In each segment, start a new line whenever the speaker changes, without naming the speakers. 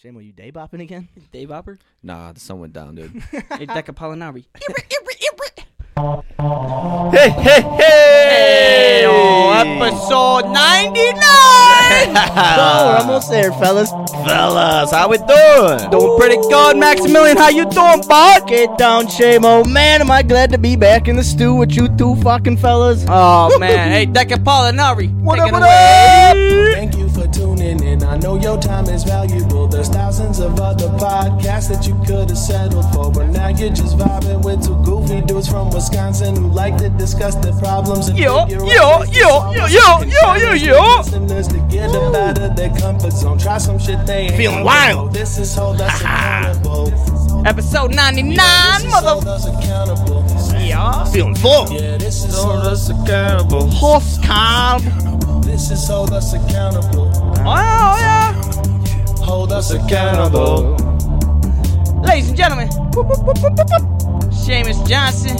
Shane, were you day bopping again?
Dave Bopper?
Nah, the sun went down, dude.
Hey, Deca Palinari.
hey, hey, hey!
episode 99!
Oh, we're almost there, fellas.
Fellas, how we doing?
Doing pretty good, Maximilian. How you doing, bud?
Get down, Shame. Oh, man, am I glad to be back in the stew with you two fucking fellas.
Oh, man. Hey, Deca Palinari.
What
take
up,
it
what
away.
up?
Thank you for tuning in. I know your time is valuable. There's thousands of other podcasts that you could have settled for, but now you're just vibing with two goofy dudes from Wisconsin who like to discuss their problems and
Yo,
figure
yo,
out ways to
yo,
solve
yo,
them.
yo,
And
yo,
challenge
yo, yo.
the Listeners to get them out of their comfort zone. Try some shit they ain't
Feeling
comfortable.
wild.
This is hold us accountable.
Episode 99,
This is
mother.
hold us accountable.
Feeling full.
Yeah, this is hold us accountable.
Horse calm.
This is hold us accountable.
Oh, yeah.
Hold us accountable.
Ladies and gentlemen, whoop, whoop, whoop, whoop, whoop, whoop. Seamus Johnson,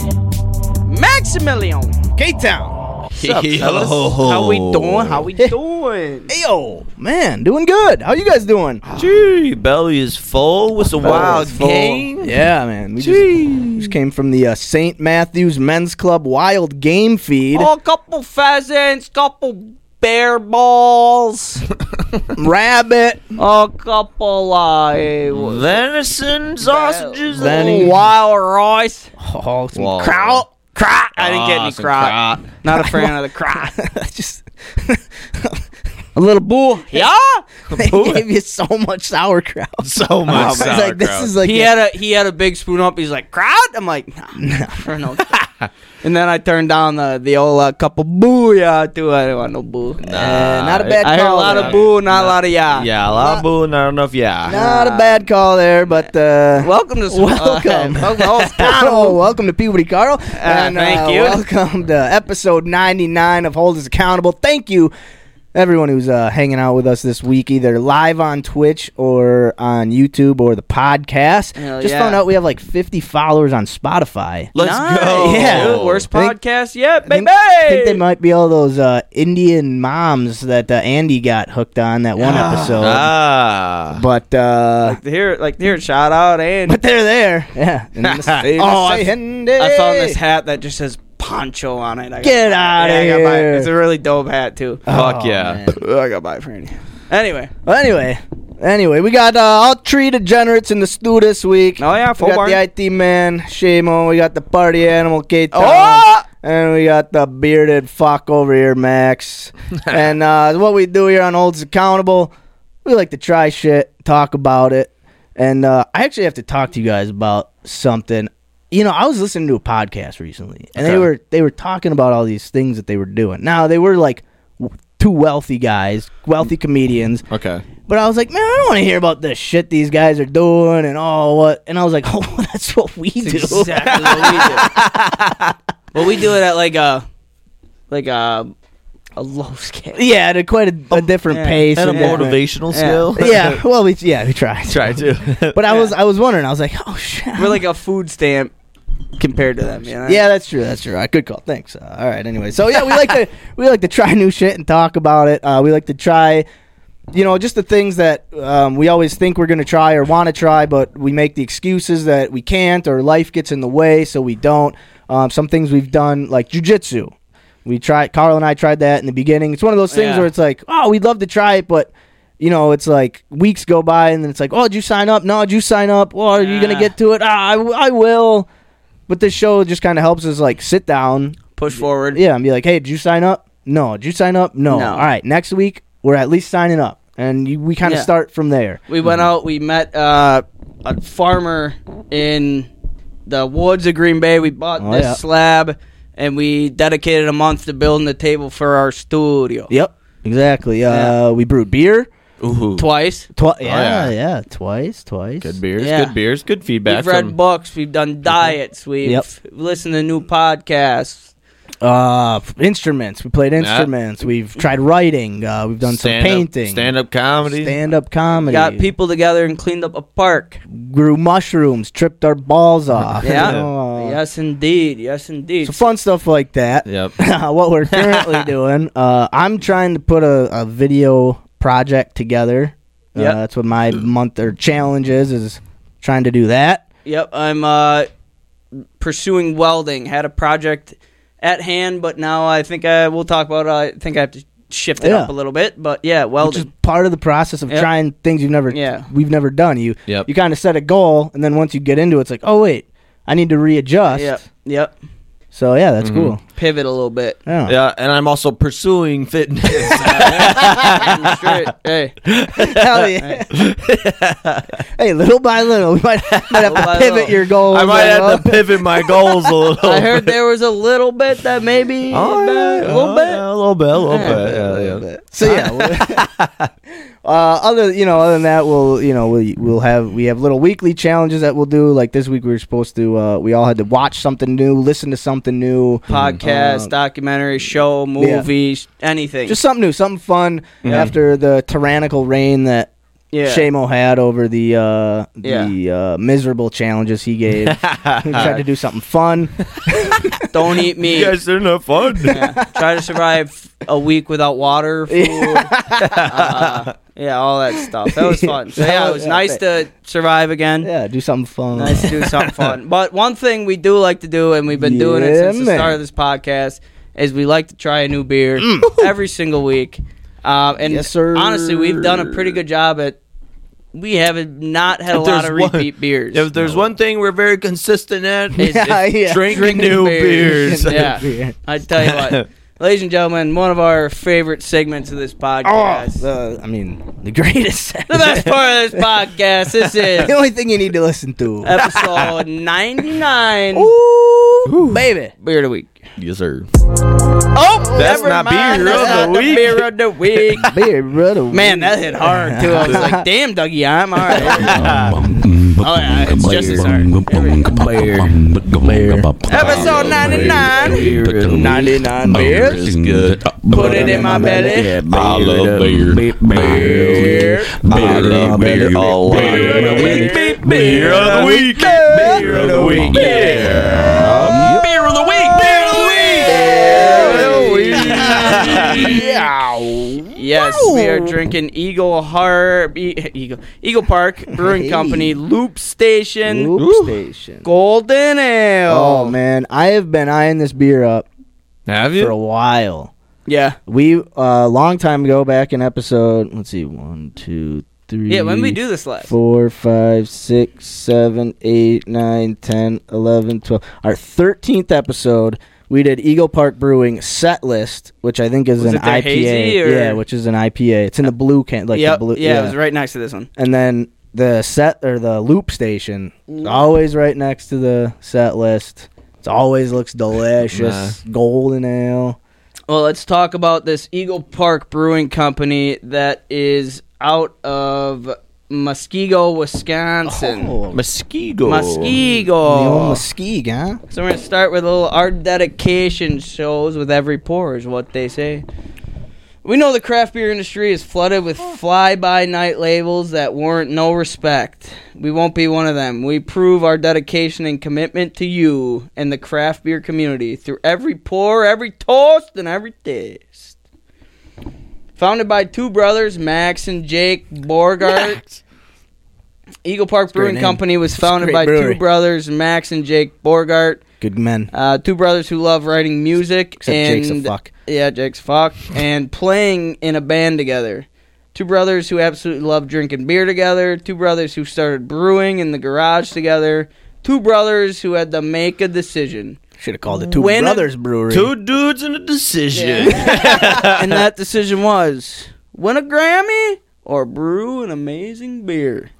Maximilian.
K-Town.
Sup, fellas? How we doing? How we doing?
Ayo, man, doing good. How you guys doing?
Gee, belly is full with a wild game.
Yeah, man. We just, just came from the uh, St. Matthews Men's Club Wild Game Feed.
Oh, couple pheasants, couple bear balls,
Rabbit.
a couple uh, eh, w-
Venison, sausages,
Then-
and-
wild rice.
Oh, some
Whoa.
kraut.
Crap! I didn't get
Ah,
any
some
crap.
crap.
Not a fan of the crap.
just a little bull.
Yeah,
They gave you so much sauerkraut.
so much
It's like this is like
he
a-
had a he had a big spoon up. He's like crowd. I'm like nah, no, no. and then I turned down the the old uh, couple boo yeah too. I don't want no boo.
Uh, not a bad
I heard a
call
lot
there.
of boo, not a lot of yeah.
yeah, a lot of boo, not enough. Yeah.
Not a bad call there, but uh,
Welcome to
Welcome.
Uh, welcome. Ah,
Carl, welcome to Peabody Carl. and, uh,
thank you.
Welcome to episode 99 of Hold Us Accountable. Thank you, everyone who's uh, hanging out with us this week, either live on Twitch or on YouTube or the podcast.
Hell
Just
yeah.
found out we have like 50 followers on Spotify.
Let's
Nice.
go.
Yeah.
Dude, worst
I think-
podcast yet,
I think,
baby.
I think they might be all those uh, Indian moms that uh, Andy got hooked on that one episode.
Ah.
but uh,
Like to hear, like to hear, a shout out and.
but they're there. Yeah. And this- they
Oh,
say
I-
Hindi.
I found this hat that just says poncho on it. I got-
Get outta
I gotta buy it.
here.
It's a really dope hat too.
Fuck
Oh,
yeah.
man.
Uh, I got buy it for Andy. Anyway,
Well, anyway, anyway, we got uh, all three degenerates in the stew this week.
oh yeah,
we
full
got
barn.
the IT man, Shamo. We got the party animal, Kate.
Oh!
And we got the bearded fuck over here, Max. and uh, what we do here on Olds Accountable, we like to try shit, talk about it. And uh, I actually have to talk to you guys about something. You know, I was listening to a podcast recently, and they
Okay.
were they were talking about all these things that they were doing. Now they were like w- two wealthy guys, wealthy comedians,
Okay.
but I was like, man, I don't want to hear about this shit these guys are doing and all what. And I was like, oh, that's what we do.
That's exactly what we do. But we do it at like a, like a, a low scale.
yeah, at a quite a, a different
yeah.
pace.
Oh, At a
and different-
motivational skill.
Yeah, well, we yeah we tried.
Try to.
But I
Yeah.
was I was wondering. I was like, oh shit.
We're like a food stamp compared to them. You know?
yeah, that's true. That's true. All right, good call. Thanks. Uh, all right. Anyway, so yeah, we like to we like to try new shit and talk about it. Uh, we like to try, you know, just the things that um, we always think we're gonna try or want to try, but we make the excuses that we can't or life gets in the way, so we don't. Um, some things we've done like jujitsu. We tried. Carl and I tried that in the beginning. It's one of those things
Yeah.
where it's like, oh, we'd love to try it, but. You know, it's like weeks go by, and then it's like, oh, did you sign up? No, did you sign up? Well, are you gonna
Yeah.
get to it? Ah, I, w- I will. But this show just kind of helps us like sit down,
Push forward.
yeah, and be like, hey, did you sign up? No, did you sign up? No.
No.
All right, next week we're at least signing up, and you, we kind of
Yeah.
start from there.
We went out. We met uh, a farmer in the woods of Green Bay. We bought
Oh,
this
yeah.
slab, and we dedicated a month to building the table for our studio.
Yep, exactly. Uh,
Yeah.
We brewed beer.
Ooh.
Twice.
Twi-
Oh, yeah.
yeah, yeah, twice, twice.
Good beers.
Yeah.
Good beers. Good feedback.
We've read
from-
books. We've done diets. We've
Yep.
listened to new podcasts.
Uh, f- instruments. We played
Yeah.
instruments. We've tried writing. Uh, we've done
stand-up-
some painting.
stand-up comedy.
Stand-up comedy.
Got people together and cleaned up a park.
Grew mushrooms. Tripped our balls off.
Yeah.
You know, uh,
yes, indeed. Yes, indeed.
So fun stuff like that.
Yep.
what we're currently doing, uh, I'm trying to put a, a video project together Yeah,
Yep.
that's what my month or challenge is is trying to do that.
Yep, I'm uh, pursuing welding. Had a project at hand, but now I think I will talk about. It. I think I have to shift it
Yeah.
up a little bit. But yeah,
Which is
welding.
part of the process of
Yep.
trying things you've never
Yeah.
we've never done. You
Yep.
you kind of set a goal and then once you get into it, it's like, oh wait, I need to readjust.
Yep, Mm-hmm. yep.
So yeah, that's cool.
Pivot a little bit.
Yeah.
Yeah, and I'm also pursuing fitness.
I'm straight. Hey,
Hell yeah. hey, little by little, we might, might have
Little by
to pivot
little.
your goals.
I might
a little.
have to pivot my goals a little.
I heard there was a little bit that maybe
Oh, yeah,
a little
oh,
bit.
yeah, a little bit, a little
Yeah,
bit, yeah, yeah.
So yeah, uh, other you know, other than that, we'll you know we we'll have we have little weekly challenges that we'll do. Like this week, we were supposed to uh, we all had to watch something new, listen to something new,
Mm-hmm. Podcast,
Uh,
documentary, show, movie, sh anything.
just something new, something fun
Yeah.
after the tyrannical reign that
Mm-hmm. yeah.
Shamo had over the uh, the
Yeah.
uh, miserable challenges he gave. we tried to do something fun.
Don't eat meat.
You guys are not fun.
Yeah. Try to survive a week without water, food. uh, yeah, all that stuff. That was fun. So yeah, it was
Yeah.
nice to survive again.
yeah, do something fun.
Nice to do something fun. But one thing we do like to do, and we've been doing it
Yeah,
since the
man.
start of this podcast, is we like to try a new beer every single week. Um, and
Yes, sir.
honestly, we've done a pretty good job at. We have not had a lot
If there's
of
one-
repeat beers.
If there's one thing we're very consistent at, is
Yeah,
is
yeah.
drink
Drinking
new
beers.
beers.
Yeah.
Beer.
I tell you what, ladies and gentlemen, one of our favorite segments of this podcast.
Uh, I mean, the greatest.
the best part of this podcast. This
the
is
only thing you need to listen to.
Uh, episode 99
Ooh, baby.
Beer of the Week.
Yes, sir.
Oh,
That's
never
not
mind,
Beer
that's
of the
not
Week.
Beer of the Week.
Beer, brother.
Man, that hit hard, too. I was like, damn, Dougie, I'm all right. Oh, yeah, it's just as hard. Episode 99.
beers.
It's good.
Put it in my belly. I love beer. Beer. Beer.
I love beer a lot. Beer of the week. Beer of the week. Yeah. Beer of the week. Beer of the week.
Yes, we are drinking Eagle Har E- Eagle Eagle Park Brewing
Hey.
Company Loop Station
Loop station.
Golden Ale.
Oh man, I have been eyeing this beer up
Have
for a while.
yeah,
We a long time ago back in episode. Let's see, one, two, three.
yeah. When we do this last,
Four, five, six, seven, eight, nine, ten, eleven, twelve. Our thirteenth episode, we did Eagle Park Brewing Set List, which I think is
Was
an
it their
IPA.
hazy or-
Yeah, which is an IPA. It's in the blue can, like
yep,
the blue.
yeah, it was right next to this one.
and then the set or the loop station
Mm.
always right next to the set list. It always looks delicious. Golden ale.
Well, let's talk about this Eagle Park Brewing Company that is out of Muskego, Wisconsin.
Oh,
Muskego.
the old
Muskego.
Muskeeg, huh?
So we're gonna start with a little our dedication shows with every pour is what they say. We know the craft beer industry is flooded with fly by night labels that warrant no respect. We won't be one of them. We prove our dedication and commitment to you and the craft beer community through every pour, every toast, and every taste. Founded by two brothers, Max and Jake Borgart, Eagle Park
a great
Brewing
name.
Company was
a
founded
great
by
brewery.
two brothers, Max and Jake Borgart.
Good men.
Uh, two brothers who love writing music
Except
and
Jake's a fuck.
yeah, Jake's fuck and playing in a band together. Two brothers who absolutely love drinking beer together. Two brothers who started brewing in the garage together. Two brothers who had to make a decision,
Should have called it Two
when-
Brothers Brewery.
Two dudes and a decision.
and that decision was win a Grammy or brew an amazing beer.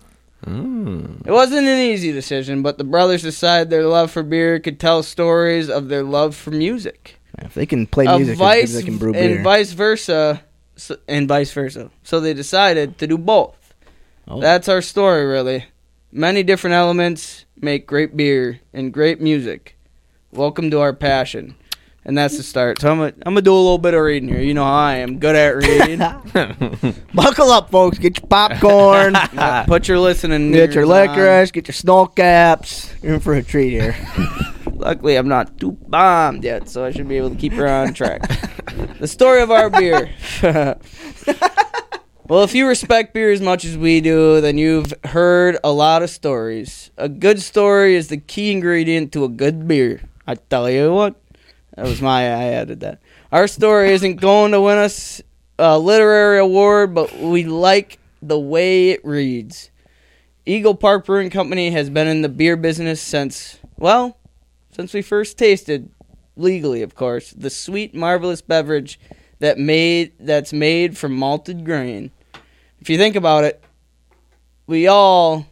Mm.
It wasn't an easy decision, but the brothers decided their love for beer could tell stories of their love for music.
If they can play
Of
music,
vice,
they can brew
and
beer.
vice versa, so, and vice versa. So they decided to do both.
Oh.
That's our story, really. Many different elements make great beer and great music. Welcome to our passion, and that's the start. So I'm gonna I'm gonna do a little bit of reading here. You know how I am good at reading.
Buckle up, folks. Get your popcorn.
Put your listening.
Get your
ears
licorice, get your snow caps. You're in for a treat here.
on. Luckily, I'm not too bombed yet, so I should be able to keep her on track. the story of our beer. Well, if you respect beer as much as we do, then you've heard a lot of stories. A good story is the key ingredient to a good beer. I tell you what, that was my I added that. Our story isn't going to win us a literary award, but we like the way it reads. Eagle Park Brewing Company has been in the beer business since, well, since we first tasted, legally, of course, the sweet, marvelous beverage that made that's made from malted grain. If you think about it, we all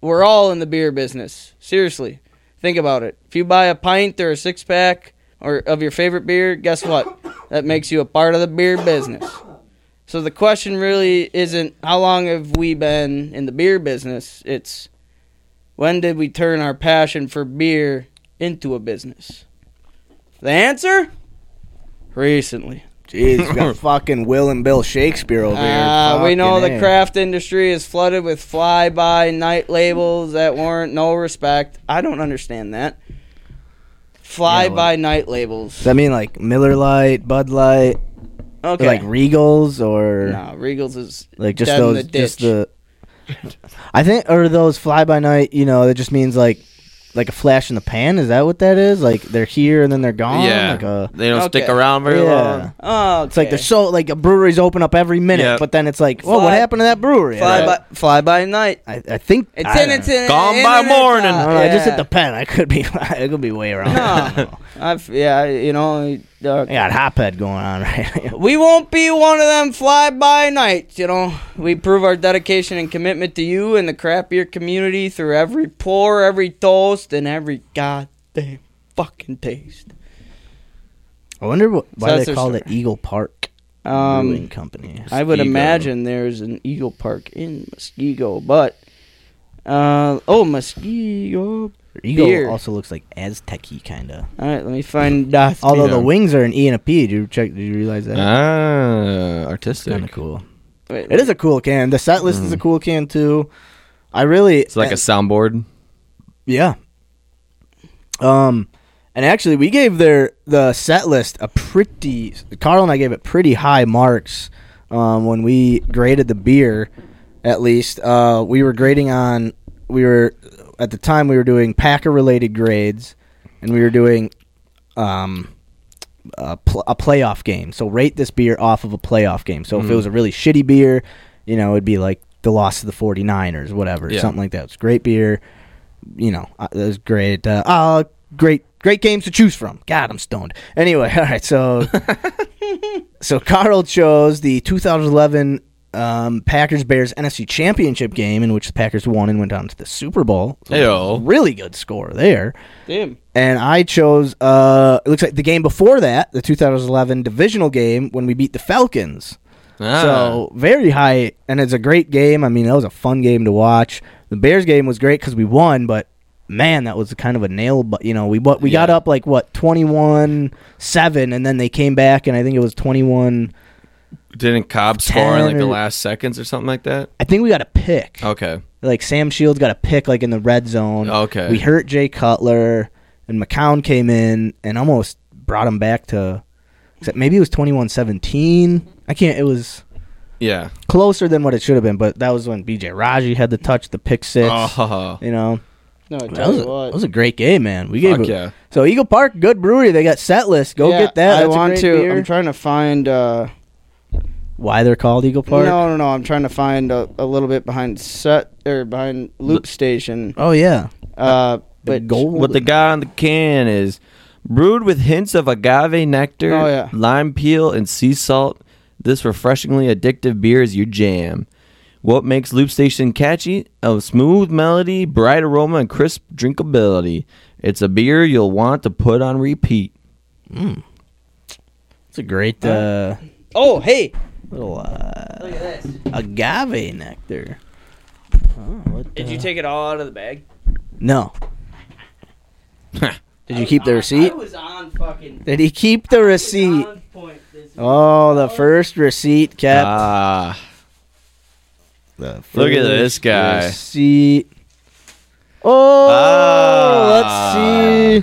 we're all in the beer business. Seriously, think about it. If you buy a pint or a six pack or of your favorite beer, guess what? That makes you a part of the beer business. So the question really isn't how long have we been in the beer business? It's when did we turn our passion for beer into a business? The answer? Recently.
Jeez, we got fucking Will and Bill Shakespeare over
Uh,
here.
we know
Fucking
the
A.
craft industry is flooded with fly-by night labels that warrant no respect. I don't understand that. Fly-by night labels.
Does that mean like Miller Light, Bud Light, or
Okay.
like Regals, or
no, Regals is
like just
dead in
those,
the
just
ditch.
the? I think or those fly by night. You know, that just means like like a flash in the pan. Is that what that is? Like they're here and then they're gone.
yeah,
Like a,
they don't stick
Okay.
around very
Yeah.
long.
Oh,
it's like they're so like a brewery's open up every minute,
Yeah.
but then it's like, well, what
Fly-
happened to that brewery?
fly
I-
by fly by night.
I, I think
It's
I
in.
don't
It's
know.
in.
Gone
in
by
and it's
morning.
out.
I don't know, I just hit
Yeah.
the pen. I could be. I could be way wrong.
No, I've yeah, you know. uh,
I got hop head going on right. now.
We won't be one of them fly by nights, you know. We prove our dedication and commitment to you and the crap beer community through every pour, every toast, and every goddamn fucking taste.
I wonder what, why
that's
they
their
called it
story.
Eagle Park Brewing
Um,
Company.
I would
Eagle.
imagine there's an Eagle Park in Muskego, but uh, oh, Muskego.
Eagle
beer.
also looks like Aztec-y kind of.
All right, let me find that.
Although
Yeah.
the wings are an E and a P. Did you check? Did you realize that?
Ah, artistic.
kind of cool.
Wait,
It is a cool can. The set list is a cool can too. I really
Mm. It's like a soundboard.
yeah. Um, and actually, we gave their the set list a pretty. Carl and I gave it pretty high marks um, when we graded the beer. At least uh, we were grading on. We were at the time we were doing Packer related grades, and we were doing um, a, pl- a playoff game. So rate this beer off of a playoff game. So if it was a really shitty beer, you know, it'd be like the loss to the 49ers, whatever,
Yeah.
something like that. It's great beer. You know, uh, it was great. Uh, uh, great, great games to choose from. God, I'm stoned. Anyway, all right. So, so Carl chose the 2011 um, Packers Bears NFC Championship game in which the Packers won and went on to the Super Bowl. So
Ayo.
really good score there
damn.
and I chose. Uh, it looks like the game before that, the 2011 divisional game when we beat the Falcons.
Ah.
So very high, and it's a great game. I mean, that was a fun game to watch. The Bears game was great because we won, but man, that was kind of a nail. But you know, we what we got
Yeah.
up like what 21 seven, and then they came back, and I think it was 21.
Didn't Cobb score in like the
Ten or-
last seconds or something like that?
I think we got a pick.
Okay.
Like Sam Shields got a pick like in the red zone.
Okay.
We hurt Jay Cutler and McCown came in and almost brought him back to except maybe it was 21-17. I can't it was
Yeah.
closer than what it should have been, but that was when BJ Raji had the touch, the pick six.
Oh,
You know.
No, I
That
tell
was, a,
you
that
what.
was a great game, man. We gave
fuck
it.
yeah.
So Eagle Park, good brewery. They got set list. Go
Yeah,
get that.
I
That's a
want
great
to.
beer.
I'm trying to find. uh
Why they're called Eagle Park?
No, no, no. I'm trying to find a, a little bit behind set or behind loop station.
Oh yeah.
Uh,
The
but
gold.
What they got on the can is brewed with hints of agave nectar,
Oh, yeah.
lime peel, and sea salt. This refreshingly addictive beer is your jam. What makes Loop Station catchy? A smooth melody, bright aroma, and crisp drinkability. It's a beer you'll want to put on repeat.
It's a great uh,
oh, hey,
little uh,
look at this.
agave nectar. Oh, what
Did
the-
you take it all out of the bag?
No. Did you keep the receipt?
I was on fucking.
Did he keep the receipt? Oh, the first receipt kept.
Ah,
the
look at this
first
guy.
Receipt. Oh,
Ah.
let's see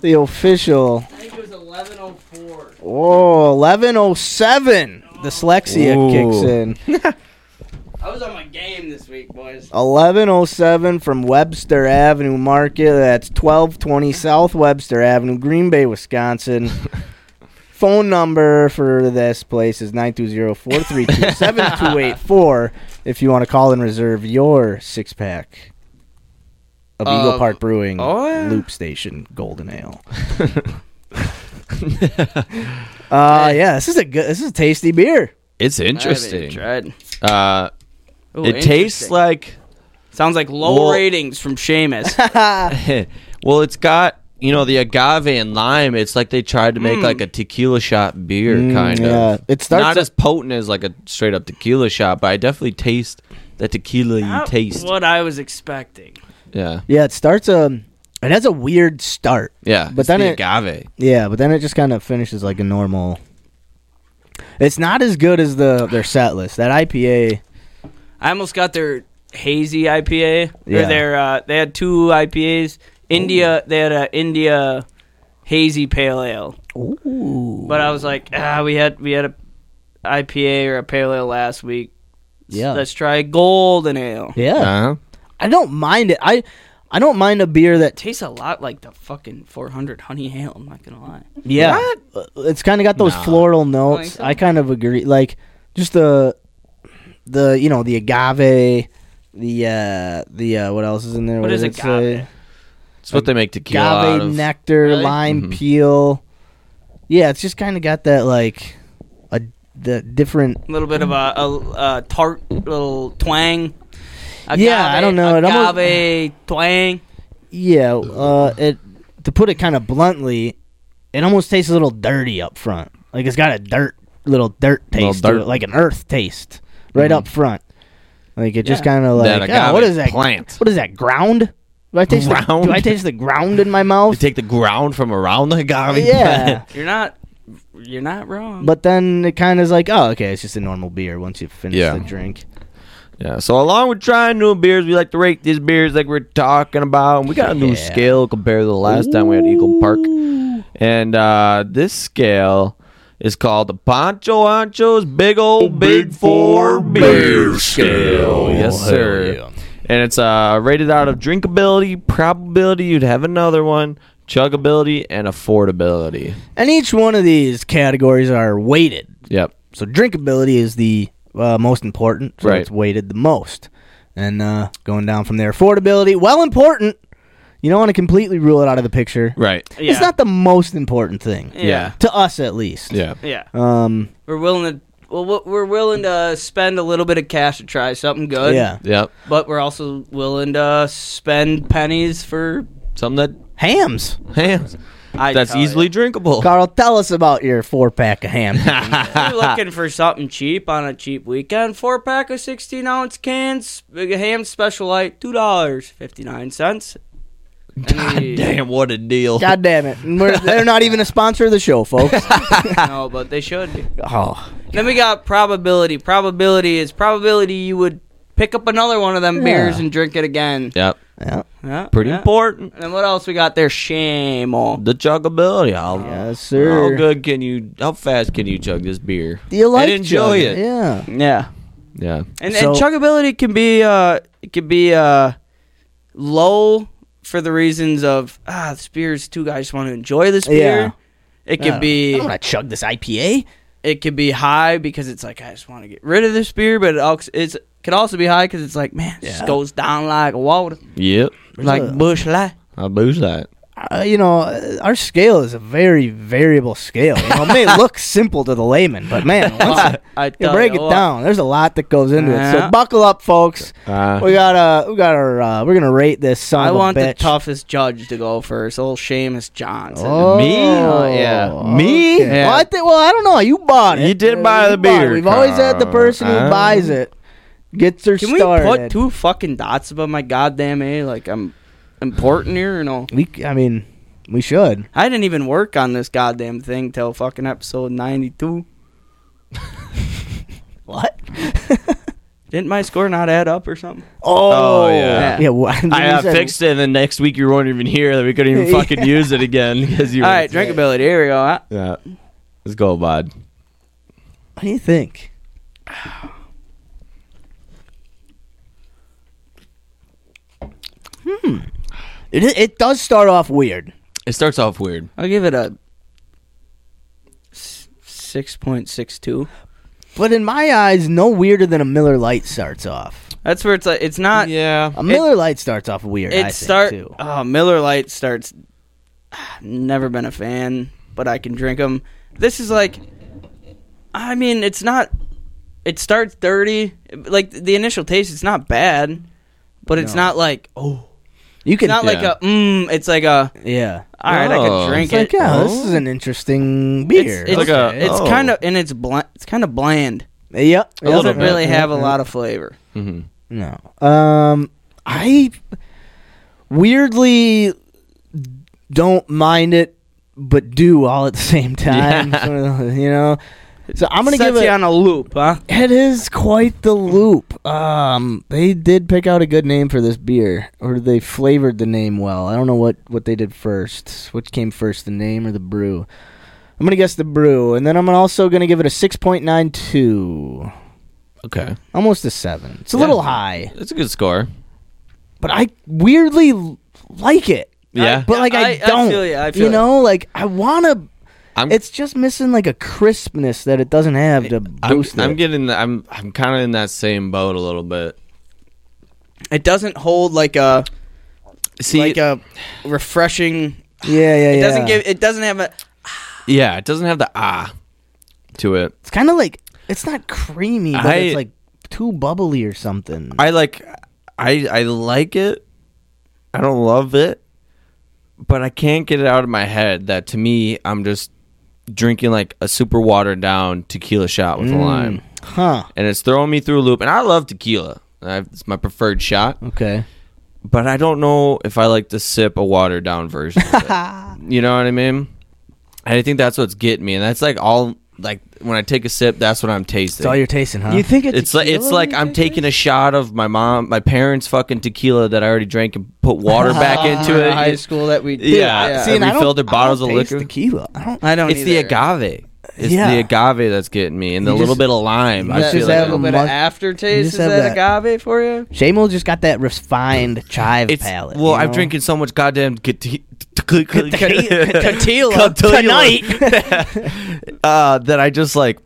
the official.
I think it was 1104.
Oh, 1107. Dyslexia
Ooh.
kicks in.
I was on my game this week, boys.
1107 from Webster Avenue Market. That's 1220 South Webster Avenue, Green Bay, Wisconsin. Phone number for this place is 920-432-7284 if you want to call and reserve your six-pack of Eagle
Of-
Park Brewing
oh, yeah.
Loop Station Golden Ale. Uh yeah, this is a good this is a tasty beer.
It's
I haven't
interesting.
tried.
Uh,
Ooh,
it tastes
interesting.
like
sounds like low
Well-
ratings from Seamus.
well, it's got you know the agave and lime. It's like they tried to make like a tequila shot beer, kind
Hmm. yeah.
of.
It starts
not
at-
as potent as like a straight up tequila shot, but I definitely taste the tequila you taste.
what I was expecting.
Yeah,
Yeah, it starts um it has a weird start.
yeah.
But
it's
then
the
it-
agave.
Yeah, but then it just kind of finishes like a normal. It's not as good as the their set list. That IPA.
I almost got their hazy IPA. Or
Yeah.
their uh, they had two IPAs. India they had a India hazy pale ale.
Ooh.
But I was like, ah, we had we had a IPA or a pale ale last week. S-
Yeah.
Let's try a golden ale.
Yeah,
Uh-huh.
I don't mind it. I I don't mind a beer that.
tastes a lot like the fucking 400 honey ale. I'm not gonna lie.
Yeah, it's kind of got those
Oh,
floral
I think
notes.
so.
I kind of agree. Like just the the you know the agave, the uh the uh what else is in there?
What is
did it
agave?
say?
It's what they make tequila out
agave
of.
nectar,
Really?
lime
Mhm.
peel. Yeah, it's just kind of got that like a the different
A little bit of a, a, a tart little twang.
Yeah, I don't know. It almost-
agave twang.
Yeah, uh, it to put it kind of bluntly, it almost tastes a little dirty up front. Like it's got a dirt little dirt
Little
taste, to
dirt. Mm-hmm.
it, like an earth taste, right up front. Like it just
Yeah.
kind of
That
like "Ah, what
agave
is that
plant."
What is that ground? Do I taste The,
Ground?
do I taste the ground in my
They
mouth?
take the ground from around the agave.
yeah,
You're not. You're not wrong.
but then it kind of is like oh okay, it's just a normal beer once you finish
Yeah.
the drink.
Yeah, so along with trying new beers, we like to rate these beers like we're talking about. And we got a new
Yeah.
scale compared to the last time we had Eagle Park. And uh, this scale is called the Pancho Ancho's Big Old Big, Four Beer Scale. Yes, sir. And it's uh, rated out of drinkability, probability you'd have another one, chuggability, and affordability.
And each one of these categories are weighted
Yep.
So drinkability is the uh, most important. So
Right.
It's weighted the most, and uh, going down from there, affordability, well important. You don't want to completely rule it out of the picture.
Right.
yeah.
It's not the most important thing
Yeah.
to us, at least.
Yeah.
Yeah.
Um.
We're willing to. Well, we- we're willing to spend a little bit of cash to try something good.
Yeah.
Yep.
But we're also willing to spend pennies for.
Something
Hams.
that hands.
I
That's
tell ya.
easily drinkable.
Carl, tell us about your four pack of ham.
If you're looking for something cheap on a cheap weekend, four pack of 16 ounce cans, big ham special light, $2.59. God
Damn, what a deal.
God damn it! And We're, they're not even a sponsor of the show, folks.
No, but they should be.
oh.
Then we got probability. Probability is probability you would pick up another one of them beers
Yeah.
and drink it again.
Yep.
Yeah.
Yeah,
Pretty
yeah.
important.
And then what else we got there? Shame on.
The chuggability. How,
Yes, sir.
how good can you, how fast can you chug this beer?
Do you like
And enjoy it.
chugging? Yeah.
Yeah.
Yeah.
And,
So-
and chuggability can be uh it can be uh low for the reasons of ah this beer's too I just want to enjoy this beer.
Yeah.
It could
I
be
don't want to chug this IPA.
it could be high because it's like I just want to get rid of this beer, but it also, it's could also be high because it's like man it just goes down like water,
Yep.
like
a-
bush light.
I booze that.
uh, you know, uh, our scale is a very variable scale. You know, it may look simple to the layman, but man, once you-
I
you
tell
break
ya oh,
it
what.
down, there's a lot that goes into it.
Yeah.
So buckle up, folks.
Uh,
We got uh, we got our uh, we're gonna rate this son
I
of a
want the
bitch.
toughest judge to go first, old Seamus Johnson.
Oh,
Me? Oh, yeah. Me?
okay.
Yeah.
Well, I think. Well, I don't know. You bought it.
You did
Uh,
buy
you
the
bought it.
beer,
We've always had the
Carl.
person who
Uh.
buys it gets their
Can we
started.
put two fucking dots above my goddamn a? Like I'm important here or no?
We, I mean, we should.
I didn't even work on this goddamn thing till fucking episode ninety two.
What?
Didn't my score not add up or something?
Oh,
yeah.
Yeah. wha- you
I uh,
said-
fixed it, and then next week you weren't even here. That we couldn't even fucking use it again because you.
All
were-
right, drinkability. Here we go. I-
Yeah. Let's go, bud.
What do you think? Hmm. It, it does start off weird.
It starts off weird.
I'll give it a six point six two.
But in my eyes, no weirder than a Miller Light starts off.
That's where it's like it's
Uh,
not.
yeah.
A Miller Light starts off weird. I
It
think,
start.
too.
Oh, Miller Light starts. Never been a fan, but I can drink them. This is like. I mean, it's not. It starts dirty. Like the initial taste, it's not bad, but it's not like oh,
You
it's
can
not like
yeah.
a mmm. It's like a
yeah.
all right, I
Oh,
could drink
It's like
it.
yeah, this
Oh.
is an interesting beer.
It's, it's,
Like a-
it's
oh.
kind of and it's bland. It's kind of bland.
yep,
It doesn't
bit.
really have a lot of flavor.
hmm
No. Um, I weirdly don't mind it, but do all at the same time. you know. So I'm gonna
Sets
give
you
it.
on a loop, huh?
It is quite the loop. Um, they did pick out a good name for this beer, or they flavored the name well. I don't know what what they did first. Which came first, the name or the brew? I'm gonna guess the brew, and then I'm also gonna give it a six point nine two,
Okay.
almost a seven. It's a
Yeah.
little high.
That's a good score.
but I weirdly l- like it.
Yeah.
But like I,
I- I
don't.
feel ya, I
you
feel ya.
know, like I wanna.
I'm,
It's just missing like a crispness that it doesn't have to
I'm,
boost
I'm
it.
getting the, I'm I'm kind of in that same boat a little bit.
It doesn't hold like a
See,
uh,
like a refreshing.
yeah, yeah, yeah.
It doesn't give. It doesn't have a.
yeah, it doesn't have the ah to it.
It's kind of like it's not creamy, but
I-
it's like too bubbly or something.
I like I I like it. I don't love it, but I can't get it out of my head that to me I'm just drinking like a super watered down tequila shot with a lime,
huh?
and it's throwing me through a loop. And I love tequila; I, it's my preferred shot.
Okay.
But I don't know if I like to sip a watered down version. Of it. you know what I mean? And I think that's what's getting me, and that's like all like when I take a sip, that's what I'm tasting
It's all you're tasting, huh?
think
it's like it's like I'm taking a shot of my mom, my parents' fucking tequila that I already drank and put water back into it.
Ah, High school that we did.
Yeah.
yeah.
Uh, See, and I don't- refilled their bottles
I don't
of
taste
liquor.
Tequila. I don't.
I don't.
it's
either.
the agave. It's
Yeah.
the agave that's getting me, and the
You
little
just-
bit of lime. I
That-
feel
Is
Just
that a
have
little
like
a
bit
month-
of aftertaste?
just
Is
have
that, agave for you?
Shamo just got that refined chive
it's
palate.
well,
you
I'm
know?
drinking so much goddamn cate-
Catila
tonight uh, that I just like.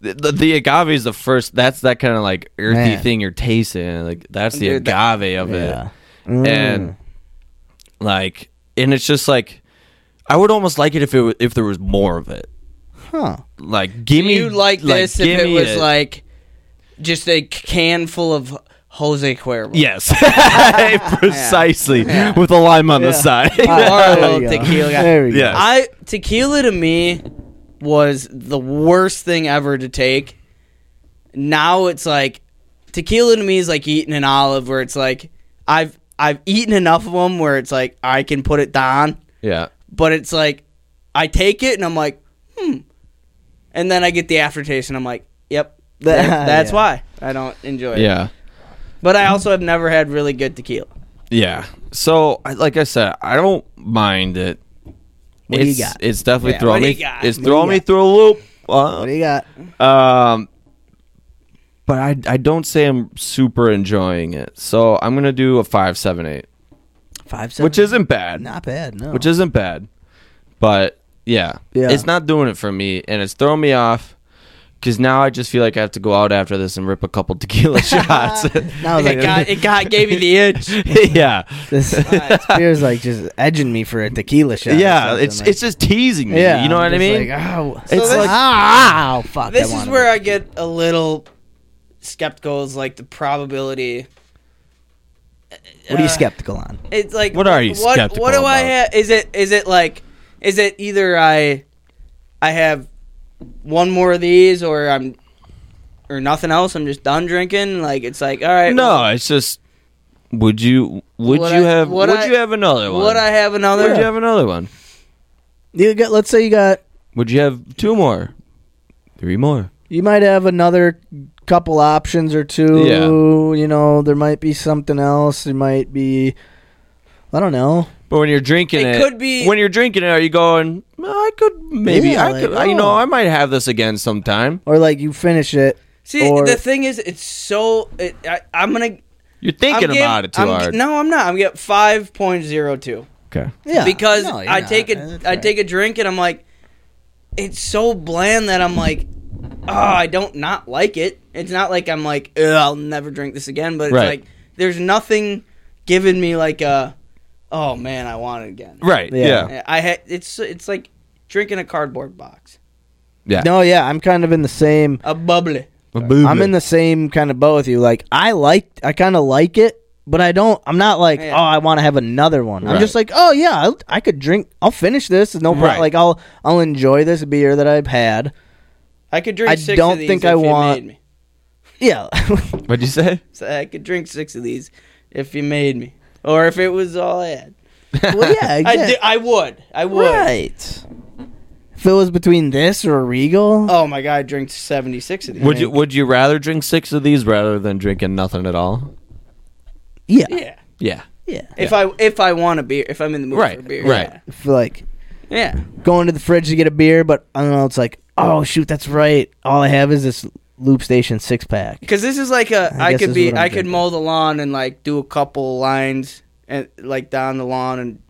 The, the agave is the first. That's that kind of like earthy
Man.
thing you're tasting. Like that's the
Dude, that-
agave of it.
Yeah. Mm.
and like and it's just like I would almost like it if it wa- if there was more of it.
huh?
Like give me
You like this if
give
it
me
was
a-
like just a can full of Jose Cuervo.
yes precisely with a lime on the side.
Or a
There
little
you go.
tequila.
There you go.
Yeah.
I tequila to me was the worst thing ever to take. Now it's like tequila to me is like eating an olive, where it's like I've I've eaten enough of them where it's like I can put it down,
yeah.
but it's like I take it and I'm like hmm, and then I get the aftertaste and I'm like yep, that- that's
Yeah.
why I don't enjoy it.
Yeah.
But I also have never had really good tequila.
Yeah. So I- like I said, I don't mind it.
What do
it's,
you got?
It's definitely
Yeah,
throwing
what do
me.
you got?
It's
What do
throwing
you
me
got?
through a loop. Uh,
What do you got?
Um, but I I don't say I'm super enjoying it, so I'm gonna do a five seven eight,
Five seconds.
which isn't bad,
not bad. No.
which isn't bad, but yeah,
Yeah.
it's not doing it for me, and it's throwing me off. Cause now I just feel like I have to go out after this and rip a couple tequila shots.
Now it's
It got it got gave me the itch.
yeah,
this, this beer's like just edging me for a tequila shot. or
yeah.
something,
It's
like-
it's just teasing me. you know
I'm
what I
just
mean?
Like, oh, it's
this-
like ah, oh, fuck.
This is where I get a little skeptical. Is like the probability.
What are
uh,
you skeptical on?
It's like
What are you
What,
skeptical
what do I
about?
have? Is it is it like is it either I I have one more of these or I'm or nothing else. I'm just done drinking. Like it's like all right.
no, it's just. Would you would,
Would
you
I-
have would,
would I-
you have another one?
Would I have another?
would you have another one?
You got. Let's say you got.
Would you have two more? Three more.
You might have another couple options or two.
Yeah.
You know, there might be something else. There might be. I don't know.
But when you're drinking it,
It could be-
When you're drinking it, are you going? "Well, I could maybe.
Yeah,
I
like,
could. I, you know,
oh.
I might have this again sometime.
Or like you finish it.
See,
or-
the thing is, it's so. It, I, I'm gonna.
You're thinking
I'm getting-
about it too
I'm ge-
hard.
No, I'm not. I'm getting five point zero two
Okay.
Yeah,
because
No, you're
I
not.
take a I
That's right.
take a drink and I'm like, it's so bland that I'm like, oh, I don't not like it. It's not like I'm like, "Ugh, I'll never drink this again. But it's
Right.
like there's nothing giving me like a, oh man, I want it again.
Right.
Yeah.
Yeah. Yeah.
I had it's it's like drinking a cardboard box,
No, yeah, I'm kind of in the same.
a bubbly.
I'm in the same kind of boat with you. Like I like, I kind of like it, but I don't. I'm not like,
Yeah.
oh, I want to have another one. I'm just like, oh yeah, I'll, I could drink. I'll finish this. It's no problem.
Right.
Like I'll, I'll enjoy this beer that I've had.
I could drink.
I
six
don't
of these
think
if
I
you
want-
Made me.
Yeah,
What'd you say?
So I could drink six of these if you made me, or if it was all I had.
well, yeah,
I,
yeah.
do, I would. I would.
right. If it was between this or a Regal,
Oh my god, I drink seventy six of these.
Would you Would you rather drink six of these rather than drinking nothing at all?
yeah, yeah,
Yeah.
yeah.
If I if I want a beer, if I'm in the mood
Right,
for a beer,
right.
yeah.
If, like
Yeah.
going to the fridge to get a beer, but I don't know. It's like, oh shoot, that's right. All I have is this Loop Station six pack.
Because this is like a
I
I
guess
could
this
be
is what
I
I'm
could
drinking.
mow the lawn and like do a couple lines and like down the lawn and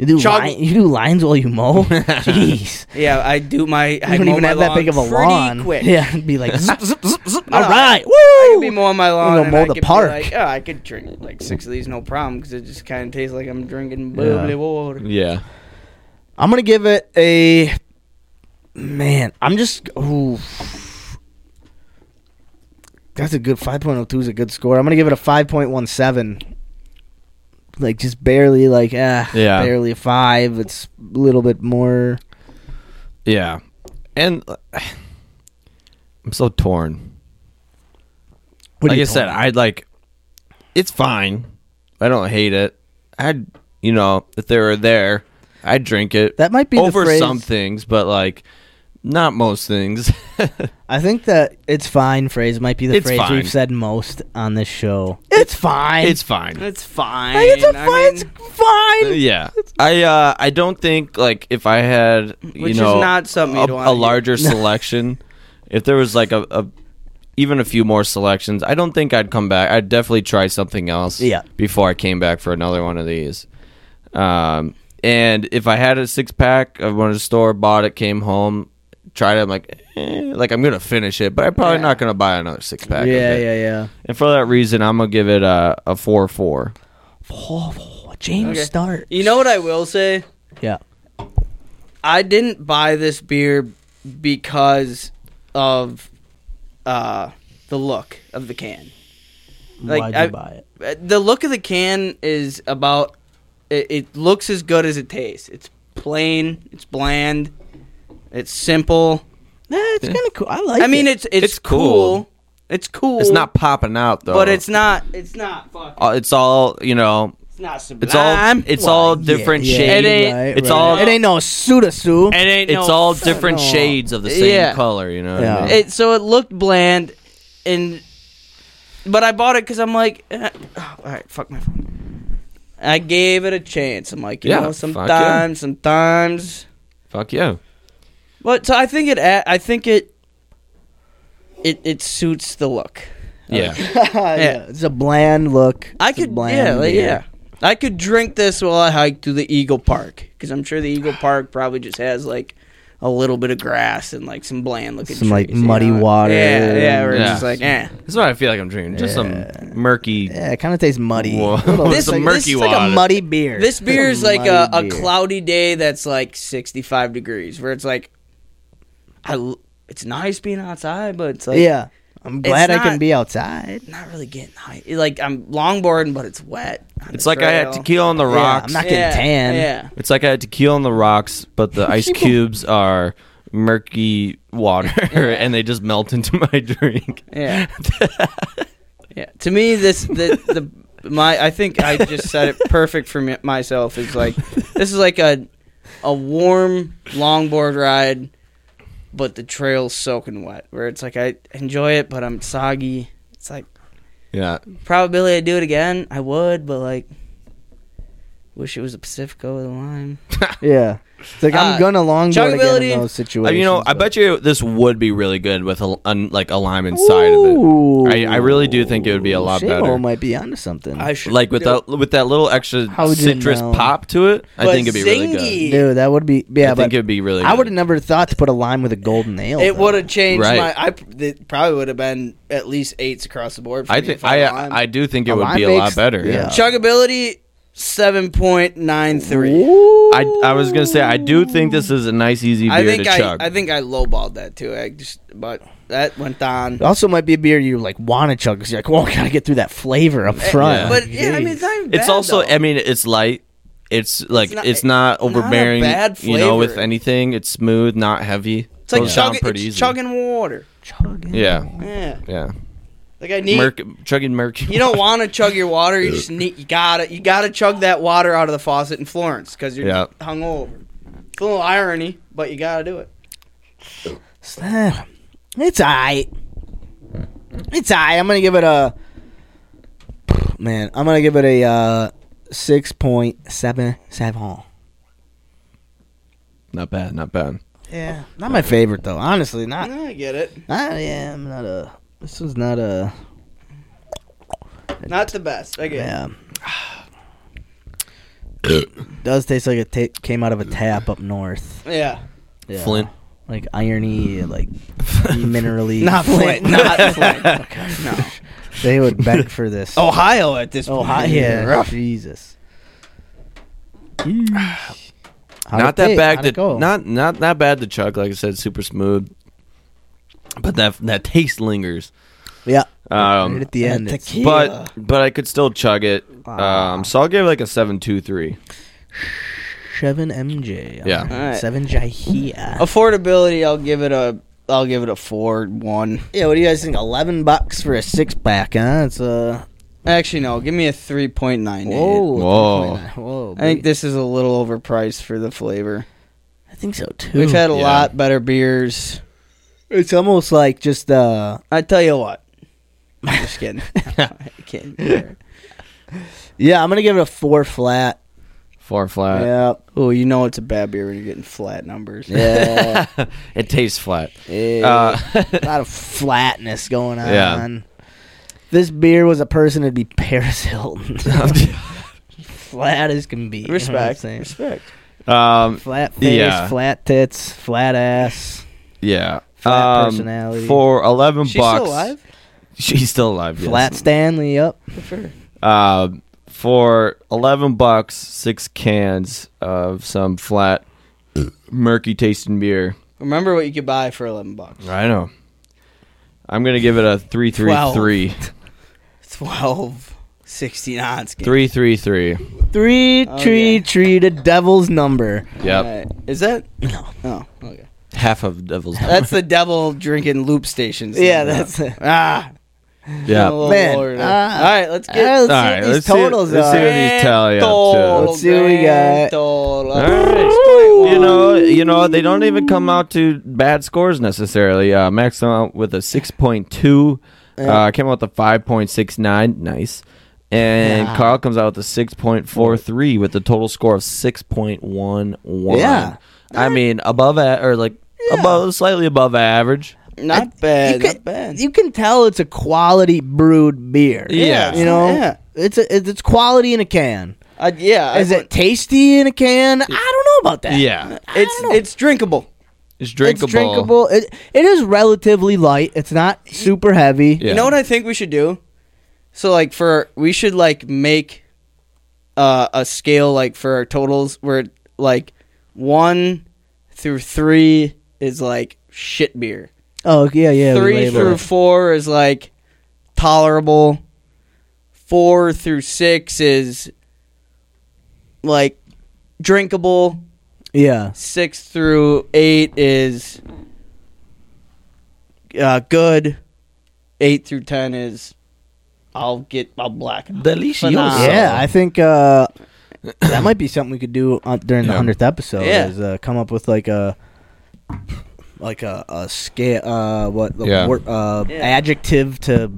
You do
Chug-
line, you do lines while you mow. Jeez,
yeah I do my I
you don't
mow
even
my
have that
lawn
big of a
pretty
lawn.
quick.
Yeah, it'd be like zip, zip, zip, zip.
No,
All right,
I could be
woo.
mowing my lawn.
gonna
and
mow
I
the
could be
park.
Like, oh, I could drink like six of these, no problem, because it just kind of tastes like I'm drinking bubbly
Yeah.
water.
Yeah.
I'm gonna give it a man. I'm just ooh. That's a good 5.02 is a good score. I'm gonna give it a 5.17. Like just barely, like ah,
Yeah.
barely a five. It's a little bit more.
Yeah. And uh, I'm so torn.
What are
like
you
I said,
talking-
I'd like. It's fine. I don't hate it. I'd you know if they were there, I'd drink it.
That might be the
over
phrase-
some things, but like not most things.
I think that it's fine phrase might be the
It's
phrase
fine.
we've said most on this show. It's fine.
it's fine.
It's fine.
Like, it's a
I
fine. it's
mean,
fine.
yeah, I uh, I don't think like if I had you
Which is
know
not something
a,
you'd wanna
a larger selection, if there was like a, a even a few more selections, I don't think I'd come back. I'd definitely try something else.
Yeah.
before I came back for another one of these. Um, and if I had a six pack, I went to the store, bought it, came home, tried it. I'm like, eh, like I'm gonna finish it, but I'm probably not gonna buy another six pack.
Yeah, yeah, yeah.
And for that reason, I'm gonna give it a a four four.
Oh, James
Okay.
Start.
You know what I will say?
Yeah.
I didn't buy this beer because of uh, the look of the can. Like,
Why'd
I-
you buy it?
Uh, The look of the can is about. It, it looks as good as it tastes. It's plain. It's bland. It's simple.
Nah, it's kind of cool. I like.
I mean,
it.
it's it's,
It's cool.
cool. It's cool.
It's not popping out though,
But it's not. It's not. Fuck.
Uh, it's all you know.
It's not sublime.
It's all it's all different
yeah,
shades.
It ain't-
right,
it's
right.
all
It ain't no Suda soup.
It ain't
it's
no
all different
no.
shades of the same
Yeah.
color. You know. what I
Yeah.
mean?
It, so it looked bland, and but I bought it because I'm like, eh, oh, all right, fuck my phone. I gave it a chance. I'm like, you
Yeah,
know,
fuck yeah.
sometimes, sometimes.
Fuck yeah.
But so I think it. a- I think it. It it suits the look.
Yeah.
yeah. it's a bland look.
I
It's a
could
bland
yeah like,
beer.
yeah. I could drink this while I hike through the Eagle Park because I'm sure the Eagle Park probably just has like a little bit of grass and like some bland looking
Some, like,
trees, you
muddy
know?
water.
Yeah, yeah. We're
Yeah.
just like, eh.
That's what I feel like I'm drinking. Just some murky.
Yeah, it kind of tastes muddy.
Whoa.
Little-
This-
it's like,
this
this
is
is
like a
like a muddy beer.
This beer is like a, a
muddy beer.
cloudy day that's like 65 degrees, where it's like, I l- it's nice being outside, but it's like
yeah, I'm glad I
not-
can be outside.
not really getting high. It- Like I'm longboarding, but it's wet. on
It's
the
like I had
trail.
tequila on the
Yeah,
rocks.
I'm not- getting tan.
Yeah,
it's like I had tequila on the rocks, but the ice cubes are murky water, and they just melt into my drink.
yeah, yeah. To me, this the the my I think I just said it perfect for me, myself. Is like this is like a a warm longboard ride. But the trail's soaking wet, where it's like I enjoy it, but I'm soggy. It's like
Yeah.
probability I'd do it again, I would, but like Wish it was a Pacifico with a lime.
Yeah. It's like I'm
Uh,
gonna longboard again
chuggability-
in those
Uh,
situations.
you know, I bet you this would be really good with a, un, like a lime inside of I- I really do think it would be a lot
Shamo
better.
might be onto something.
I
it.
should
Like with that with that little extra
How would you
citrus
know?
pop to it, I
But
think it'd be really good.
zingy.
Dude, that would be yeah.
I
but
think it'd be really.
I
good.
would have never thought to put a lime with a golden nail.
It
though.
would have changed
Right.
my. I pr- it probably would have been at least eights across the board. For
I
me
think
if had
I
lime.
I do think
A
it would
lime
be a
makes-
lot better.
yeah.
Yeah.
chuggability seven point nine three.
Ooh.
I I was gonna say I do think this is a nice easy beer
I think
to
I,
chug.
I think I lowballed that too. I just but that went on.
Oh,
It also might be a beer you like want to chug because you're like, well, I gotta get through that flavor up front.
Yeah.
But yeah, I mean it's not even
it's
bad,
also
though.
I mean it's light. It's like it's
not-
not, overbearing.
bad
you know, with
flavor.
anything, it's smooth, not heavy.
it's like
Goes down
chugging,
pretty
it's
easy.
chugging water.
Chugging.
Yeah,
Yeah,
yeah.
like I need.
Merc, chugging murky.
you don't want to chug your water. You just need. You gotta. You gotta chug that water out of the faucet in Florence because you're
Yeah.
hungover. It's a little irony, but you gotta do it.
It's, uh, it's alright. It's alright. I'm gonna give it a man. I'm gonna give it a uh, six point seven seven.
Not bad, not bad.
Yeah, not my favorite though. Honestly, not.
No, I get it.
I am not a. This was not a.
Not the best. I get it.
Yeah. Does taste like it ta- came out of a tap up north.
Yeah.
Yeah.
Flint.
like irony, like minerally.
Not Flint. Not Flint. No.
They would beg for this.
Ohio at this
oh hi, yeah, Jesus. How'd
not
it
that
taste?
bad.
How'd it
To,
go?
not not not bad to chug. Like I said, super smooth. But that that taste lingers.
yeah. right
Um,
at the end, it's-
but but I could still chug it.
Ah.
Um, so I'll give it like a seven two three.
seven mj.
Yeah.
Alright,
Alright.
seven jahia.
Affordability, I'll give it a I'll give it a four one.
Yeah, what do you guys think? Eleven bucks for a six pack, huh? It's uh,
Actually no, give me a three point nine eight.
whoa,
Whoa.
3.9. whoa.
I think this is a little overpriced for the flavor.
I think so too.
We've had a
Yeah.
lot better beers.
It's almost like just uh
I tell you what. I'm just kidding. I can't bear.
yeah, I'm gonna give it a four flat.
Far flat.
Yep.
Oh, you know it's a bad beer when you're getting flat numbers.
Yeah.
it tastes flat.
yeah.
Uh,
a lot of flatness going on.
Yeah.
This beer was a person that'd be Paris Hilton.
Uh,
flat as can be. you know what I'm
Respect.
saying?
Respect.
um,
flat face,
Yeah.
flat tits, flat ass.
yeah.
Flat
um,
personality.
For eleven
She's
bucks,
still alive?
She's still alive. Yes.
Flat Stanley up.
Good for her.
Um, for eleven bucks, six cans of some flat, murky tasting beer.
Remember what you could buy for eleven bucks.
I know. I'm gonna give it a three three
Twelve.
three.
Twelve. Sixteen ounce can.
Three three three.
Three
Oh,
tree
yeah.
tree the devil's number.
Yep.
Alright. Is that
No.
Oh, okay.
Half of Devil's.
That's the devil drinking loop stations.
Yeah, that's it.
ah
yeah.
Man,
Oh, All
ah.
right, let's
All
get
right, let's see
Alright,
what these
let's see-
totals
let's see
are.
what these tally up to.
Total,
Let's see what we got.
total.
All right. You know, you know, they don't even come out to bad scores necessarily. Uh, Max came out with a six point two. Uh, came out with a five point six nine. Nice. And
Yeah.
Carl comes out with a six point four three with a total score of six point one one.
Yeah.
I mean, above a- or like above, slightly above average.
Not bad.
you
Not bad.
You can tell it's a quality brewed beer.
Yeah.
you know,
Yeah.
it's a, it's it's quality in a can.
I, yeah,
Is
I,
it tasty in a can? I don't know about that.
Yeah,
It's it's drinkable.
it's drinkable.
It's drinkable. It, it is relatively light. It's not super heavy.
Yeah.
You know what I think we should do? So like for we should like make uh, a scale like for our totals where like one through three is like shit beer.
Oh yeah, yeah. we
three
label
through
it.
four is like tolerable. Four through six is like drinkable.
yeah.
Six through eight is uh, good. Eight through ten is I'll get I'll black. out.
Delicioso.
Phenomenal.
Yeah, I think uh, that might be something we could do on, during the
Yeah.
hundredth episode.
Yeah.
Is uh, come up with like a like a, a scale. Uh, what the
Yeah.
wor- uh,
Yeah.
adjective to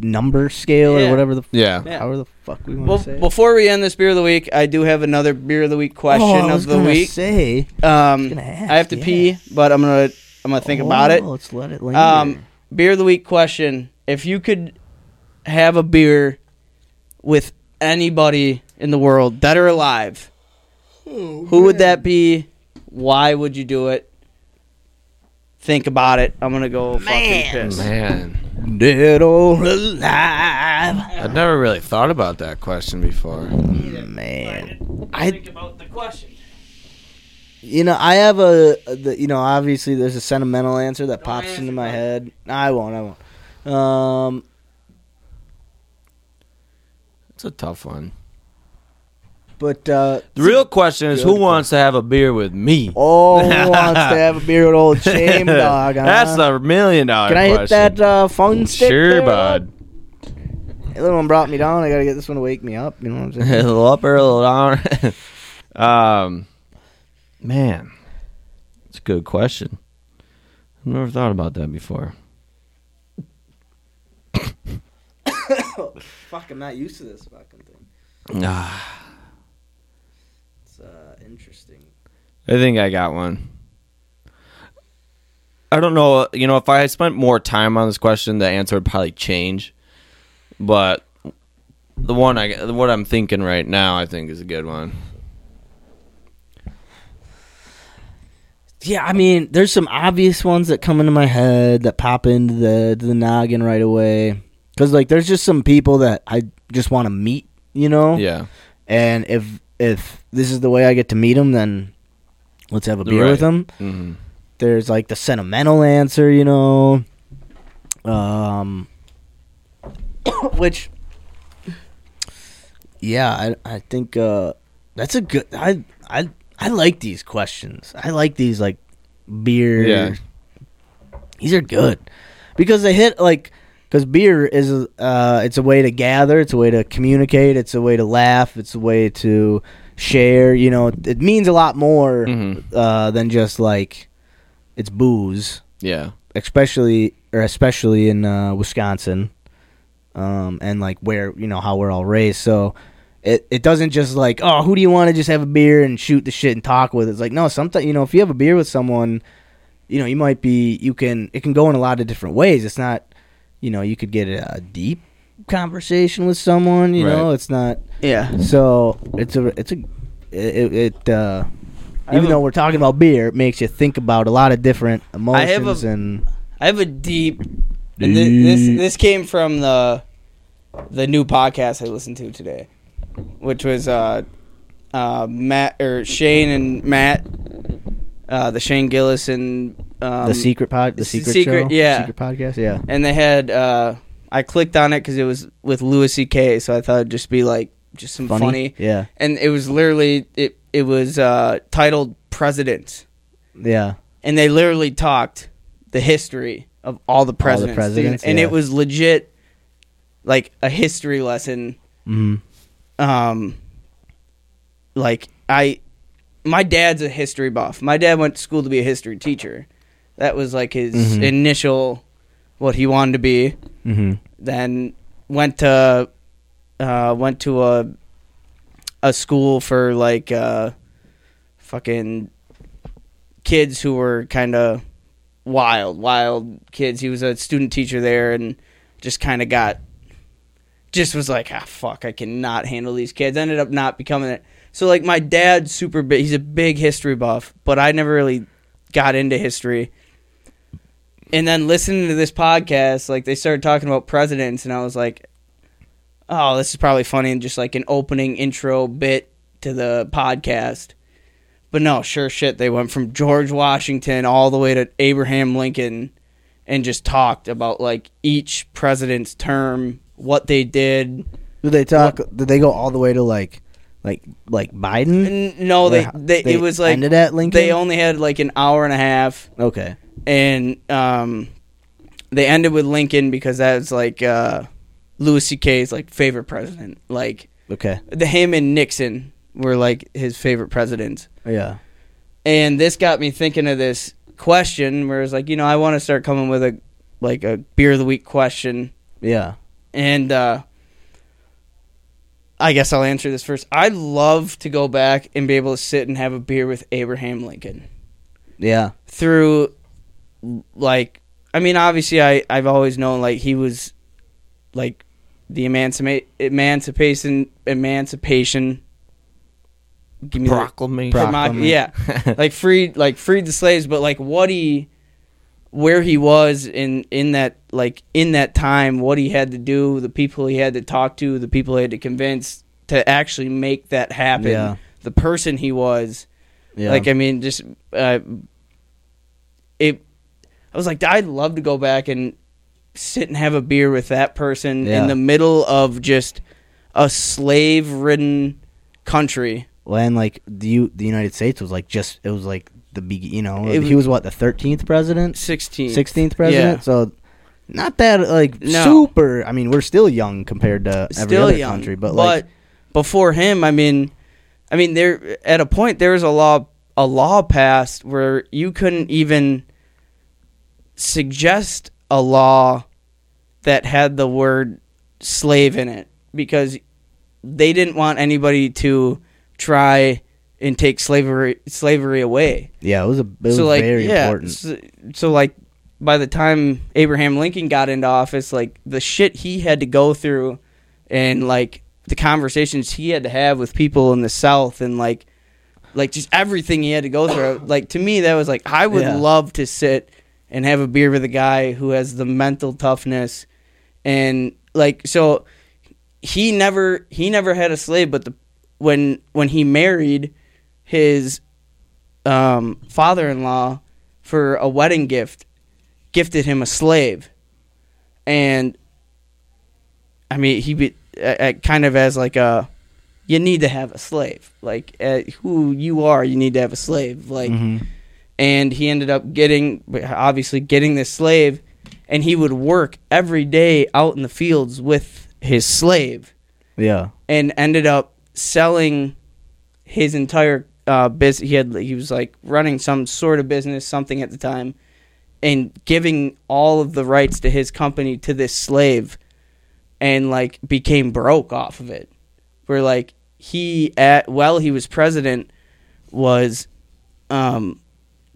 number scale
Yeah.
or whatever the f-
Yeah.
Yeah.
however the fuck we want to
Well,
say. it.
before we end this beer of the week, I do have another beer of the week question
Oh, I was
of the
gonna
week.
Say,
um,
gonna ask,
I have to
yeah.
pee, but I'm gonna I'm gonna think about it.
Oh, Let's let it linger.
Um, beer of the week question: If you could have a beer with anybody in the world, dead or alive, who would that be? Why would you do it? Think about it. I'm gonna go fucking piss.
Man,
Dead or alive,
I've never really thought about that question before.
man.
I
think
about the question.
You know, I have a the, you know obviously there's a sentimental answer that pops into my head. I won't. I won't. Um,
It's a tough one.
but uh,
The real question is, who
Good
wants to have a beer with me?
oh, who wants to have a beer with old shame dog. huh?
That's the million dollar
Can I hit
question.
that uh, phone stick?
Sure,
there?
bud.
The other one brought me down. I gotta get this one to wake me up. You know what I'm
a
saying?
little up or a little down. um, man, it's a good question. I've never thought about that before.
Fuck, I'm not used to this fucking thing.
Ah,
It's uh, interesting.
I think I got one. I don't know. You know, if I had spent more time on this question, the answer would probably change. But the one I, what I'm thinking right now, I think is a good one.
Yeah, I mean, there's some obvious ones that come into my head that pop into the to the noggin right away. Cause like, there's just some people that I just want to meet. You know?
Yeah,
And if if this is the way I get to meet them, then let's have a beer
Right.
with them.
hmm
There's like the sentimental answer, you know. Um, which, yeah, I I think uh, that's a good. I I I like these questions. I like these like beer.
Yeah.
These are good because they hit like because beer is uh it's a way to gather, it's a way to communicate, it's a way to laugh, it's a way to share. You know, it means a lot more
Mhm.
uh, than just like it's booze,
yeah,
especially or especially in uh, Wisconsin, um, and like where you know how we're all raised. So it it doesn't just like oh who do you want to just have a beer and shoot the shit and talk with. It's like no, sometimes you know if you have a beer with someone, you know you might be you can it can go in a lot of different ways. It's not you know you could get a, a deep conversation with someone. You know
Right.
it's not
Yeah.
so it's a it's a it, it uh, even
have a-
though we're talking about beer, it makes you think about a lot of different
I have a-
emotions and
I have a deep. And thi- this this came from the the new podcast I listened to today, which was uh, uh, Matt or Shane and Matt, uh, the Shane Gillis and um,
the secret pod, the
it's the
secret,
secret-
show,
yeah.
secret podcast, yeah.
and they had uh, I clicked on it because it was with Louis C.K. So I thought it'd just be like just some funny,
yeah,
and it was literally it it was uh, titled Presidents,
yeah.
and they literally talked the history of all the presidents, dude.
presidents,
and
yeah.
it was legit like a history lesson
Mm.
um like i my dad's a history buff my dad went to school to be a history teacher that was like his initial what he wanted to be
Mm-hmm.
then went to uh went to a a school for like uh fucking kids who were kind of wild wild kids he was a student teacher there and just kind of got just was like ah fuck i cannot handle these kids ended up not becoming it so like my dad's super big he's a big history buff but i never really got into history and then listening to this podcast, like they started talking about presidents, and I was like, "Oh, this is probably funny," and just like an opening intro bit to the podcast. But no, sure shit, they went from George Washington all the way to Abraham Lincoln, and just talked about like each president's term, what they did.
Did they talk? Did they go all the way to like, like, like Biden?
N- No, they
Or ho-
they,
they
it was like
ended at Lincoln?
They only had like an hour and a half.
Okay,
and um, they ended with Lincoln because that's like uh, Louis C.K.'s like favorite president. Like
okay,
the him and Nixon were like his favorite presidents.
yeah,
And this got me thinking of this question where it's like, you know, I want to start coming with a like a beer of the week question
yeah.
And uh, I guess I'll answer this first. I'd love to go back and be able to sit and have a beer with Abraham Lincoln
Yeah.
through like I mean obviously I I've always known like he was like the emancipate emancipation emancipation give me the-
Proclamation.
Proc- yeah like freed like freed the slaves but like what he where he was in in that like in that time what he had to do the people he had to talk to the people he had to convince to actually make that happen
Yeah.
the person he was
Yeah.
like I mean, just uh, it. I was like, I'd love to go back and sit and have a beer with that person
Yeah.
in the middle of just a slave-ridden country.
when like the U- the United States was like just it was like the big you know
It
he
was-
was what the 13th president,
Sixteen.
16th president.
Yeah.
So not that like
No.
super. I mean, we're still young compared to every
still
other
young,
country, but, like
before him, I mean, I mean, there at a point there was a law a law passed where you couldn't even suggest a law that had the word slave in it because they didn't want anybody to try and take slavery slavery away
yeah, it was a it was very important.
so, so, like by the time Abraham Lincoln got into office, like the shit he had to go through and like the conversations he had to have with people in the South and like like just everything he had to go through. like to me that was like I would
Yeah.
love to sit and have a beer with a guy who has the mental toughness and like so he never he never had a slave but the when when he married his um, father-in-law for a wedding gift gifted him a slave and i mean he be, uh, kind of as like a you need to have a slave like uh, who you are you need to have a slave like
Mm-hmm.
and he ended up getting obviously getting this slave and he would work every day out in the fields with his slave
Yeah,
and ended up selling his entire uh, business. He had he was like running some sort of business, something at the time, and giving all of the rights to his company to this slave, and like became broke off of it. Where like he at while he was president was um,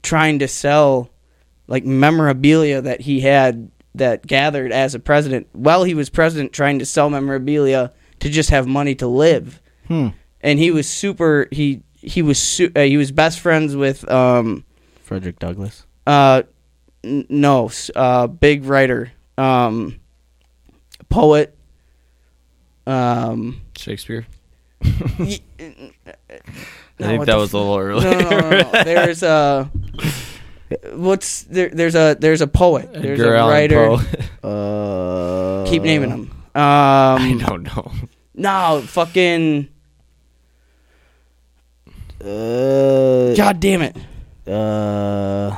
trying to sell like memorabilia that he had that gathered as a president while he was president trying to sell memorabilia to just have money to live
Hmm.
and he was super he he was su- uh, he was best friends with um
Frederick Douglass.
uh n- no s- uh big writer um poet um
Shakespeare.
y-
I think
what
that
the
was a little early.
no, no, no, no, no. there's a what's there there's a there's a poet there's
Edgar
a
Allan
writer
Poe.
Uh,
keep naming them. Um,
I don't know.
No, fucking.
Uh,
God damn it.
uh,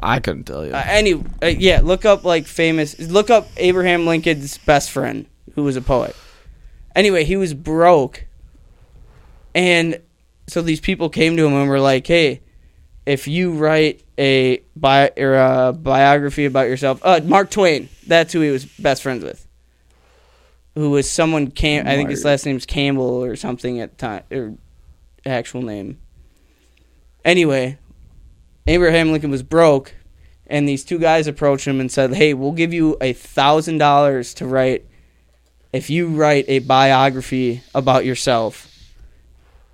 I couldn't tell you.
Uh, any, uh, yeah, look up like famous. Look up Abraham Lincoln's best friend, who was a poet. Anyway, he was broke, and so these people came to him and were like, "Hey, if you write a bi or a biography about yourself, uh, Mark Twain, that's who he was best friends with, who was someone Cam. I think his last name's Campbell or something at the time or actual name. Anyway, Abraham Lincoln was broke, and these two guys approached him and said, "Hey, we'll give you a thousand dollars to write if you write a biography about yourself.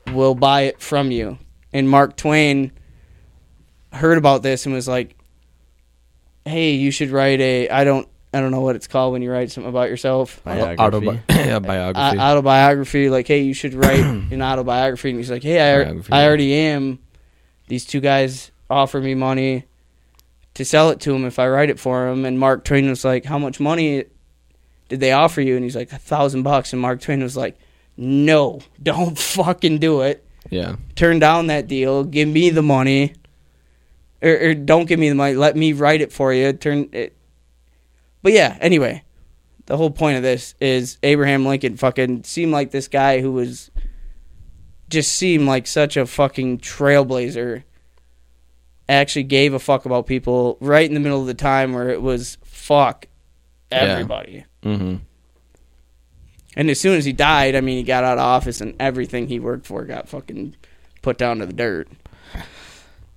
We'll buy it from you." And Mark Twain heard about this and was like, "Hey, you should write a I don't I don't know what it's called when you write something about yourself."
Autobi- yeah, biography.
uh, autobiography. Like, hey, you should write an autobiography. And he's like, hey, I,
Biography,
I
yeah.
already am. These two guys offer me money to sell it to him if I write it for him. And Mark Twain was like, how much money did they offer you? And he's like, a thousand bucks. And Mark Twain was like, no, don't fucking do it.
yeah.
Turn down that deal. Give me the money. Or, or don't give me the money. Let me write it for you. Turn it. But yeah, anyway, the whole point of this is Abraham Lincoln fucking seemed like this guy who was just seemed like such a fucking trailblazer. Actually gave a fuck about people right in the middle of the time where it was fuck
Yeah.
everybody.
Mm-hmm.
And as soon as he died, I mean, he got out of office and everything he worked for got fucking put down to the dirt.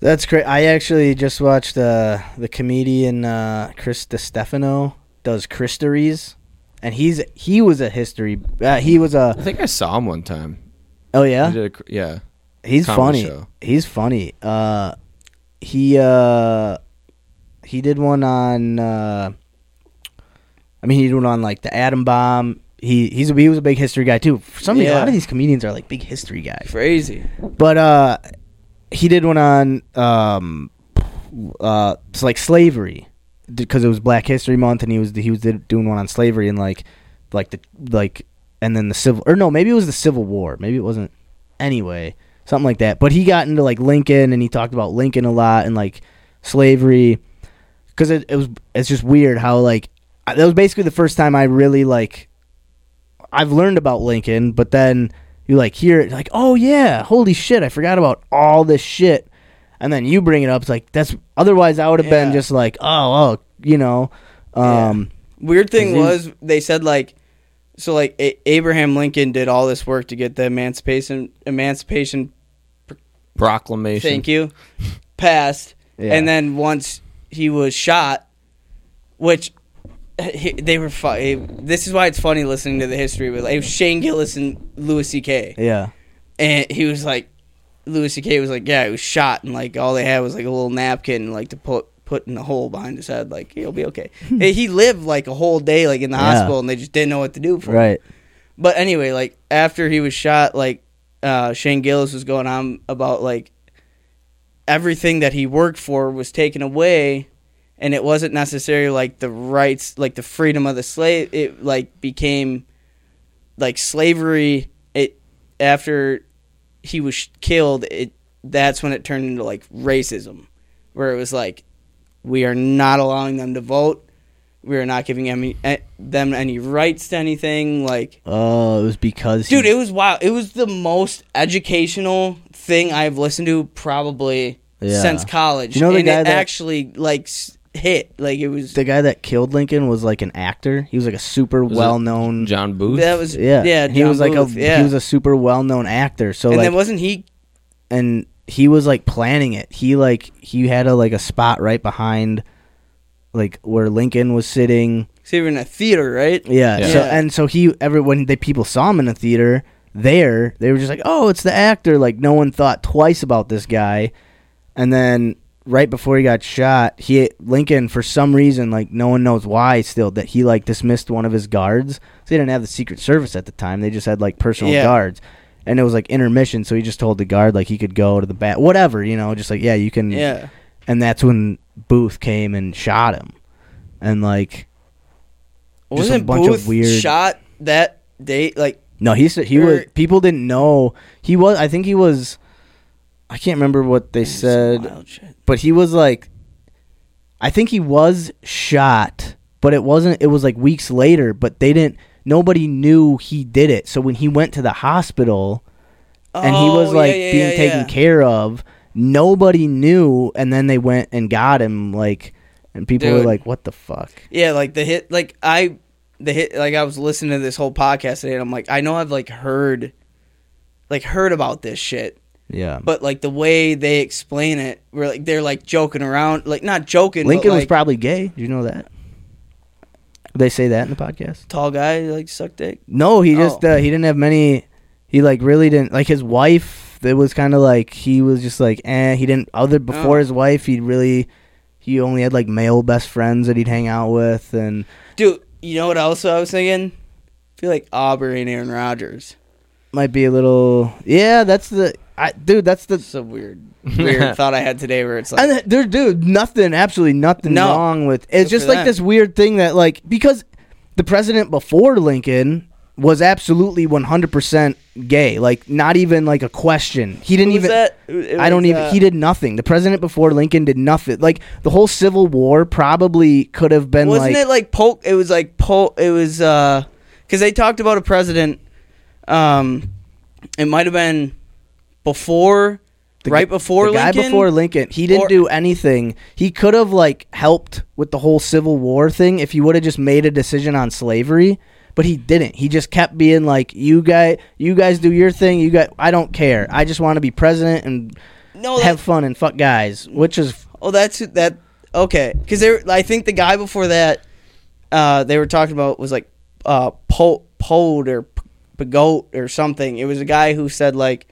That's great. I actually just watched uh, the comedian uh, Chris Stefano does Christeries, and he's he was a history. Uh, he was
I
a
think I saw him one time.
oh
He
yeah,
did a cr- yeah.
he's
comedy
funny.
show.
He's funny. Uh, he uh, he did one on. Uh, I mean, he did one on like the atom bomb. He he's a, he was a big history guy too. For some reason, a
Yeah.
lot of these comedians are like big history guys.
Crazy.
But uh, he did one on um, uh, it's like slavery because it was Black History Month, and he was he was did, doing one on slavery and like like the like and then the civil or no maybe it was the Civil War maybe it wasn't anyway something like that. But he got into like Lincoln and he talked about Lincoln a lot and like slavery because it, it was it's just weird how like I- that was basically the first time I really like I've learned about Lincoln, but then you like hear it like, oh yeah, holy shit, I forgot about all this shit, and then you bring it up. It's like that's otherwise I would have been
Yeah.
just like, oh, oh, you know, um,
Weird thing
Is he-
was they said like so like A- Abraham Lincoln did all this work to get the emancipation emancipation
Proclamation.
thank you passed
Yeah.
and then once he was shot which he, they were fu- this is why it's funny listening to the history with like, it was Shane Gillis and Louis CK
yeah,
and he was like Louis C.K. was like, yeah, he was shot, and like all they had was like a little napkin, like to put put in the hole behind his head, like he'll be okay. And he lived like a whole day, like in the
Hmm. Yeah.
hospital, and they just didn't know what to do for him.
right,
But anyway, like after he was shot, like uh, Shane Gillis was going on about like everything that he worked for was taken away, and it wasn't necessarily like the rights, like the freedom of the slave. It like became like slavery. It after he was sh- killed, it that's when it turned into like racism, where it was like we are not allowing them to vote. We are not giving any, eh, them any rights to anything. Like
oh, it was because
dude it was wow it was the most educational thing i've listened to probably
Yeah.
since college
You know the
and
guy
it
that-
actually like s- hit like it was
the guy that killed Lincoln was like an actor. He was like a super
it
well known.
John Booth.
that was
Yeah,
yeah yeah
he
John
was like
Booth,
a
yeah
he was a super well known actor. So
and
like,
then wasn't he
and he was like planning it. He like he had a like a spot right behind like where Lincoln was sitting.
so you were in a theater right
Yeah.
Yeah.
So
Yeah.
and so he every when the people saw him in the theater there, they were just like, "Oh, it's the actor." Like no one thought twice about this guy. And then right before he got shot, he Lincoln for some reason like no one knows why still that he like dismissed one of his guards. So they didn't have the Secret Service at the time. They just had like personal
Yeah.
guards. And it was like intermission, so he just told the guard like he could go to the bat, whatever, you know, just like yeah, you can
yeah
And that's when Booth came and shot him, and like a
wasn't
bunch of
Booth
weird-
shot that date like
No, he said he was.
Or-
People didn't know he was. I think he was. I can't remember what they
Some
said,
wild shit.
but he was like. I think he was shot, but it wasn't. It was like weeks later, but they didn't. Nobody knew he did it. So when he went to the hospital and he
Oh,
was
yeah,
like
yeah,
being
yeah,
taken
yeah.
care of, nobody knew. And then they went and got him. Like, and people were
Dude.
like, "What the fuck?"
Yeah, like the hit, like I, the hit, like I was listening to this whole podcast today, and I'm like, I know I've like heard, like heard about this shit,
Yeah.
but like the way they explain it, where like they're like joking around, like not joking.
Lincoln
but,
was
like,
probably gay. Do you know that? They say that in the podcast.
tall guy, like suck dick.
No, he just
Oh.
uh, he didn't have many. He like really didn't like his wife. It was kind of like he was just like eh. He didn't other before
Oh.
his wife. He really he only had like male best friends that he'd hang out with, and
Dude, you know what else I was thinking? I feel like Aubrey and Aaron Rodgers.
might be a little yeah. That's the I, dude. That's the
It's a weird, weird thought I had today, where it's like,
and there, dude. Nothing, absolutely nothing
No.
wrong with. It's
Good
just
for
like
them.
this weird thing that like because the president before Lincoln was absolutely one hundred percent gay. Like not even like a question. He
who
didn't
was
even.
that? It
I don't
was,
even.
uh,
he did nothing. The president before Lincoln did nothing. Like the whole Civil War probably could have been
wasn't
like,
it like Polk? It was like Polk. It was uh, because they talked about a president. Um, it might have been before
The
right
gu-
before
the guy
Lincoln?
before Lincoln, he didn't
Or-
do anything. He could have like helped with the whole Civil War thing if he would have just made a decision on slavery, but he didn't. He just kept being like, "You guys, you guys do your thing. You guys, I don't care. I just want to be president and
No, that-
have fun and fuck guys," which is
Oh, that's that. Okay, because there, I think the guy before that, uh, they were talking about was like, uh, po- Pode or P- Pagot or something. It was a guy who said like,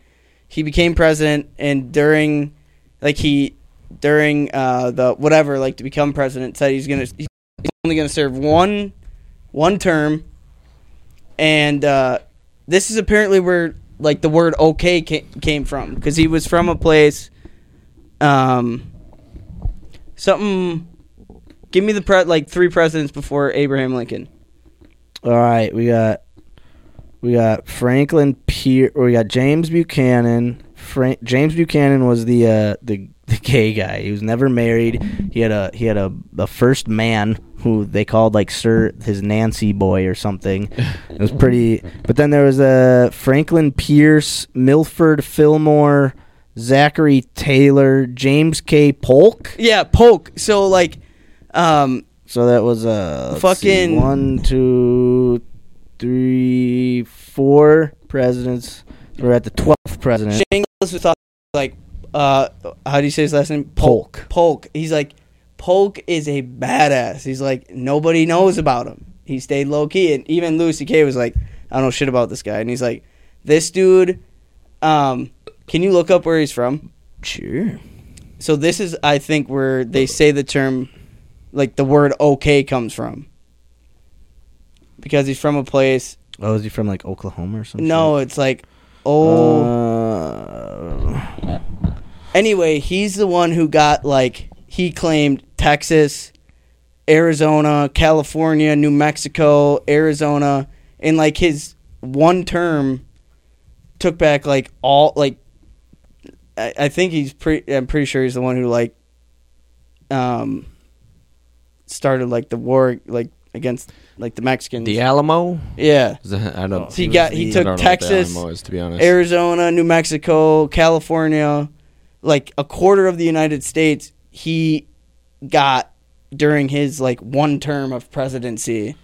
he became president and during, like he, during uh the whatever like to become president said he's gonna he's only gonna serve one, one term, and uh, this is apparently where like the word okay ca- came from because he was from a place, um something. Give me the pre- like three presidents before Abraham Lincoln.
all right. We got we got Franklin Pier. or We got James Buchanan. Frank James Buchanan was the uh, the the gay guy. He was never married. He had a he had a the first man who they called like Sir his Nancy boy or something. It was pretty. But then there was uh, Franklin Pierce, Milford Fillmore, Zachary Taylor, James K. Polk.
Yeah, Polk. So like, um,
So that was uh, let's see,
Fucking-
one, two, three, four presidents. We're at the twelfth president.
Shane Gillis was thought like, uh, how do you say his last name?
Polk.
Polk. He's like, Polk is a badass. He's like nobody knows about him. He stayed low key, and even Louis C.K. was like, I don't know shit about this guy, and he's like, this dude. Um, can you look up where he's from?
Sure.
So this is, I think, where they say the term, like the word "okay" comes from, because he's from a place.
Oh, is he from like Oklahoma or something?
No, it's like, oh.
Uh,
anyway, he's the one who got like he claimed Texas, Arizona, California, New Mexico, Arizona, and like his one term took back like all like I, I think he's pretty I'm pretty sure he's the one who like um started like the war like against like the Mexicans.
The Alamo?
yeah.
Is that- I don't.
Oh, He got he
I
took
don't know what the
Texas,
Alamo is, to be honest.
Arizona, New Mexico, California, like a quarter of the United States he got during his like one term of presidency.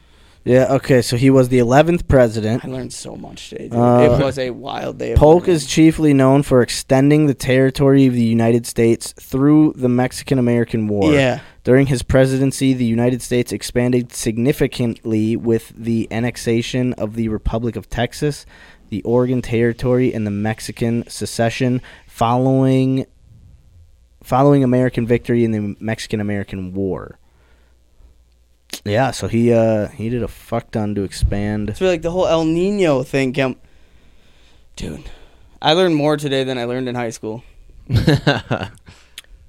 yeah. Okay. So he was the eleventh president.
I learned so much today. dude.
Uh,
it was a wild day. of
Polk
learning.
is chiefly known for extending the territory of the United States through the Mexican American War.
Yeah.
During his presidency, the United States expanded significantly with the annexation of the Republic of Texas, the Oregon Territory, and the Mexican secession following following American victory in the Mexican American War. Yeah, so he uh he did a fuck ton to expand.
So like the whole El Nino thing came. Dude, I learned more today than I learned in high school.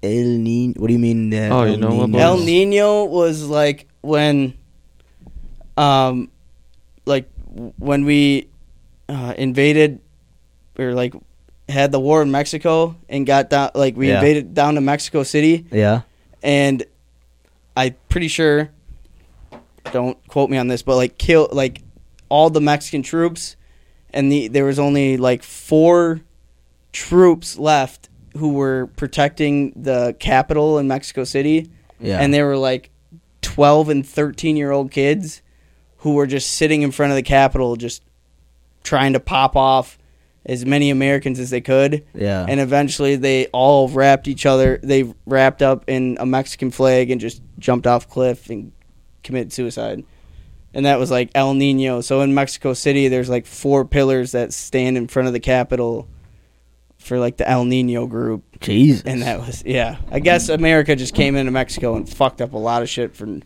El Nino. What do you mean? Uh,
Oh, you know what,
El
Nice.
Nino was like when, um, like w- when we uh, invaded or like had the war in Mexico and got down, like we
Yeah.
invaded down to Mexico City,
Yeah.
and I'm pretty sure, don't quote me on this, but like kill like all the Mexican troops, and the there was only like four troops left who were protecting the capital in Mexico City
Yeah.
and they were like 12 and 13 year old kids who were just sitting in front of the capitol just trying to pop off as many americans as they could
Yeah.
and eventually they all wrapped each other they wrapped up in a mexican flag and just jumped off cliff and committed suicide and that was like el nino so in mexico city there's like four pillars that stand in front of the capitol for like the el nino group
Jesus.
and that was yeah. I guess
Mm.
America just came into Mexico and fucked up a lot of shit for you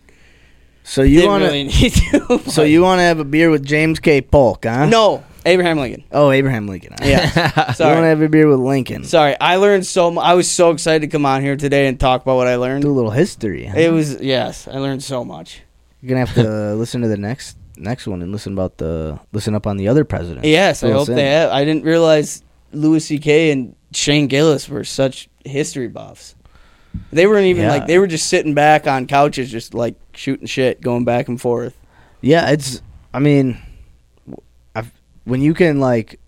so you
didn't
want to?
really need to.
so you want to have a beer with James K. Polk, huh?
no Abraham Lincoln.
Oh, Abraham Lincoln.
Yeah,
You want to
sorry,
have a beer with Lincoln?
sorry. I learned so. Mu- I was so excited to come on here today and talk about what I learned.
Do a little history. Huh?
It was yes, I learned so much.
You're gonna have to listen to the next next one and listen about the listen up on the other president.
Yes, I hope they have. I didn't realize Louis C.K. and Shane Gillis were such history buffs. They weren't even
Yeah.
like they were just sitting back on couches, just like shooting shit, going back and forth.
Yeah, it's. I mean, I've, when you can like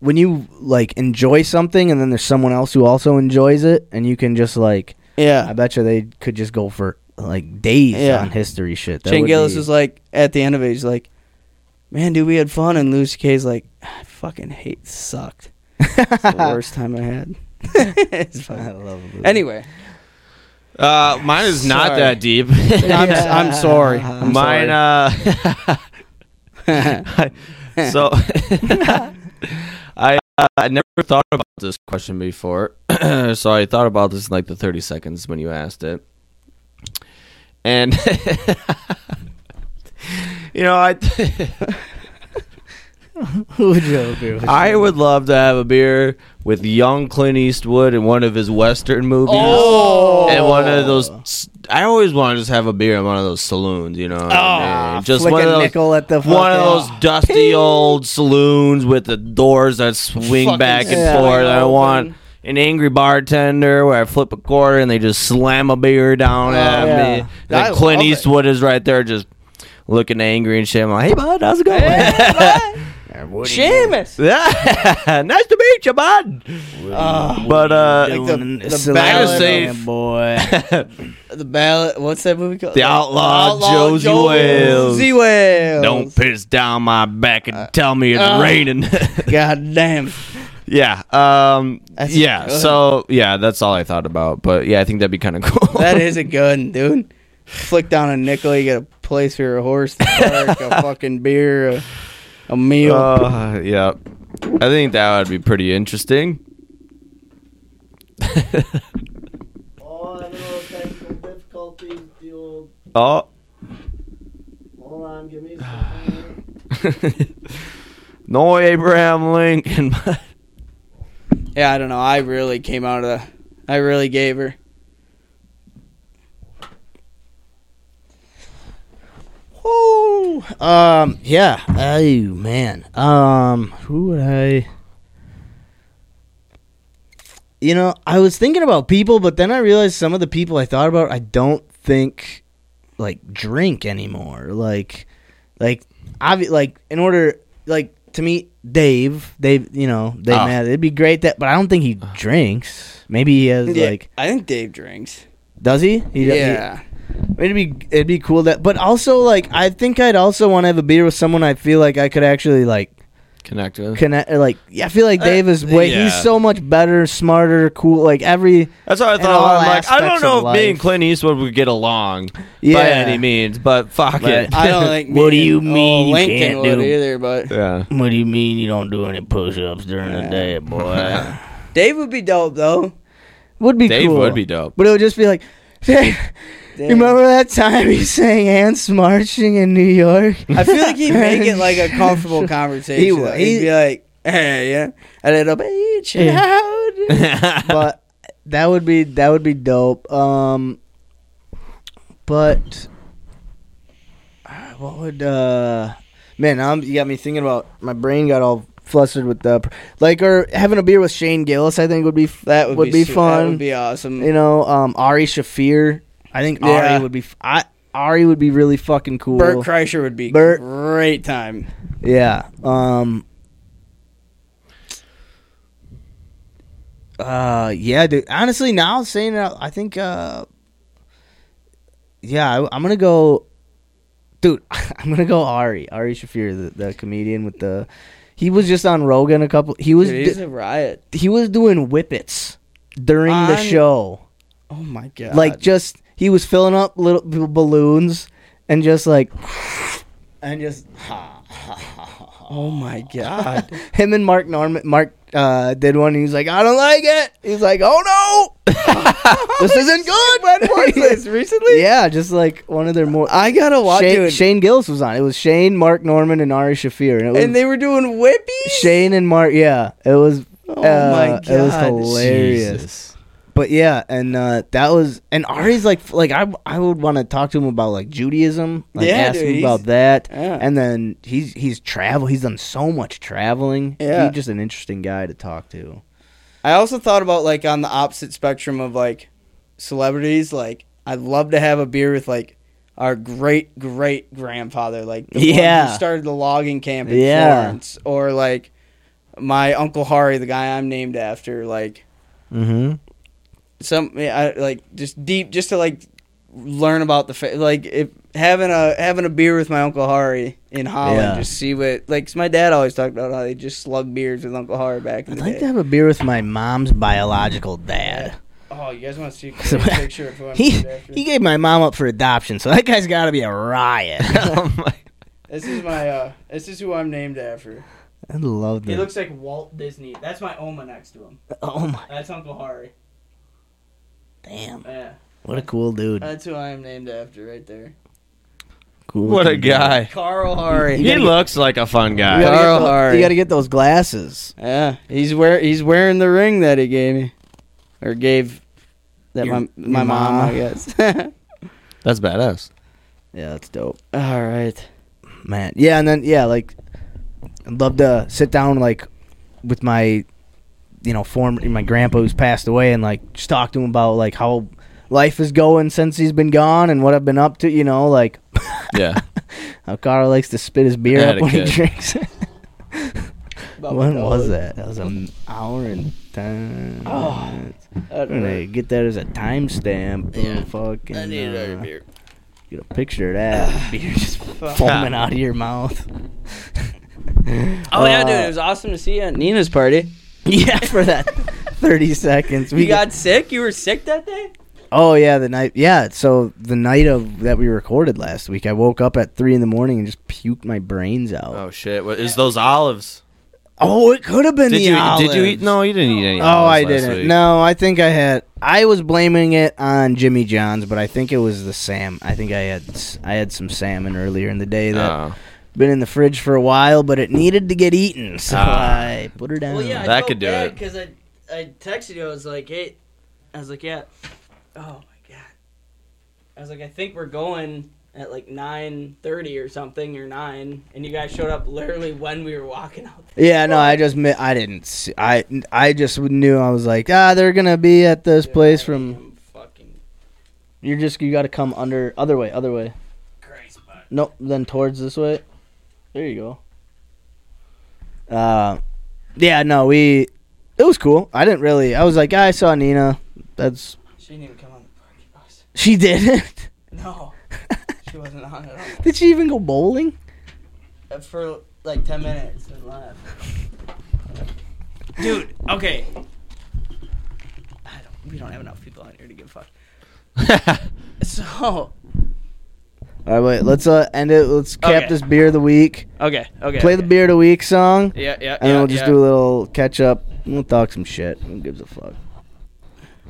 when you like enjoy something and then there's someone else who also enjoys it and you can just like I
Yeah.
bet you they could just go for like days
Yeah.
on history shit. That
Shane
would
Gillis
be-
was like, at the end of it, he's like, man, dude, we had fun. And Lucy K's like, I fucking hate this sucked. It's the worst time I had. It's
I
fucking-
love Lucy.
Anyway,
Uh, mine is not
Sorry.
that deep.
I'm, I'm sorry. I'm
mine.
sorry.
Uh, so I uh, I never thought about this question before, so I thought about this in like the thirty seconds when you asked it, and you know I
Who would you have been with?
I would love to have a beer with young Clint Eastwood in one of his Western movies.
Oh.
And one of those, I always want to just have a beer in one of those saloons, you know. what I mean? just
flick
one
a
of those,
Oh, nickel at the
one of those
fucking-
dusty old saloons with the doors that swing
Fucking
back and
swing
forth. I
open.
want an angry bartender where I flip a quarter and they just slam a beer down at
yeah.
me. Like
Oh, I
Clint
love it.
Eastwood is right there, just looking angry and shit. I'm like, hey bud, how's it going?
Seamus.
Yeah, nice to meet you, bud. but uh,
Doing
the-
this
the
silly
ballad-
little
safe.
boy.
The ballad. What's that movie called?
The Outlaw Josie Wales.
Josie Wales.
don't piss down my back and tell me it's
uh,
raining.
God damn.
yeah, um,
That's
yeah.
good.
So yeah, that's all I thought about. But yeah, I think that'd be kind of cool.
That is a gun, dude. Flick down a nickel, you get a place for your horse, the park, a fucking beer, a, a meal.
Uh, yeah, I think that would be pretty interesting.
All the little technical difficulties, the old.
Oh.
Hold on, give me some.
no Abraham Lincoln.
yeah, I don't know. I really came out of the. I really gave her.
Um. Yeah. Oh man. Um. Who would I? You know, I was thinking about people, but then I realized some of the people I thought about, I don't think like drink anymore. Like, like, obvi- like in order, like to meet Dave, Dave, you know, Dave,
Ah.
Oh.
Matthews, it'd be great that, but I don't think he drinks. Maybe he has
Yeah,
like,
I think Dave drinks.
does he? he he-
yeah.
It'd be it'd be cool that, but also like I think I'd also want to have a beer with someone I feel like I could actually like
Connect with.
connect. Or, like yeah, I feel like
Uh,
Dave is way
yeah.
he's so much better, smarter, cool. Like every
That's what I
in
thought.
all
I'm like, I don't
aspects
know
of
if me and
life.
Clint Eastwood would get along
Yeah.
by any means, but fuck
But
it.
I don't think. me
What do you
and-
mean
Oh,
you
Lincoln
can't
would
do-
either, but
yeah.
what do you mean you don't do any push-ups during the day, boy?
Dave would be dope though.
would be
Dave
cool.
would be dope.
but it would just be like. Dave, you remember that time he sang "Ants Marching" in New York?
I feel like he'd make it like a comfortable conversation.
He
He
would.
would. He'd be like, hey, yeah, a little bit
Yeah.
loud.
but that would be that would be dope. Um, but uh, what would uh, man? I'm, you got me thinking about my brain got all flustered with the like or having a beer with Shane Gillis. I think would be
That would, be, sweet.
fun.
That would be awesome.
you know, um, Ari Shafir. I think
Yeah.
Ari would be. f- I Ari would be really fucking cool.
Bert Kreischer would be
Bert-
great time.
Yeah. Um. Uh. Yeah, dude. Honestly, now saying it, out- I think. Uh. Yeah, I, I'm gonna go. Dude, I'm gonna go Ari. Ari Shafir, the, the comedian with the. He was just on Rogan a couple. He was
Dude, he's
do-
a riot.
he was doing whippets during the
On-
show.
Oh my god!
Like just he was filling up little b- balloons and just like and just
oh my god!
him and Mark Norman Mark uh, did one. And he was like, I don't like it. He's like, Oh no, this isn't
Watched this
good.
recently?
yeah, just like one of their more.
I gotta watch
Shane,
it.
Shane Gillis was on. It was Shane, Mark Norman, and Ari Shafir, and it was
and they were doing whippies.
Shane and Mark. Yeah, it was.
Oh
uh,
my
It was
God.
hilarious. But yeah, and uh, that was and Ari's like like I I would want to talk to him about like Judaism, like
Yeah,
ask
dude,
him
he's-
about that,
yeah.
and then he's he's travel he's done so much traveling.
Yeah.
he's just an interesting guy to talk to.
I also thought about like on the opposite spectrum of like celebrities. Like I'd love to have a beer with like our great great grandfather, like the one
Yeah.
who started the logging camp in
Yeah.
Florence, or like my uncle Hari, the guy I'm named after, like
Mm-hmm.
some I, like just deep just to like learn about the fa- like if having a having a beer with my uncle Hari in Holland
Yeah.
just see what like 'cause my dad always talked about how they just slug beers with Uncle Hari back in
I'd
the
like
day.
to have a beer with my mom's biological dad.
Oh, you guys want to see a
So-
quick picture of who I'm
He
named after?
he gave my mom up for adoption, so that guy's got to be a riot.
oh my.
This is my uh this is who I'm named after.
I love
He
that.
looks like Walt Disney. That's my Oma next to him.
oh my
That's Uncle Hari.
damn!
Yeah.
What a cool dude.
That's who I am named after right there.
Cool.
What a
dude.
guy.
Carl Hari.
He looks like a fun
You
guy.
gotta,
Carl
get tho-
Hari.
you gotta get those glasses.
Yeah, he's wear he's wearing the ring that he gave me, or gave that
Your-
my my
your
mom,
mom.
I guess.
That's badass.
Yeah, that's dope,
All right.
man. Yeah, and then yeah, like I'd love to sit down like with my you know former my grandpa who's passed away and like just talk to him about like how life is going since he's been gone and what I've been up to. You know, like
Yeah.
how Carl likes to spit his beer
I
up
had a
when
kid.
he drinks.
Oh
when was that? That was an hour and
Mm.
ten.
Oh,
minutes.
I
I'm
don't
gonna
know.
get that as a timestamp.
Yeah.
Yeah. Fucking.
I need another
uh,
beer.
Get a picture of that. Beer just foaming out of your mouth.
Oh yeah, dude,
Uh,
it was awesome to see you at Nina's party.
Yeah, for that thirty seconds.
You got sick? You were sick that day?
Oh yeah, the night. Yeah, so the night of that we recorded last week, I woke up at three in the morning and just puked my brains out. Oh,
Oh shit! What is those olives?
it could have been
Did
the
you
olives.
did you eat? No, you didn't eat any.
Oh, I
olives last
didn't.
week.
No, I think I had. I was blaming it on Jimmy John's, but I think it was the Sam. I think I had s- I had some salmon earlier in the day that
Oh.
been in the fridge for a while, but it needed to get eaten, so
Ah.
I put her down.
Well, yeah, I
That
felt
could do
bad
it.
Because I, I texted you. I was like, hey, I was like, yeah. Oh my god. I was like, I think we're going at like nine thirty or something or nine, and you guys showed up literally when we were walking out.
Yeah, no, I just mi- I didn't. See, I I just knew I was like, ah, they're gonna be at this place from.
fucking
You're just you got to come under other way, other way.
Christ, bud.
Nope, then towards this way. There you go. Uh, yeah, no, we. It was cool. I didn't really. I was like, "Ah, I saw Nina. That's
She didn't even come on the party bus.
she didn't.
No, she wasn't on at all.
Did she even go bowling?
Uh, For like ten minutes and left. Dude, okay. I don't, we don't have enough people on here to give a fuck. So
All right, wait. Let's uh end it. Let's cap
Okay.
this beer of the week.
okay, Oh, okay.
Play the beer of the week song.
Yeah, yeah.
And
yeah,
then we'll just
yeah.
do a little catch up. We'll talk some shit. Who gives a fuck?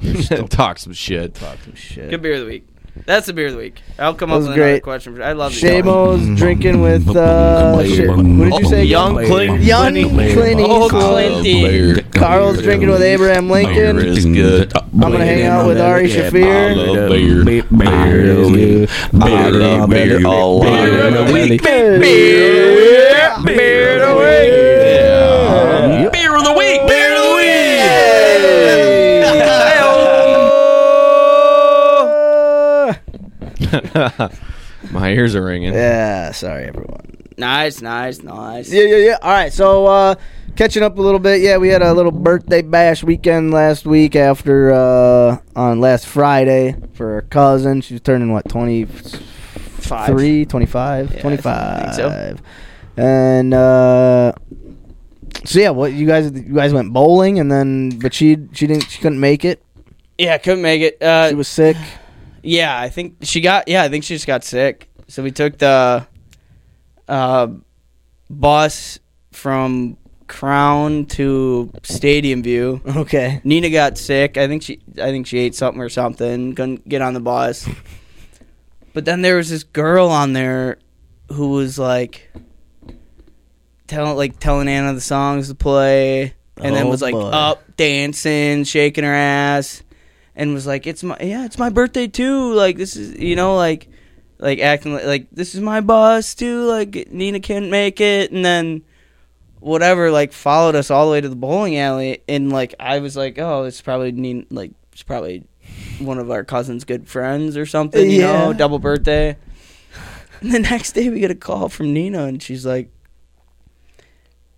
Oh. Talk some shit.
Talk some shit.
Good beer of the week. That's the beer of the week. I'll come
That
up
was
with another
great.
question. I love these.
Shamo's drinking with uh, shit. What did you say?
Young Clint-
Young Clint
Old
Eastwood.
Clinty.
Carl's drinking with Abraham Lincoln.
It's good.
I'm gonna hang out with Ari Shafir.
Beer of the week. Beer of the week. Beer of the week. My ears are ringing.
Yeah, sorry everyone.
Nice, nice, nice.
Yeah, yeah, yeah. All right, so uh, catching up a little bit. Yeah, we had a little birthday bash weekend last week after uh, on last Friday for her cousin. She was turning what twenty
Five.
Three, 25,
Yeah, I
25.
think so.
And uh, so yeah, what you guys you guys went bowling and then but she she didn't she couldn't make it.
Yeah, couldn't make it. Uh,
She was sick.
Yeah, I think she got. Yeah, I think she just got sick. So we took the uh, bus from Crown to Stadium View.
Okay.
Nina got sick. I think she. I think she ate something or something. Couldn't get on the bus. But then there was this girl on there who was like, telling like telling Anna the songs to play, and then
Oh,
was like
boy.
up dancing, shaking her ass, and was like, "It's my yeah, it's my birthday too. Like this is you know like." Like acting like, like this is my bus too. Like Nina can't make it, and then whatever like followed us all the way to the bowling alley and like i was like oh it's probably need like it's probably one of our cousin's good friends or something you know
Yeah.
double birthday and the next day we get a call from nina and she's like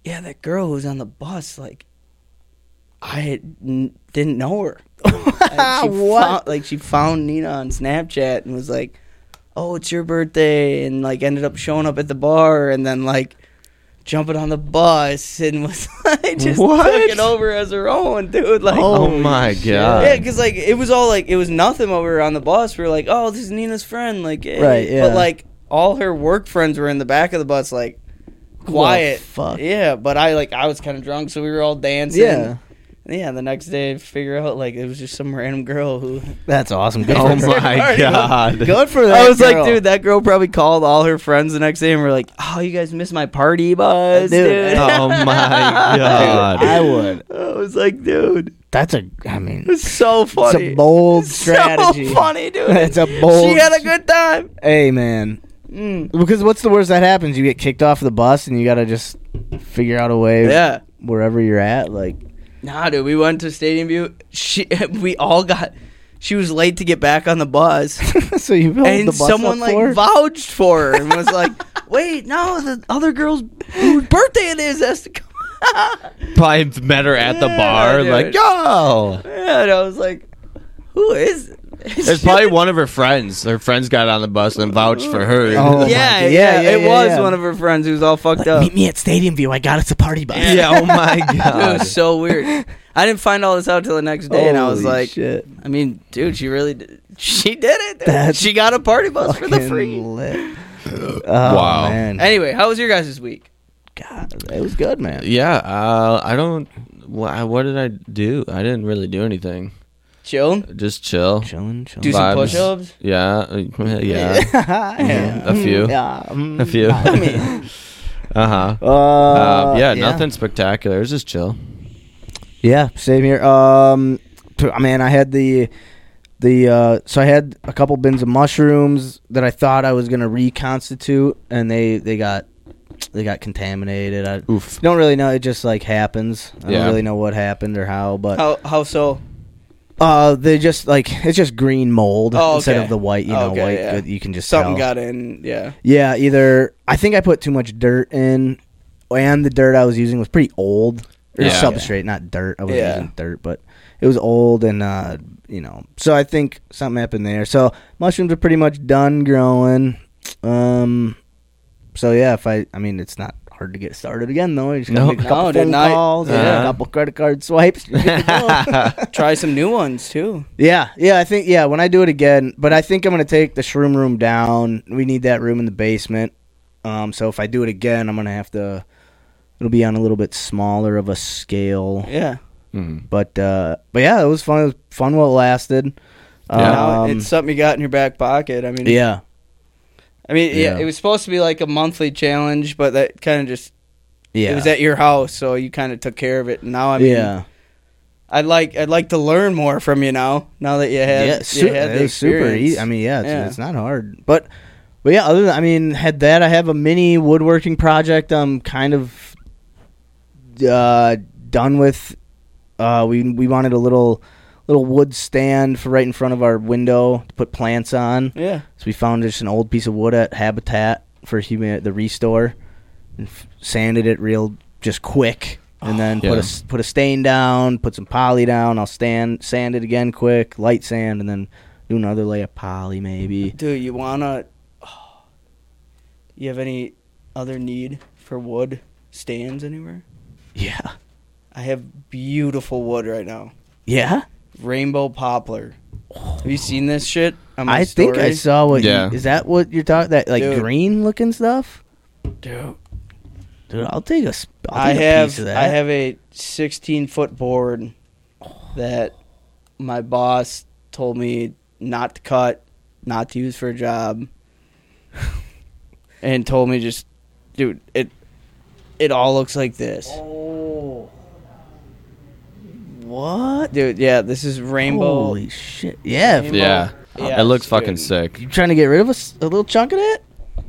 yeah, that girl who's on the bus, like, I had, n- didn't know her. Like, she
What?
Found, like she found Nina on Snapchat and was like, "Oh, it's your birthday," and like ended up showing up at the bar and then like jumping on the bus and was like just
What?
took it over as her own, dude. Like,
Oh my god.
yeah, because like it was all like it was nothing while we were on the bus. We were like, "Oh, this is Nina's friend," like, eh.
Right, yeah.
But like all her work friends were in the back of the bus, like quiet.
fuck?
Yeah, but I like I was kind of drunk, so we were all dancing.
Yeah.
Yeah, the next day, I figure out like it was just some random girl who.
That's awesome. Good
Oh
for-
my god.
Good for that.
I was like,
girl.
dude, that girl probably called all her friends the next day and were like, "Oh, you guys missed my party bus,
Dude. um,
dude."
Oh my god.
I would.
I was like, dude,
That's a. I mean,
it's so funny.
it's a bold strategy.
So funny, dude.
It's a bold.
She had a good time.
Hey man,
Mm.
because what's the worst that happens? You get kicked off the bus and you gotta just figure out a way
Yeah.
wherever you're at. Like,
Nah, dude, we went to Stadium View. She, we all got. She was late to get back on the bus,
so you build the
and
bus
someone
up
like
for? her?
vouched for her and was like, "Wait, no, the other girl's whose birthday it is has to come."
Probably met her at the
Yeah,
bar,
dude.
like, yo.
and I was like, "Who is?" it?"
It's probably one of her friends. Her friends got on the bus and vouched for her.
Oh
yeah,
my God.
yeah,
Yeah, yeah,
it
yeah,
was
yeah.
one of her friends who was all fucked up.
Meet me at Stadium View. I got us a party bus.
Yeah, oh my
It
god.
was so weird. I didn't find all this out till the next day, and I was
Holy
like,
shit.
"I mean, dude, she really, did. she did it. dude.
That's
she got a party bus for the
Fucking
free."
lit. Oh,
Wow.
man.
Anyway, how was your guys' week?
God, it was good, man.
Yeah, uh, I don't. What, I- what did I do? I didn't really do anything.
Chill.
Just chill.
Chilling, chilling.
Do some
Vibes.
push-ups.
Yeah, uh, yeah,
yeah.
a few.
Yeah. mm.
a few. uh huh.
Uh,
Uh, yeah, nothing spectacular. It was just chill.
Yeah, same here. Um, t- I mean, I had the the uh, so I had a couple bins of mushrooms that I thought I was gonna reconstitute, and they they got they got contaminated. I
Oof.
don't really know. It just like happens. I
Yeah.
don't really know what happened or how, but
How how so?
uh, they just like it's just green mold
Oh,
instead
okay.
of the white. You know,
Okay,
white.
yeah.
good- You can just
Something
tell.
got in. Yeah.
Yeah, either I think I put too much dirt in, and the dirt I was using was pretty old or
Yeah.
substrate, not dirt. I was
Yeah.
using dirt, but it was old, and uh, you know, so I think something happened there. So mushrooms are pretty much done growing. Um, so yeah, if I, I mean, it's not hard to get started again though. You just gotta
No.
make a couple
No, dude,
phone
not-
calls, and
Yeah.
a couple credit card swipes. you're good to go.
Try some new ones too.
Yeah, yeah, I think yeah. When I do it again, but I think I'm gonna take the shroom room down. We need that room in the basement. Um, so if I do it again, I'm gonna have to. It'll be on a little bit smaller of a scale,
Yeah.
Mm.
but uh, but yeah, it was fun. It was fun while it lasted.
Yeah.
Now,
Um,
it's something you got in your back pocket. I mean,
yeah,
I mean, yeah.
Yeah.
It was supposed to be like a monthly challenge, but that kind of just
yeah,
it was at your house, so you kind of took care of it. And now I mean,
yeah,
I'd like I'd like to learn more from you now. Now that you had
yeah.
you
Su-
had
it
the
was super
experience.
easy. I mean, yeah it's,
Yeah.
it's not hard, but but yeah. Other than I mean, had that. I have a mini woodworking project. I'm kind of uh, done with. Uh, we we wanted a little little wood stand for right in front of our window to put plants on.
yeah.
So we found just an old piece of wood at Habitat for human the restore, and f- sanded it real just quick, and then put
Yeah.
a s- put a stain down, put some poly down. I'll stand sand it again quick, light sand, and then do another layer of poly maybe.
Dude, you wanna? oh. you have any other need for wood stands anywhere?
Yeah,
I have beautiful wood right now.
yeah.
Rainbow poplar. Have you seen this shit? on my
I think I
story?
saw what.
Yeah.
You, is that what you're talking? That like
Dude.
green looking stuff.
Dude,
Dude, I'll take a. s- I'll
I
take a
have
piece of that.
I have a 16 foot board that my boss told me not to cut, not to use for a job, and told me just, dude, it it all looks like this,
What?
dude. Yeah, this is rainbow.
Holy shit! Yeah. if-
Rainbow-
Yeah.
Yeah,
it looks
dude.
fucking sick.
You trying to get rid of a, s- a little chunk of that?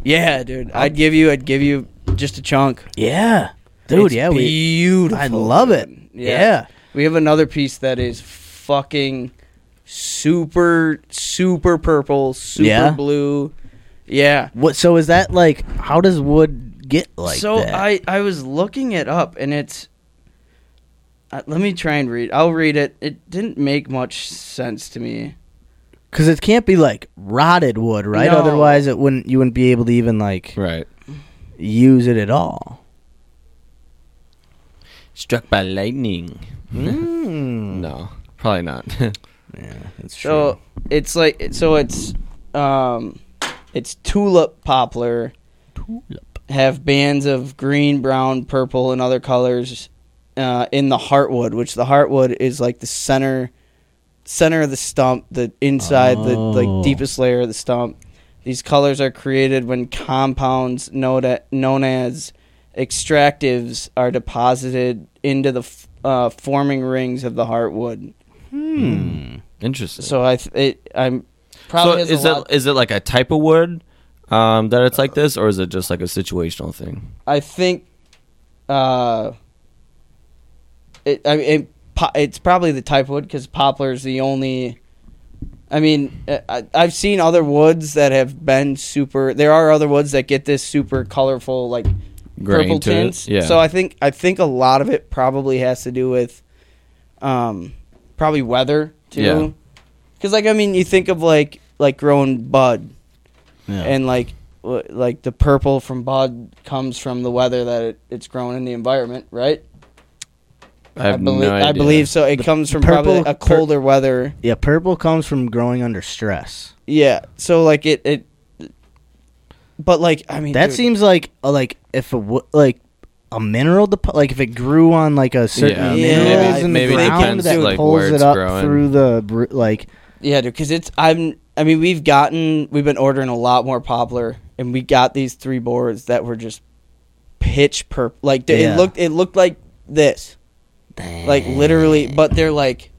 Yeah, dude. I'd give you. I'd give you just a chunk.
Yeah, dude.
It's
yeah, we.
beautiful.
I love it.
dude.
Yeah.
We have another piece that is fucking super, super purple, super
Yeah?
blue. Yeah.
What? So is that like? How does wood get like
so
that?
I, I was looking it up and it's uh, let me try and read i'll read it it didn't make much sense to me
Because it can't be like rotted wood, right?
No.
Otherwise, it wouldn't. You wouldn't be able to even like
Right.
use it at all.
Struck by lightning.
Mm.
No, probably not.
Yeah, that's true.
so it's like so it's um it's tulip poplar have bands of green brown purple and other colors uh, in the heartwood which the heartwood is like the center center of the stump the inside the
Oh.
like deepest layer of the stump these colors are created when compounds known, a- known as extractives are deposited into the f- uh, forming rings of the heartwood
Interesting.
so I th- it, I'm
So
probably has
is
a
it
lot-
is it like a type of wood um, that it's like this, or is it just like a situational thing?
I think uh it I mean it, po- it's probably the type wood cuz poplar's the only I mean uh, I, I've seen other woods that have been super there are other woods that get this super colorful like
Grain
purple
to it?
tints.
Yeah.
So I think I think a lot of it probably has to do with um probably weather too.
Yeah.
Cuz like I mean you think of like like growing bud
Yeah.
and like w- like the purple from bud comes from the weather that it, it's grown in the environment, right?
I have
belie-
no idea.
I believe so. It comes from probably
purple-
a colder weather.
yeah, purple comes from growing under stress.
Yeah. So like it it but like I mean
That
dude,
seems like a, like if a wo- like a mineral depo- like if it grew on like a certain
Yeah,
maybe-
mineral
maybe-
in
maybe
the
it
ground
depends,
that
like,
pulls
where
it
it's
up
growing.
through the br- like
Yeah, dude, because it's I'm I mean we've gotten we've been ordering a lot more poplar, and we got these three boards that were just pitch purple. Like they-
Yeah.
it looked it looked like this, like literally, but they're like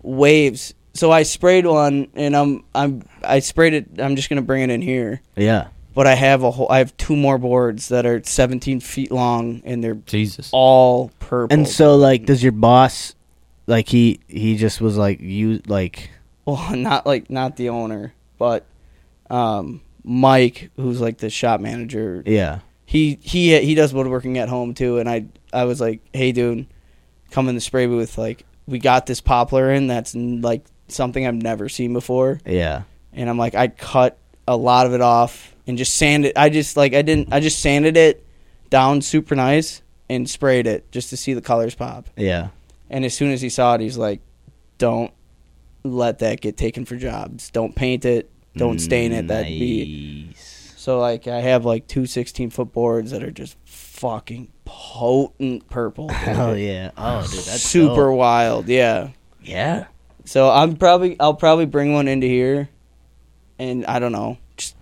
waves. So I sprayed one, and I'm I'm I sprayed it. I'm just gonna bring it in here,
yeah.
but I have a whole I have two more boards that are 17 feet long, and they're
Jesus.
all purple.
And so like does your boss like he he just was like you like
well not like not the owner but um mike who's like the shop manager
yeah.
he he he does woodworking at home too and i i was like hey dude come in the spray booth like we got this poplar in that's n- like something i've never seen before
Yeah.
and i'm like i cut a lot of it off and just sanded i just like i didn't i just sanded it down super nice and sprayed it just to see the colors pop
Yeah.
and as soon as he saw it, he's like, "Don't let that get taken for jobs. Don't paint it. Don't stain it. That'd be
Mm, Nice.
so." Like I have like two 16 foot boards that are just fucking potent purple.
Hell yeah. Oh dude, that's
super
dope.
wild. Yeah.
Yeah.
So I'm probably I'll probably bring one into here, and I don't know, just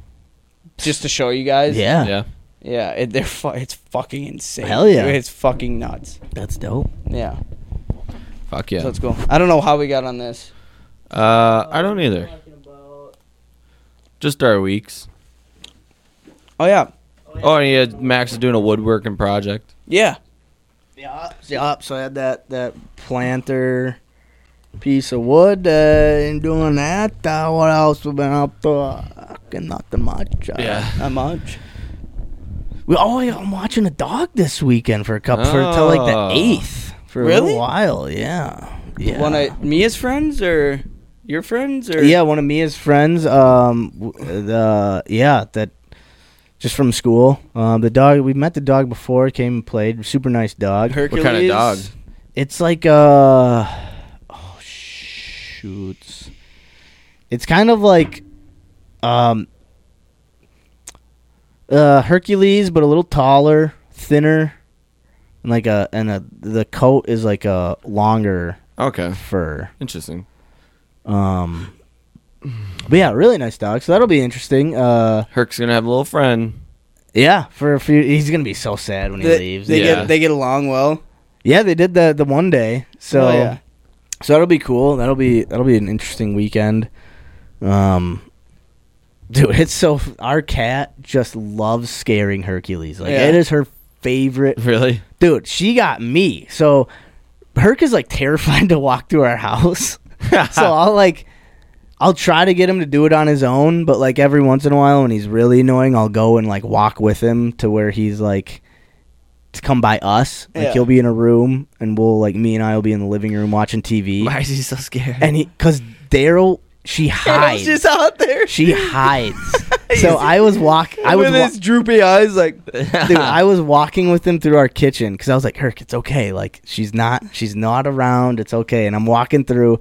just to show you guys.
Yeah.
Yeah.
Yeah. It, they're fu- it's fucking insane.
Hell yeah.
It's fucking nuts.
That's dope.
Yeah.
Fuck yeah.
So let's go. I don't know how we got on this.
Uh, I don't either. Just our weeks.
Oh yeah.
Oh, and yeah, Max is doing a woodworking project.
Yeah.
Yeah, yep. So I had that that planter piece of wood uh, and doing that. Uh, what else we been up to? Uh, nothing much. Uh,
Not much.
We, oh, yeah, I'm watching a dog this weekend for a couple for till like
Oh.
the eighth for a
Really?
little while. Yeah. Yeah.
One of Mia's friends or your friends or
yeah, one of Mia's friends. Um, w- the yeah that. Just from school, um, the dog we met the dog before came and played. Super nice dog.
Hercules.
What kind of dog?
It's like uh oh shoots. It's kind of like um uh Hercules but a little taller, thinner. And like a and a the coat is like a longer
Okay.
fur.
Interesting.
Um But yeah, really nice dog. So that'll be interesting. Uh
Herc's gonna have a little friend.
yeah, for a few he's going to be so sad when he
They,
leaves.
they
Yeah.
get they get along well.
yeah, they did the the one day. So
Oh, yeah.
So that'll be cool. That'll be that'll be an interesting weekend. Um Dude, it's so our cat just loves scaring Hercules. Like
Yeah.
it is her favorite.
Really?
Dude, she got me. So Herc is like terrified to walk through our house. so I'll like I'll try to get him to do it on his own, but like every once in a while when he's really annoying, I'll go and like walk with him to where he's like to come by us. Like
Yeah.
he'll be in a room and we'll like me and I will be in the living room watching TV.
Why is he so scared?
And he cuz Daryl she hides.
just out there.
she hides. so I was walk I was
with
wa-
his droopy eyes, like
dude, I was walking with him through our kitchen because I was like, Herc, it's okay. Like she's not, she's not around. It's okay. And I'm walking through,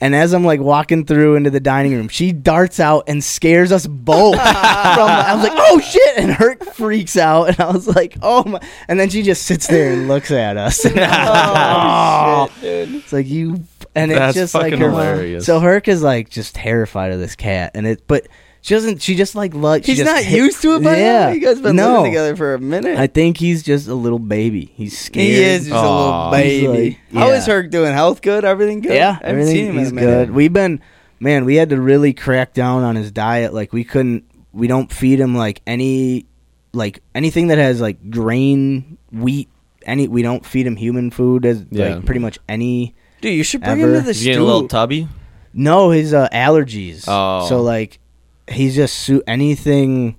and as I'm like walking through into the dining room, she darts out and scares us both. from, I was like, oh shit! And Herc freaks out, and I was like, oh my! And then she just sits there and looks at us. And I was like, "Oh." It's like you, and it's
That's
just like
fucking
her-
hilarious.
So Herc is like just terrified of this cat, and it, but. She doesn't. She just like like. she
He's
just
not
hit-
used to it by now.
Yeah.
You guys been
no.
living together for a minute.
I think he's just a little baby. He's scared. Oh,
he is just
Aw.
a
He's
little baby.
like-
How
yeah.
is Herc doing? Health good? Everything good?
Yeah,
I haven't seen him in
he's
a minute.
good. We've been, man, we had to really crack down on his diet. Like we couldn't, we don't feed him like any, like anything that has like grain, wheat, any. We don't feed him human food as
Yeah.
like pretty much any.
Dude, you should bring him to
Ever.
the
He's getting a little
stoop.
tubby.
No, his uh, allergies.
Oh.
so like, he's just su- anything.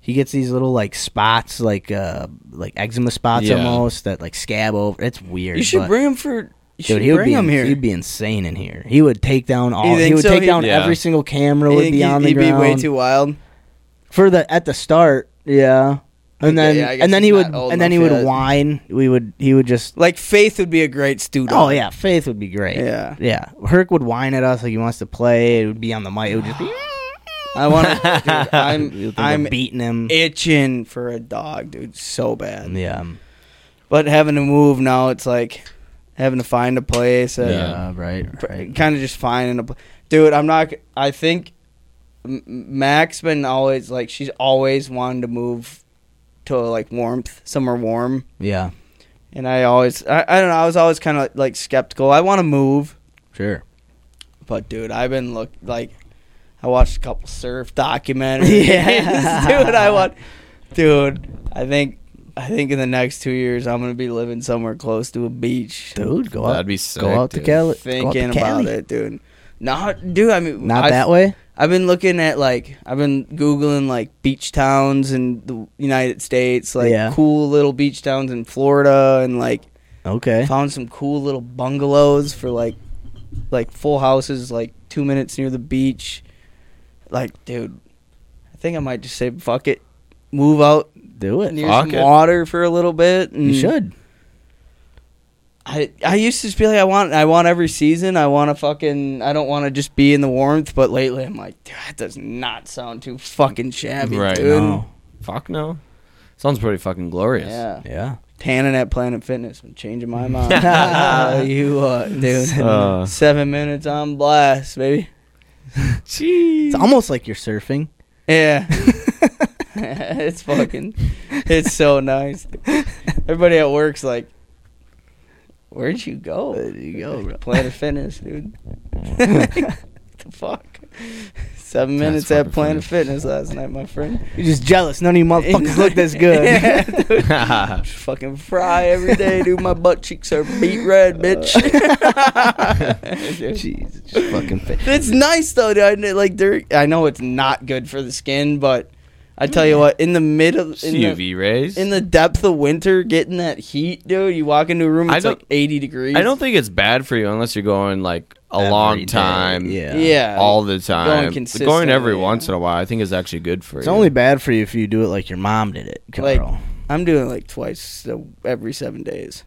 He gets these little like spots, like uh, like eczema spots
Yeah.
almost that like scab over. It's weird.
You should
but-
bring him for. You should
Dude, he would
bring
be
him here.
He'd be insane in here. He would take down all. He
think
would
so?
take
He'd-
down
Yeah.
every single camera.
You
Would
think
be
he'd-
on the
he'd
ground
be way too wild.
for the at the start. Yeah, and
Okay,
then
yeah, I guess
and then
he's
he would
not old
and then he
enough
would
yet.
whine. We would he would just.
Like Faith would be a great student.
Oh yeah, Faith would be great.
Yeah.
yeah. Herc would whine at us like he wants to play. It would be on the mic. It would just be.
I want to. I'm
Like, we're
I'm
beating him.
itching for a dog, dude, so bad.
yeah.
But having to move now, it's like having to find a place. And
Yeah.
Right. Right.
kind of just finding a pl- dude i'm not i think M- mac's been always like she's always wanted to move to like warmth somewhere warm
Yeah.
and i always i, I don't know i was always kind of like skeptical i want to move
Sure.
but dude i've been look like i watched a couple surf documentaries
Yeah.
dude i want dude i think i think in the next two years i'm gonna be living somewhere close to a beach
Dude, go
That'd
out.
be sick.
go out to
dude.
Cali. go out to
thinking
Cali.
about it dude not dude i mean
Not
I-
that way.
I've been looking at like I've been googling like beach towns in the United States, like
Yeah.
cool little beach towns in Florida, and like
Okay.
found some cool little bungalows for like like full houses, like two minutes near the beach. Like, dude, I think I might just say fuck it, move out
Do it.
near
Fuck
some
it.
water for a little bit. And
You should.
I I used to just be like I want I want every season. I want to fucking I don't want to just be in the warmth. But lately I'm like "Dude, that does not sound too fucking shabby,
Right.
dude.
No.
Fuck no. Sounds pretty fucking glorious.
Yeah,
Yeah.
tanning at Planet Fitness. I'm changing my mind. Uh, you uh, dude,
Uh.
seven minutes on blast, baby.
It's almost like you're surfing.
Yeah, it's fucking, it's so nice. Everybody at work's like, "Where'd you go? Where'd you go, bro? Planet Fitness, dude? what the fuck? Seven minutes
fucking
at Planet
funny.
Fitness last night, my friend.
You're just jealous. None of you motherfuckers look this good.
Yeah, dude. Just fucking fry every day, dude. My butt cheeks are beat red, bitch.
Jesus, just fucking fit.
It's nice though, dude. I kn- Like, there- I know it's not good for the skin, but I tell you what, in the middle,
It's
in the,
UV rays.
in the depth of winter, getting that heat, dude. You walk into a room,
I
it's
don't-
like eighty degrees.
I don't think it's bad for you unless you're going like a
Every
long
day,
time.
yeah.
Yeah,
All the time. Going,
consistently,
every
yeah.
once in a while, I think is actually good for
It's
you.
only bad for you if you do it like your mom did it, Carl.
Like- I'm doing it, like twice uh, every seven days.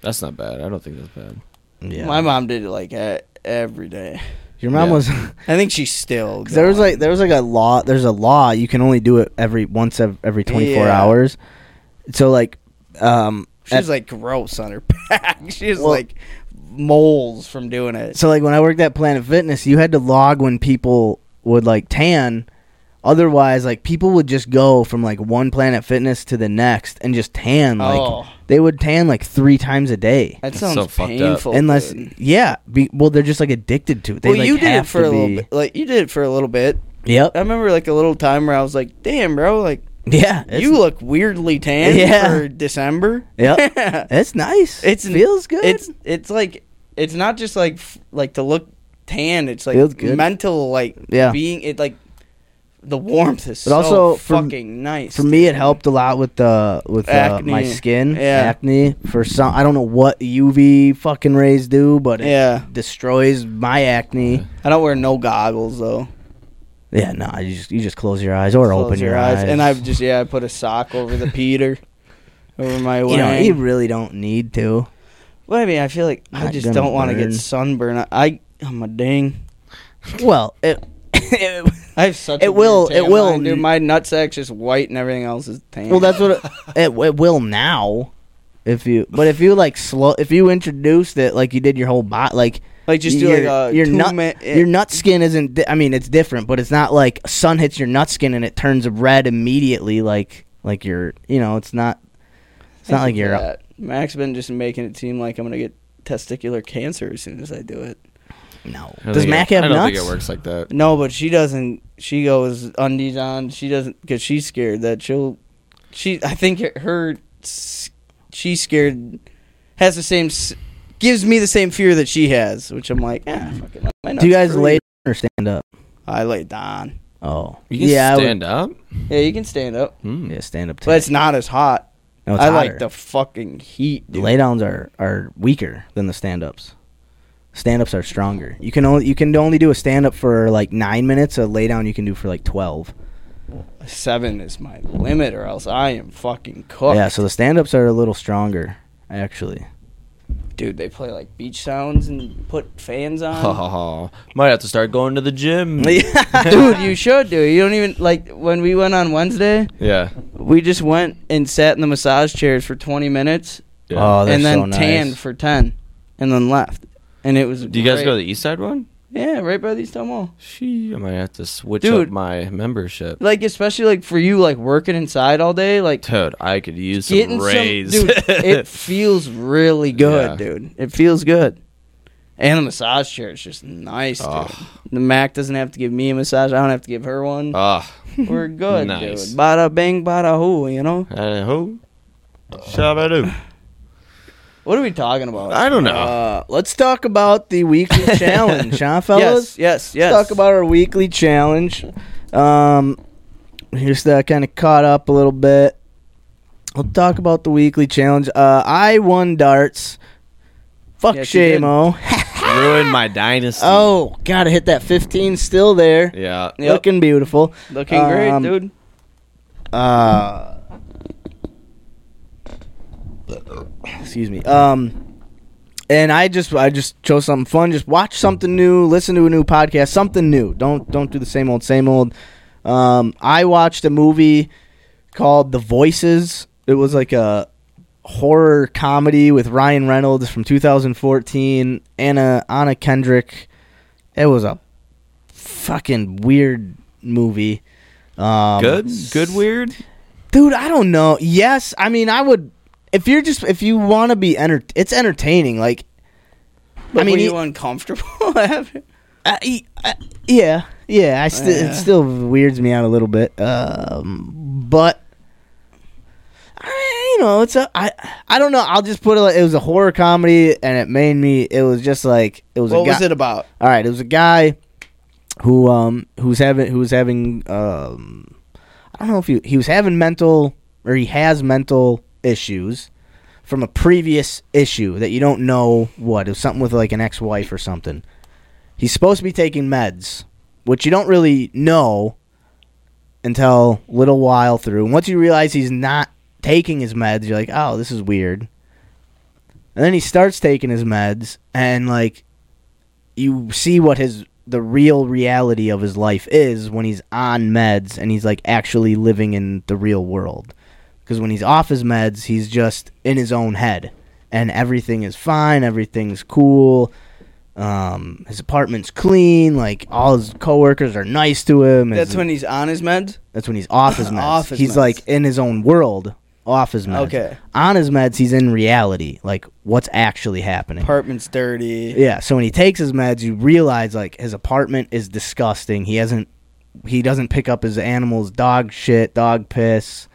That's not bad. I don't think that's bad.
yeah.
My mom did it like e- every day.
your mom
yeah.
was.
I think she's still.
there was
going.
like there was like a law. There's a law you can only do it every once ev- every 24
Yeah.
hours. So like, um,
She was
at-
like gross on her back. She was
Well-
like moles from doing it.
so like when I worked at Planet Fitness, you had to log when people would like tan. Otherwise, like people would just go from like one Planet Fitness to the next and just tan. Like
oh,
they would tan like three times a day.
that
so
sounds
fucked up.
painful.
Unless,
dude.
yeah, be, well, they're just like addicted to it. They,
well,
like,
you did it
have
for
to
a little
be-
bit. Like you did it for a little bit.
Yep.
I remember like a little time where I was like, "Damn, bro, like
Yeah. It's,
you look weirdly tan
Yeah.
for December."
Yep. it's nice.
It's-
feels good.
it's it's like it's not just like f- like to look hand. It's like
Feels good.
mental, like
Yeah.
being it like the warmth is
But
so
also for-
fucking nice.
For me,
dude.
it helped a lot with uh, with uh,
Acne.
my skin
Yeah.
acne. For some, I don't know what UV fucking rays do, but it
Yeah,
destroys my acne.
I don't wear no goggles though.
Yeah, no, you just you just close your eyes or
Close
open your, eyes.
and I've just yeah, I put a sock over the Peter, over my
you
wang.
know you really don't need to.
well, I mean, I feel like I
Not
just
gonna
don't want to get
burn.
sunburned. I, I am a ding.
Well, it, it
I have such.
It
a weird
will-
tan
it will-
line, dude. My nutsack's just white and everything else is tan.
well that's what it, it, it will now. If you but if you like slow if you introduced it like you did your whole bot like
like just do
your,
like a
your
two
nut
min-
your nut skin isn't di- I mean it's different but it's not like sun hits your nut skin and it turns red immediately like like your you know it's not it's not like you're
that. Max been just making it seem like I'm gonna get testicular cancer as soon as I do it.
no
I don't
does
think
Mac
it,
have
I don't
nuts
think it works like that.
No, but she doesn't. She goes undies on. She doesn't because she's scared that she'll. She, I think it- her, s- she's scared, has the same, s- gives me the same fear that she has, which I'm like, ah, fucking. my nuts
do you guys
free."
lay down or stand up
I lay down.
oh
You can
yeah I would-
stand up.
Yeah, you can stand up,
Hmm.
yeah stand up too
but it's not as hot.
No, it's
I
hotter.
like the fucking heat.
The
Dude.
lay downs are, are weaker than the stand ups. Stand ups are stronger. You can only you can only do a stand up for like nine minutes. A lay down you can do for like twelve.
Seven is my limit, or else I am fucking cooked.
Yeah, so the stand ups are a little stronger actually.
dude, they play like beach sounds and put fans on.
Ha ha ha. Might have to start going to the gym.
dude you should do you don't even like when we went on wednesday
yeah.
we just went and sat in the massage chairs for 20 minutes
Oh, they're
and
so
then
nice.
tanned for 10 and then left and it was
Do you guys
great.
go to the East Side one?
yeah right by the east Elm mall
She, I might have to switch
Dude.
up my membership.
like especially like for you like working inside all day like
Dude, I could use
getting
some raise.
some dude it feels really good
Yeah.
dude it feels good and the massage chair is just nice dude
Oh.
the mac doesn't have to give me a massage i don't have to give her one
Ah,
we're good
Nice.
dude bada bing bada hoo you know
uh, who? Shabadoo.
What are we talking about?
I don't know.
Uh, let's talk about the weekly challenge, huh, fellas?
yes, yes, yes.
Let's talk about our weekly challenge. Um, just uh, kind of caught up a little bit. We'll talk about the weekly challenge. Uh, I won darts. Fuck
Yes, you did.
Shamo.
Ruined my dynasty.
Oh, gotta hit that 15 still there.
Yeah.
Yep.
Looking beautiful.
looking
um,
great, dude.
Uh, excuse me. Um, and I just I just chose something fun. Just watch something new, listen to a new podcast, something new. Don't don't do the same old same old. Um, I watched a movie called The Voices. It was like a horror comedy with Ryan Reynolds from 2014. Anna uh, Anna Kendrick. It was a fucking weird movie. Um,
Good. Good. Weird.
dude i don't know yes i mean i would if you're just if you want to be enter it's entertaining like
But
i mean
were
e-
you uncomfortable after?
I- e- I- yeah yeah i still
Yeah.
it still weirds me out a little bit um but I, you know it's a i i don't know i'll just put it like it was a horror comedy and it made me it was just like it was a
What
guy,
was it about?
all right, it was a guy who um who's having who's having um I don't know if he he was having mental or he has mental issues from a previous issue that you don't know what. It was something with like an ex-wife or something. He's supposed to be taking meds, which you don't really know until a little while through. And once you realize he's not taking his meds, you're like, "Oh, this is weird." And then he starts taking his meds and like you see what his the real reality of his life is when he's on meds and he's like actually living in the real world. Because when he's off his meds, he's just in his own head, and everything is fine, everything's cool. Um, his apartment's clean. Like all his coworkers are nice to him.
That's
his-
when he's on his meds.
that's when he's off his meds.
Off his
he's
meds.
like in his own world, off his meds.
Okay.
On his meds, he's in reality, like what's actually happening.
Apartment's dirty.
yeah. So when he takes his meds, you realize like his apartment is disgusting. He hasn't, he doesn't pick up his animals, dog shit, dog piss.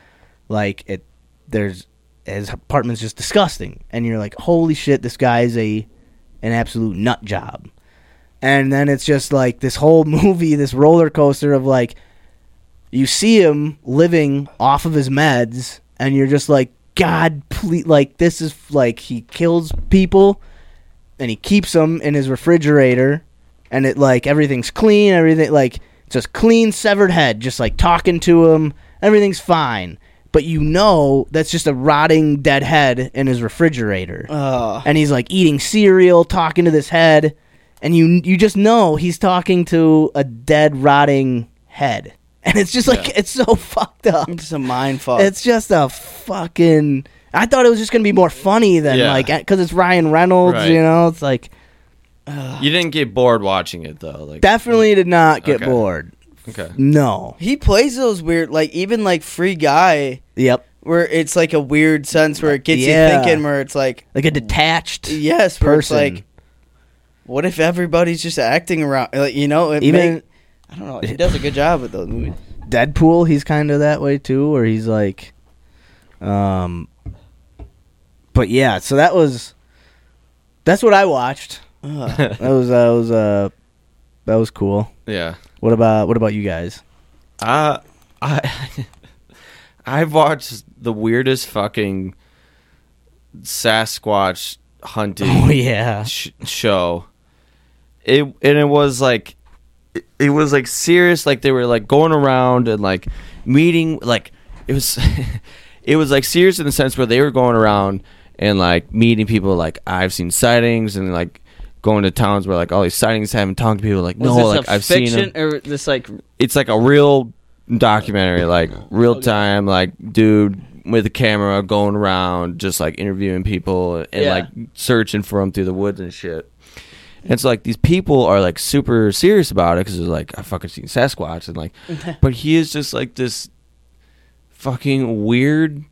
Like it, there's his apartment's just disgusting, and you're like, holy shit, this guy is a, an absolute nut job. and then it's just like this whole movie, this roller coaster of like you see him living off of his meds, and you're just like, God, please, like this is like he kills people, and he keeps them in his refrigerator, and it like everything's clean, everything like just clean severed head, just like talking to him, everything's fine. But you know that's just a rotting dead head in his refrigerator
Uh,
and he's like eating cereal, talking to this head, and you you just know he's talking to a dead, rotting head, and it's just like it's so fucked up.
it's a mind fuck.
It's just a fucking. I thought it was just gonna be more funny than
Yeah.
like because it's Ryan Reynolds,
Right.
you know. It's like
You didn't get bored watching it though. Like
definitely did not get
Okay.
bored.
Okay.
No.
he plays those weird, like even like Free Guy,
Yep.
where it's like a weird sense where it gets
Yeah.
you thinking, where it's like,
Like a detached.
yes, where
Person.
it's like, what if everybody's just acting around? Like, you know, it
Even-
make- I don't know. He does a good job with those movies.
Deadpool, he's kind of that way too, where he's like, um, but yeah. So that was, that's what I watched.
Ugh.
that was that was uh, that was cool.
Yeah.
What about what about you guys?
Uh, I I've watched the weirdest fucking Sasquatch hunting
Oh, yeah,
sh- show. It and it was like it, it was like serious. Like they were like going around and like meeting. Like it was it was like serious in the sense where they were going around and like meeting people. Like I've seen sightings and like going to towns where like all these sightings haven't talked to people. Like
Was
no,
this
like
a
I've seen
fiction
them
or this like
it's like a real documentary, like real time, like dude with a camera going around, just like interviewing people and
Yeah.
like searching for them through the woods and shit. And so like these people are like super serious about it because they're like I fucking seen Sasquatch and like, but he is just like this fucking weird,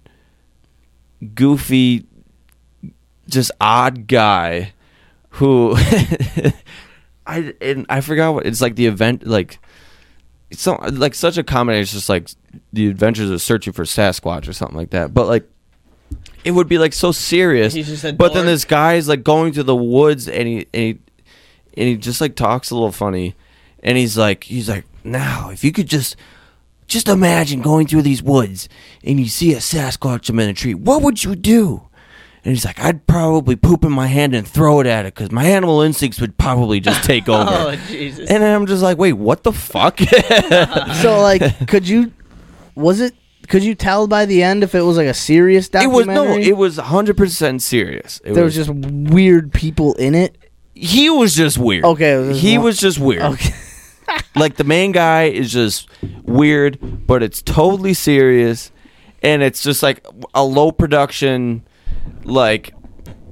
goofy, just odd guy who I and I forgot what it's like the event like it's so like such a comedy it's just like the adventures of searching for Sasquatch or something like that but like it would be like so serious
He's just a
but then
dork.
this guy is like going to the woods and he and he and he just like talks a little funny and he's like he's like now if you could just just imagine going through these woods and you see a Sasquatch up in a tree. What would you do? And he's like, I'd probably poop in my hand and throw it at it because my animal instincts would probably just take over.
oh Jesus?
and then I'm just like, wait, what the fuck?
so like, could you? Was it? Could you tell by the end if it was like a serious
it was
documentary?
no, it was 100% serious. It
there was just weird people in it.
he was just weird.
Okay, it was just
he
one-
was just weird.
Okay.
like the main guy is just weird, but it's totally serious, and it's just like a low production, like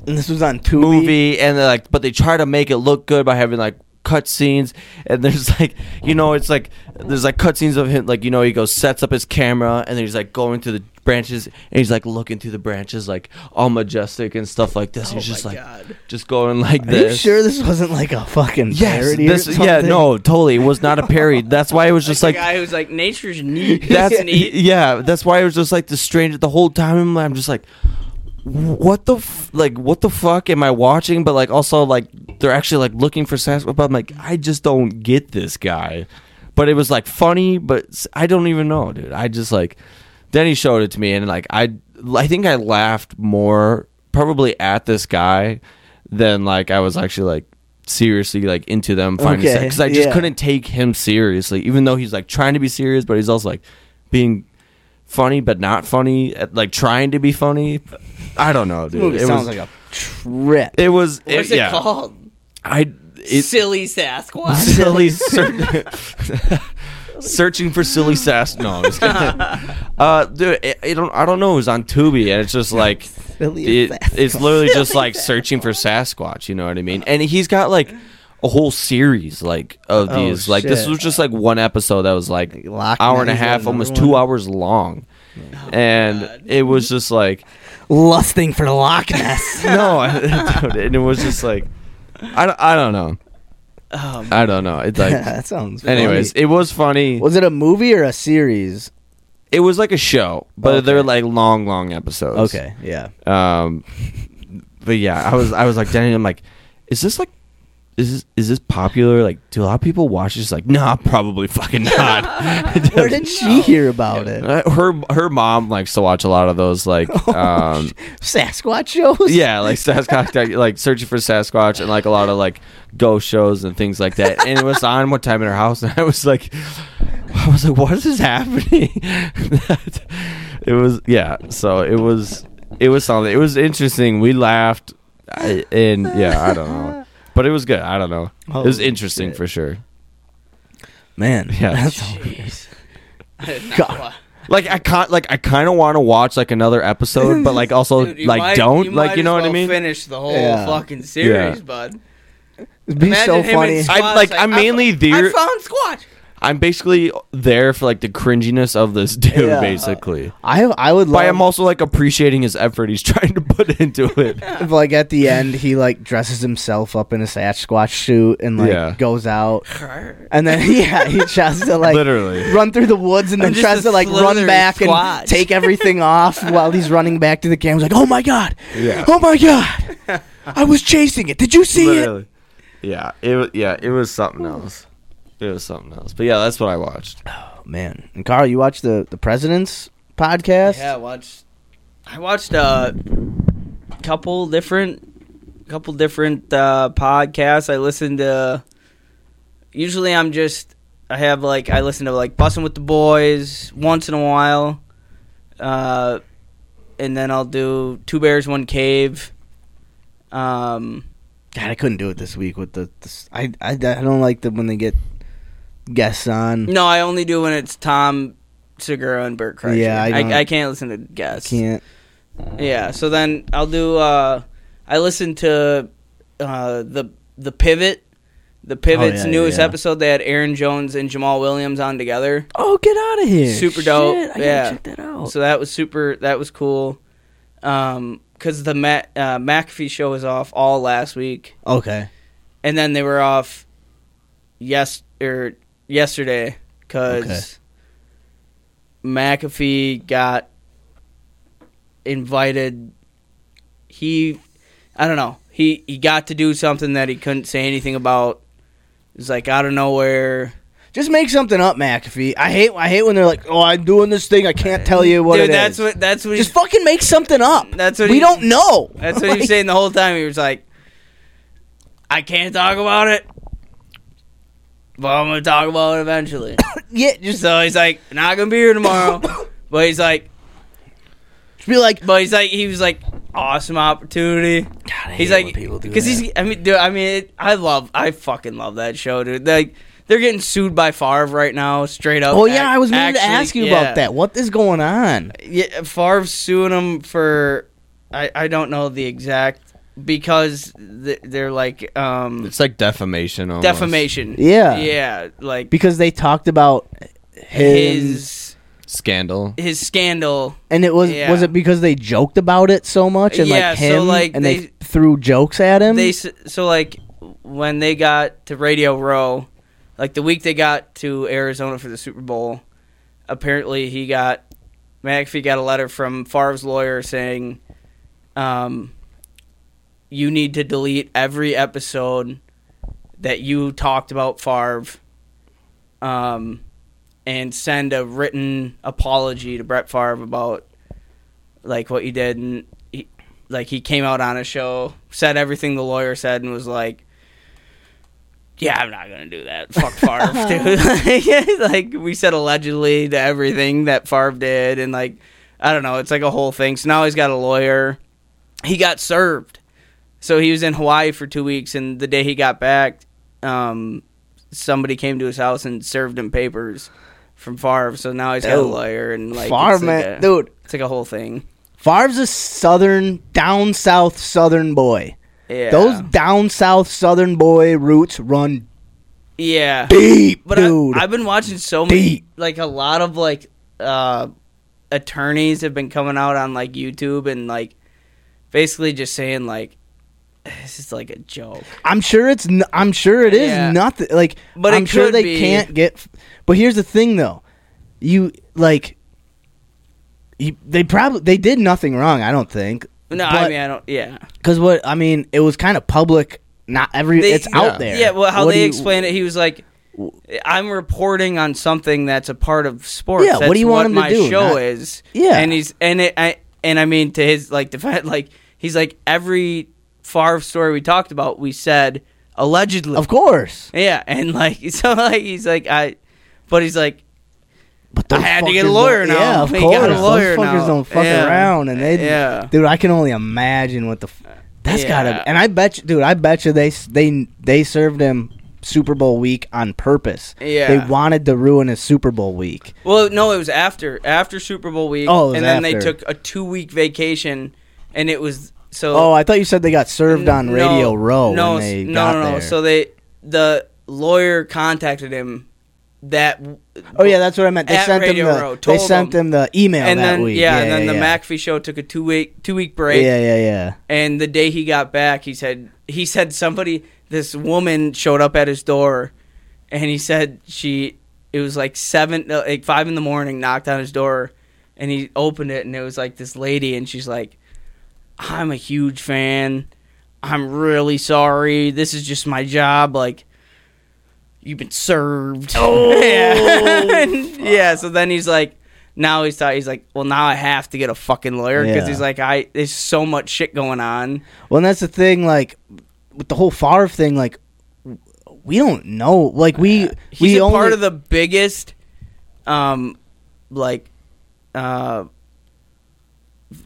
And this was on Tubi.
movie and they're like but they try to make it look good by having like cut scenes and there's like you know it's like there's like cut scenes of him like you know he goes sets up his camera and then he's like going through the branches and he's like looking through the branches like all majestic and stuff like this
Oh
he's just like just going like
Are you
this
sure this wasn't like a fucking
yes
parody?
this
or
yeah
something?
no totally it was not a parody that's why it was just
the
like
guy who's like nature's neat.
that's
neat.
yeah that's why it was just like the strange the whole time I'm, I'm just like what the f- like what the fuck am i watching but like also like they're actually like looking for sasquatch but i'm like i just don't get this guy but it was like funny but s- i don't even know dude i just like then he showed it to me and like i i think i laughed more probably at this guy than like i was actually like seriously like into them finding
Okay,
because i just
yeah.
couldn't take him seriously, even though he's like trying to be serious, but he's also like being funny but not funny, at- like trying to be funny. I don't know, dude.
Movie
It
sounds
was,
like a trip.
it was it-
What's it
yeah.
called?
I it,
Silly Sasquatch.
silly ser- searching for silly sass. No, I'm just kidding. uh, dude, it, I don't I don't know. It was on Tubi, and it's just like
Silly
it- it's literally just like searching for Sasquatch. You know what I mean? And he's got like. A whole series like of
Oh,
these, like this
shit.
was just like one episode that was like
Loch
hour and a
Ness,
half,
another
almost
one.
two hours long,
Oh,
and it was just like
lusting for Loch Ness.
no, I- dude, and it was just like I don't, I don't know,
Um,
I don't know. It's like,
that sounds. funny.
anyways, it was funny.
was it a movie or a series?
It was like a show, but
Okay.
they're like long, long episodes.
Okay, yeah.
Um, but yeah, I was I was like Danny. I'm like, is this like is this, is this popular? Like, do a lot of people watch this? Like, nah, probably fucking not.
Where did she hear about it?
Uh, her her mom likes to watch a lot of those like
Oh,
um
Sasquatch shows.
yeah like Sasquatch like searching for Sasquatch and like a lot of like ghost shows and things like that and it was on one time in her house and I was like I was like what is happening it was yeah so it was it was something it was interesting we laughed I, and yeah I don't know but it was good I don't know it was
Holy
interesting
shit.
for sure
Man,
Yeah.
that's all. God.
Like I can't, like I kind of want to watch like another episode, but like also
Dude, you
Oh, like
might-
don't
you
like
might
you know
as
what I
well
mean.
Finish the whole
Yeah.
fucking series,
Yeah.
bud.
It'd be
Imagine
so
him in
funny.
Squatch,
I like I'm
I
mainly
fo-
there.
I found Squatch.
I'm basically there for like the cringiness of this dude,
Yeah.
basically.
I I would
But
love
I'm also like appreciating his effort he's trying to put into it.
if, like at the end he like dresses himself up in a Sasquatch suit and like
Yeah.
goes out and then yeah he tries to like
Literally.
run through the woods and then
I'm just
tries
a
to like run
slithery
back
squatch.
and take everything off while he's running back to the camera. He's like, oh my god,
Yeah.
oh my god, I was chasing it. Did you see it?
Literally. Yeah. It wa- yeah. It was something else. It was something else. But yeah, that's what I watched.
Oh, man, and Carl, you watch the the president's podcast?
Yeah, I watched. I watched a couple different, couple different uh, podcasts. I listened to. Usually, I'm just. I have like I listen to like Bussin' with the Boys once in a while, uh, and then I'll do Two Bears One Cave. Um,
God, I couldn't do it this week with the. the I, I I don't like the when they get guests on.
no, I only do when it's Tom Segura and Bert Kreischer.
Yeah, I
I,
don't-
I, can't listen to guests.
Can't.
Yeah. So then I'll do. Uh, I listened to uh, the the pivot, the pivot's
Oh, yeah,
newest
yeah.
episode. They had Aaron Jones and Jamal Williams on together.
Oh, get out of here!
Super dope. Shit, I gotta Yeah. check
that out.
So that was super. That was cool. Um, because the Ma- uh, McAfee show was off all last week,
Okay.
and then they were off yes or yesterday because
Okay.
McAfee got invited. He, I don't know. He he got to do something that he couldn't say anything about. It's like out of nowhere.
Just make something up, McAfee. I hate I hate when they're like, "Oh, I'm doing this thing. I can't tell you what
Dude,
it
that's
is."
what that's what
Just
he's,
fucking make something up.
That's what
we
he-
don't know.
that's what he was
Like,
saying the whole time. He was like, I can't talk about it, but I'm gonna talk about it eventually.
Yeah, just,
so he's like, not gonna be here tomorrow. But he's like,
just be like,
but he's like, he was like, awesome opportunity. He's like, because he's, I mean, dude, I mean, it, I love, I fucking love that show, dude. Like, they're getting sued by Favre right now, straight up.
Oh yeah,
Ac-
I was meaning to
actually,
ask you
yeah.
about that. What is going on?
Yeah, Favre's suing him for, I, I don't know the exact, because th- they're like, um,
It's like defamation. Almost.
defamation.
Yeah.
Yeah, like,
Because they talked about his,
his,
Scandal.
his scandal.
and it was
yeah.
was it because they joked about it so much and
Yeah,
like
so,
him
like,
and they,
they-
threw jokes at him.
they s- so like when they got to Radio Row, like the week they got to Arizona for the Super Bowl, apparently he got McAfee got a letter from Favre's lawyer saying, um, "You need to delete every episode that you talked about Favre, um, and send a written apology to Brett Favre about like what you did." And he, like he came out on a show, said everything the lawyer said, and was like, "Yeah, I'm not gonna do that. Fuck Favre, dude." like we said allegedly to everything that Favre did, and like I don't know, it's like a whole thing. So now he's got a lawyer. He got served, so he was in Hawaii for two weeks, and the day he got back, um, somebody came to his house and served him papers from Favre. So now he's got a
Dude.
lawyer, and like
Favre,
it's like
man,
a-
dude.
it's like a whole thing.
Favre's a southern, down south southern boy.
Yeah,
Those down south southern boy roots run
yeah.
deep,
But
dude.
I, I've been watching so many,
Deep.
like a lot of like uh, attorneys have been coming out on like YouTube and like basically just saying like this is like a joke.
I'm sure it's. N- I'm sure it is
Yeah.
nothing. Like,
But it
I'm sure
could
they
be.
can't get. f- But here's the thing, though. You like. You, they probably they did nothing wrong. I don't think.
No, I mean I don't. Yeah,
because what I mean, it was kind of public not every
They-
it's
yeah.
out there.
Yeah, well, how
What do
they
you-
explain it, he was like, "I'm reporting on something that's a part of sports.
Yeah, what do
That's
you want him to
my
do?
Show
Not-
is
Yeah.
and he's and it, I and I mean to his like defense, like he's like every Favre story we talked about, we said allegedly,
Of course,
yeah, and like so, like he's like I, but he's like
but
I
those
had to get
fuckers
a lawyer
don't-
now.
Yeah, of
We
course,
got a lawyer
those fuckers
now.
don't fuck
Yeah.
around, and they,
Yeah.
dude, I can only imagine what the. F- that's
Yeah.
gotta, and I bet you, dude, I bet you they s- they they served him Super Bowl week on purpose.
Yeah.
they wanted to ruin his Super Bowl week.
Well, no, it was after after Super Bowl week.
Oh, it was
and then they
after.
took a two week vacation, and it was so.
Oh, I thought you said they got served on
No,
Radio Row
No,
when they
no,
got
no, no.
there.
So they the lawyer contacted him that.
oh yeah, that's what I meant. They
At
sent them
Radio
the
Row,
they
told
sent them
them.
the email
and
that
then
week.
yeah, and then the
yeah.
McAfee show took a two week two week break.
Yeah, yeah, yeah.
And the day he got back, he said he said somebody this woman showed up at his door, and he said she it was like seven no, like five in the morning knocked on his door, and he opened it and it was like this lady and she's like, I'm a huge fan. I'm really sorry. This is just my job. Like. You've been served. Oh, yeah. yeah. So then he's like, now he's thought he's like, well, now I have to get a fucking lawyer because
Yeah.
he's like, I there's so much shit going on.
Well, and that's the thing, like with the whole Favre thing, like w- we don't know. Like we
He's
we
a
only,
part of the biggest, um, like, uh,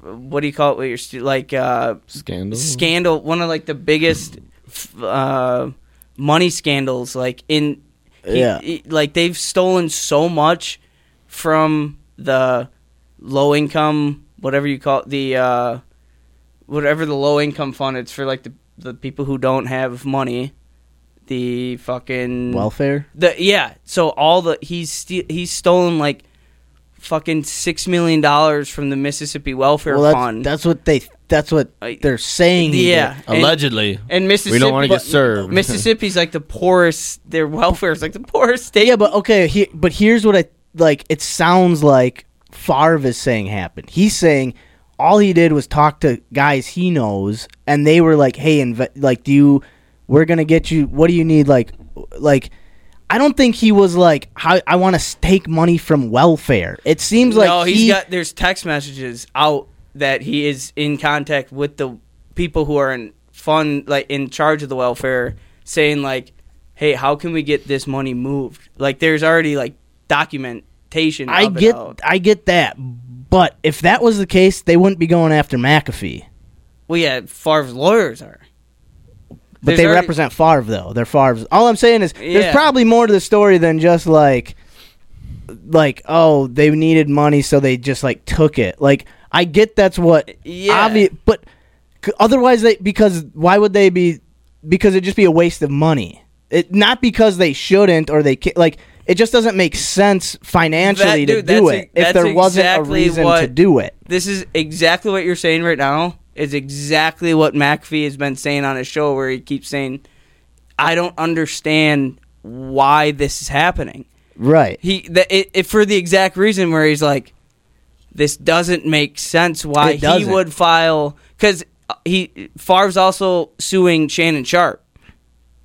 what do you call it? What you're stu- like uh,
Scandal.
scandal. One of like the biggest f- uh, money scandals. Like in, he-
Yeah.
he- like they've stolen so much from the low income, whatever you call it, the uh, whatever the low income fund. It's for like the the people who don't have money. The fucking
welfare.
the yeah. So all the he's ste- he's stolen like fucking six million dollars from the Mississippi Welfare
Well, that's,
Fund.
that's what they that's what
I-
they're saying. he
yeah,
did.
and-
Allegedly.
and Mississippi,
We don't want to
but
get served.
Mississippi's like the poorest. Their welfare is like the poorest state.
yeah, but okay. He, but here's what I like. It sounds like Favre is saying happened. He's saying all he did was talk to guys he knows, and they were like, "Hey, inve- like, do you? We're gonna get you. What do you need? Like, like." I don't think he was like, "How I want to take money from welfare." It seems like
no, he's
he,
got there's text messages out that he is in contact with the people who are in fund like in charge of the welfare, saying like, "Hey, how can we get this money moved?" Like, there's already like documentation.
I
of it
get
out.
I get that, but if that was the case, they wouldn't be going after McAfee.
Well, yeah, Favre's lawyers are.
But
There's
they
already-
represent Favre though. They're Favre's. All I'm saying is
Yeah.
there's probably more to the story than just like like oh, they needed money so they just like took it. Like I get that's what
Yeah.
obvi- but c- otherwise they because why would they be because it'd just be a waste of money. It not because they shouldn't or they ca- like it just doesn't make sense financially
dude,
to do
that's e-
it if
that's
there wasn't a
exactly
reason to
what-
do it.
This is exactly what you're saying right now. Is exactly what McAfee has been saying on his show, where he keeps saying, "I don't understand why this is happening."
Right.
He that it, it for the exact reason where he's like, "This doesn't make sense. Why
It
he
doesn't.
would file because he Favre's also suing Shannon Sharp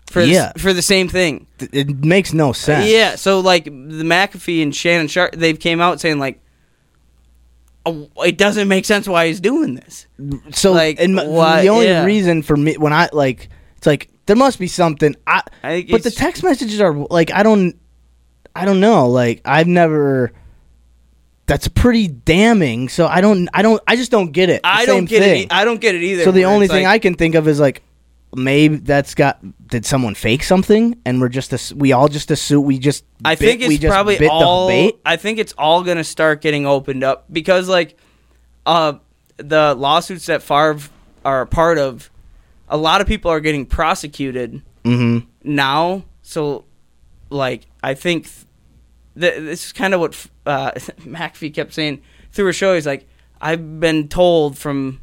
for
Yeah.
the, for the same thing."
Th- it makes no sense.
Yeah, so like the McAfee and Shannon Sharp, they came out saying like, "Oh, it doesn't make sense why he's doing this.
So
Like,
like, and my,
why-
the only
yeah.
reason for me when I like it's like there must be something. I,
I think
but the
it's-
text messages are like I don't, I don't know. Like I've never. That's pretty damning. So I don't. I don't. I just don't get it. The
I don't
same
get
thing.
it. e- I don't get it either.
so the
where
only
it's
thing I
like-
can think of is like maybe that's got did someone fake something and we're just ass- we all just assume we just
I
bit-
think it's
we just
probably
bit the
all.
bait.
I think it's all gonna start getting opened up because like, uh, the lawsuits that Favre are a part of, a lot of people are getting prosecuted
Mhm.
now. So, like, I think th- th- this is kind of what uh, McAfee kept saying through a show. He's like, I've been told from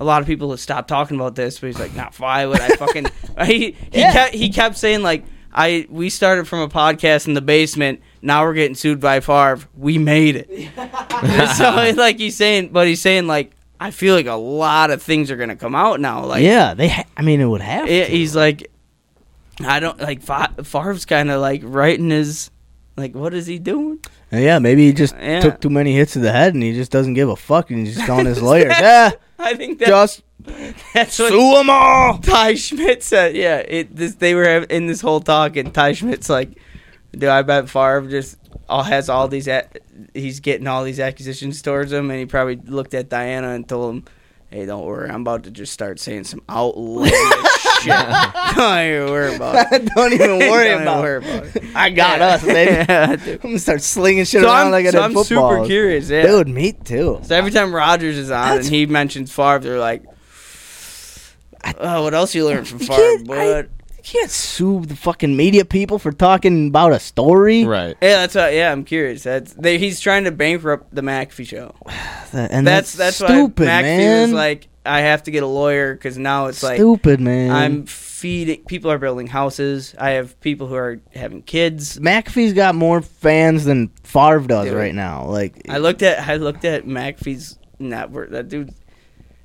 a lot of people to stop talking about this, but he's like, not why would I fucking? he he
Yeah.
kept he kept saying like. I we started from a podcast in the basement. Now we're getting sued by Favre. We made it. so like he's saying, but he's saying like I feel like a lot of things are gonna come out now. Like
yeah, they. Ha- I mean, it would have.
it,
to.
he's like, I don't like Fa- Favre's kind of like writing his, like, what is he doing?
yeah, maybe he just
Yeah.
took too many hits to the head and he just doesn't give a fuck and he's just telling his lawyers, yeah,
I think that,
just
that's what
sue them all.
Ty Schmidt said. Yeah, it, this, they were hav- in this whole talk, and Ty Schmidt's like, "Do I bet Favre just all has all these? a he's getting all these acquisitions towards him, and he probably looked at Diana and told him." Hey, don't worry. I'm about to just start saying some outlandish shit. Don't even worry about it.
Don't even worry
Don't even
about.
worry
it.
about it.
I got us, baby.
Yeah, dude.
I'm gonna start slinging shit
So
around
I'm,
like I
so
did
I'm
football.
super curious, yeah.
Dude, me too.
So every time Rogers is on and he mentions Favre, they're like, "Oh, what else you learned from
You
Favre?"
can't- I-
But
You can't sue the fucking media people for talking about a story.
Right.
yeah, that's what. Yeah, I'm curious. That's they, he's trying to bankrupt the McAfee show.
And
That's
that's
that's
stupid,
why McAfee
man.
is like, I have to get a lawyer because now it's like
stupid, man.
I'm feeding people are building houses. I have people who are having kids.
McAfee's got more fans than Favre does
Dude.
right now. Like,
I looked at I looked at McAfee's net worth. That dude,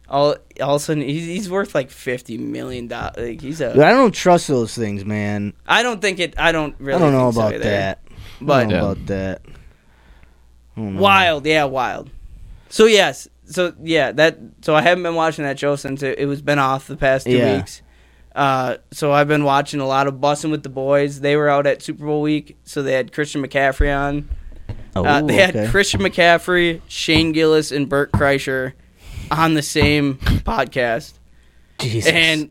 all all of a sudden he's, he's worth like fifty million dollars. Like he's a.
Dude, I don't trust those things, man.
I don't think it. I don't really.
I don't know
think so
about
either.
that. I
But
don't know
Yeah.
about that. Oh, I don't know.
wild, yeah, wild. So yes, so yeah, that. So I haven't been watching that show since it, it was been off the past two
Yeah.
weeks. Uh, so I've been watching a lot of bussing with the boys. They were out at Super Bowl week, so they had Christian McCaffrey on.
Oh,
Uh, they had
okay.
Christian McCaffrey, Shane Gillis, and Burt Kreischer on the same podcast
Jesus.
and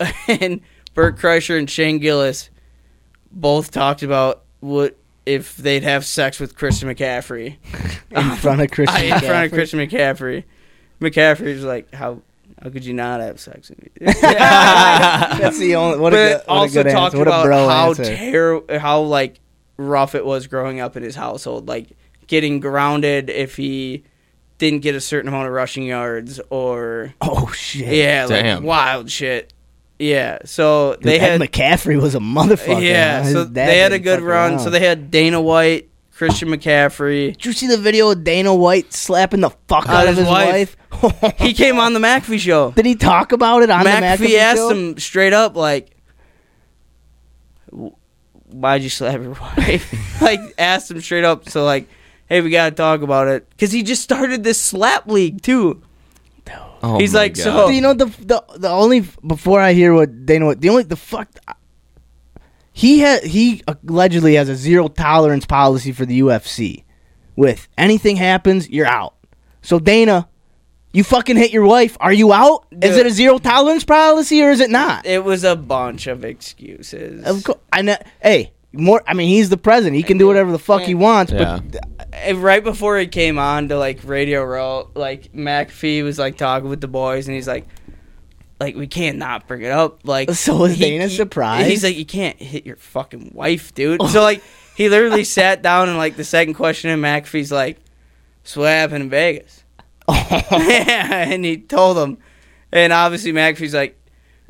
and Bert Kreischer and Shane Gillis both talked about what if they'd have sex with Christian McCaffrey
in front of Christian.
I, uh, in front of
McCaffrey.
Christian McCaffrey. McCaffrey's like, how how could you not have sex with me? but
That's the only. What a good, what
also
a good
talked
answer. What a
about
bro
how
answer.
ter- how like rough it was growing up in his household, like getting grounded if he didn't get a certain amount of rushing yards or
oh shit.
yeah, like
Damn.
wild shit. Yeah, so
Dude,
they
Ed
had
McCaffrey was a motherfucker.
yeah,
huh? His
so
dad
they had a
didn't
good
fuck
run.
around.
So they had Dana White, Christian McCaffrey.
Did you see the video of Dana White slapping the fuck out, of his wife?
he came on the McAfee show.
Did he talk about it on
McAfee,
the McAfee
asked
show?
him straight up like, "Wh- "Why'd you slap your wife?" like asked him straight up. So like, "Hey, we gotta talk about it," because he just started this slap league too.
Oh
He's
my
like,
God.
so-
Do you know the the the only before I hear what Dana White the only the fuck he had he allegedly has a zero tolerance policy for the UFC. With anything happens, you're out. So Dana, you fucking hit your wife. Are you out? Is
Dude.
it a zero tolerance policy or is it not?
It was a bunch of excuses.
Of course, I know. Hey, more. I mean, he's the president. He can do whatever the fuck he wants.
Yeah.
But
And right before he came on to like Radio Row, like McAfee was like talking with the boys, and he's like, "Like we can't not bring it up." Like
So was
he-
Dana
he-
surprised?
He's like, "You can't hit your fucking wife, dude." so like he literally sat down and like the second question, and McAfee's like, "So what happened in Vegas?" yeah, and he told him, and obviously McAfee's like.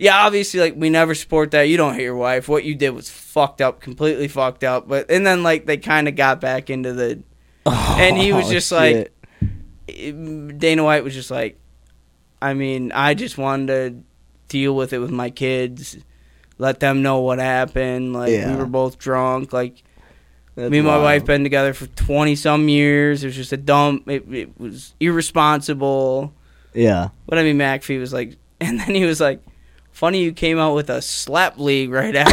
Yeah, obviously, like we never support that. You don't hit your wife. What you did was fucked up, completely fucked up. But and then like they kind of got back into the and he was
Oh,
just
shit.
like Dana White was just like I mean, I just wanted to deal with it with my kids, let them know what happened, like
Yeah.
we were both drunk, like
That's
me and my
wild.
wife been together for 20 some years. It was just a dump. It, it was irresponsible.
yeah.
But I mean, McAfee was like, and then he was like, funny you came out with a slap league right after.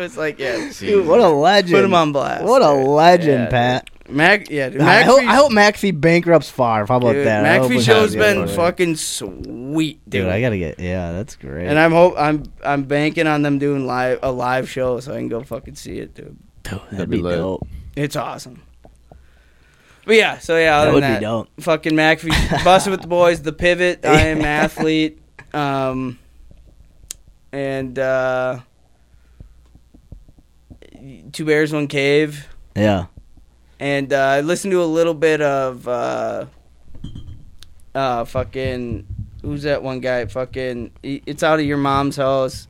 this." it was like, yeah.
Dude, what a legend.
Put him on blast.
What a
dude.
legend,
Yeah, dude.
Pat.
Mac, yeah, dude,
I, hope,
McAfee's-
I hope McAfee bankrupts Favre. How about
Dude,
that? I hope
McAfee
we
show's
have
been
that.
fucking sweet, dude.
Dude, I gotta get. Yeah, that's great.
and I'm hope I'm I'm banking on them doing live a live show so I can go fucking see it, dude.
Dude, that'd,
That'd
be,
be lit.
dope.
It's awesome. But yeah, so yeah, other
That
than
would be dope.
Fucking McAfee, busting with the boys, the pivot. I am athlete. Um, and uh, two bears, one cave.
Yeah.
and uh, I listened to a little bit of uh, uh, fucking who's that one guy? Fucking, he- it's out of your mom's house.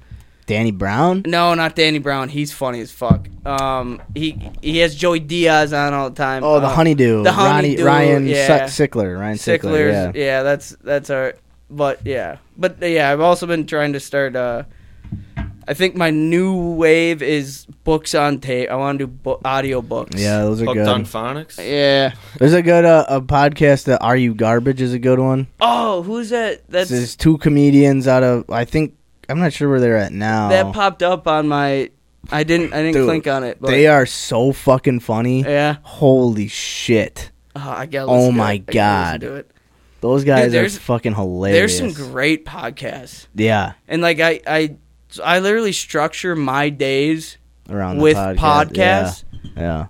Danny Brown.
No, not Danny Brown. He's funny as fuck. Um, he he has Joey Diaz on all the time.
Oh, the
Uh,
honeydew.
the
Ronnie-
honeydew,
Ryan
yeah.
Sick- Sickler. Ryan Sickler.
Sicklers.
yeah.
Yeah. that's that's our. But yeah, but uh, yeah, I've also been trying to start. Uh, I think my new wave is books on tape. I want to do bo- audio books.
Yeah, those are
Hooked
good.
on phonics.
Yeah.
There's a good uh, a podcast. Uh, Are you garbage? Is a good one.
Oh, who's that? That's
There's two comedians out of I think I'm not sure where they're at now.
that popped up on my. I didn't. I didn't
oh. Dude,
click on it. But
they are so fucking funny.
Yeah.
Holy shit,
Oh, I got.
Oh my God. those guys are
there's-
fucking hilarious.
There's some great podcasts,
yeah
and like I, I, I literally structure my days
around the
with
podcast.
podcasts.
Yeah, yeah.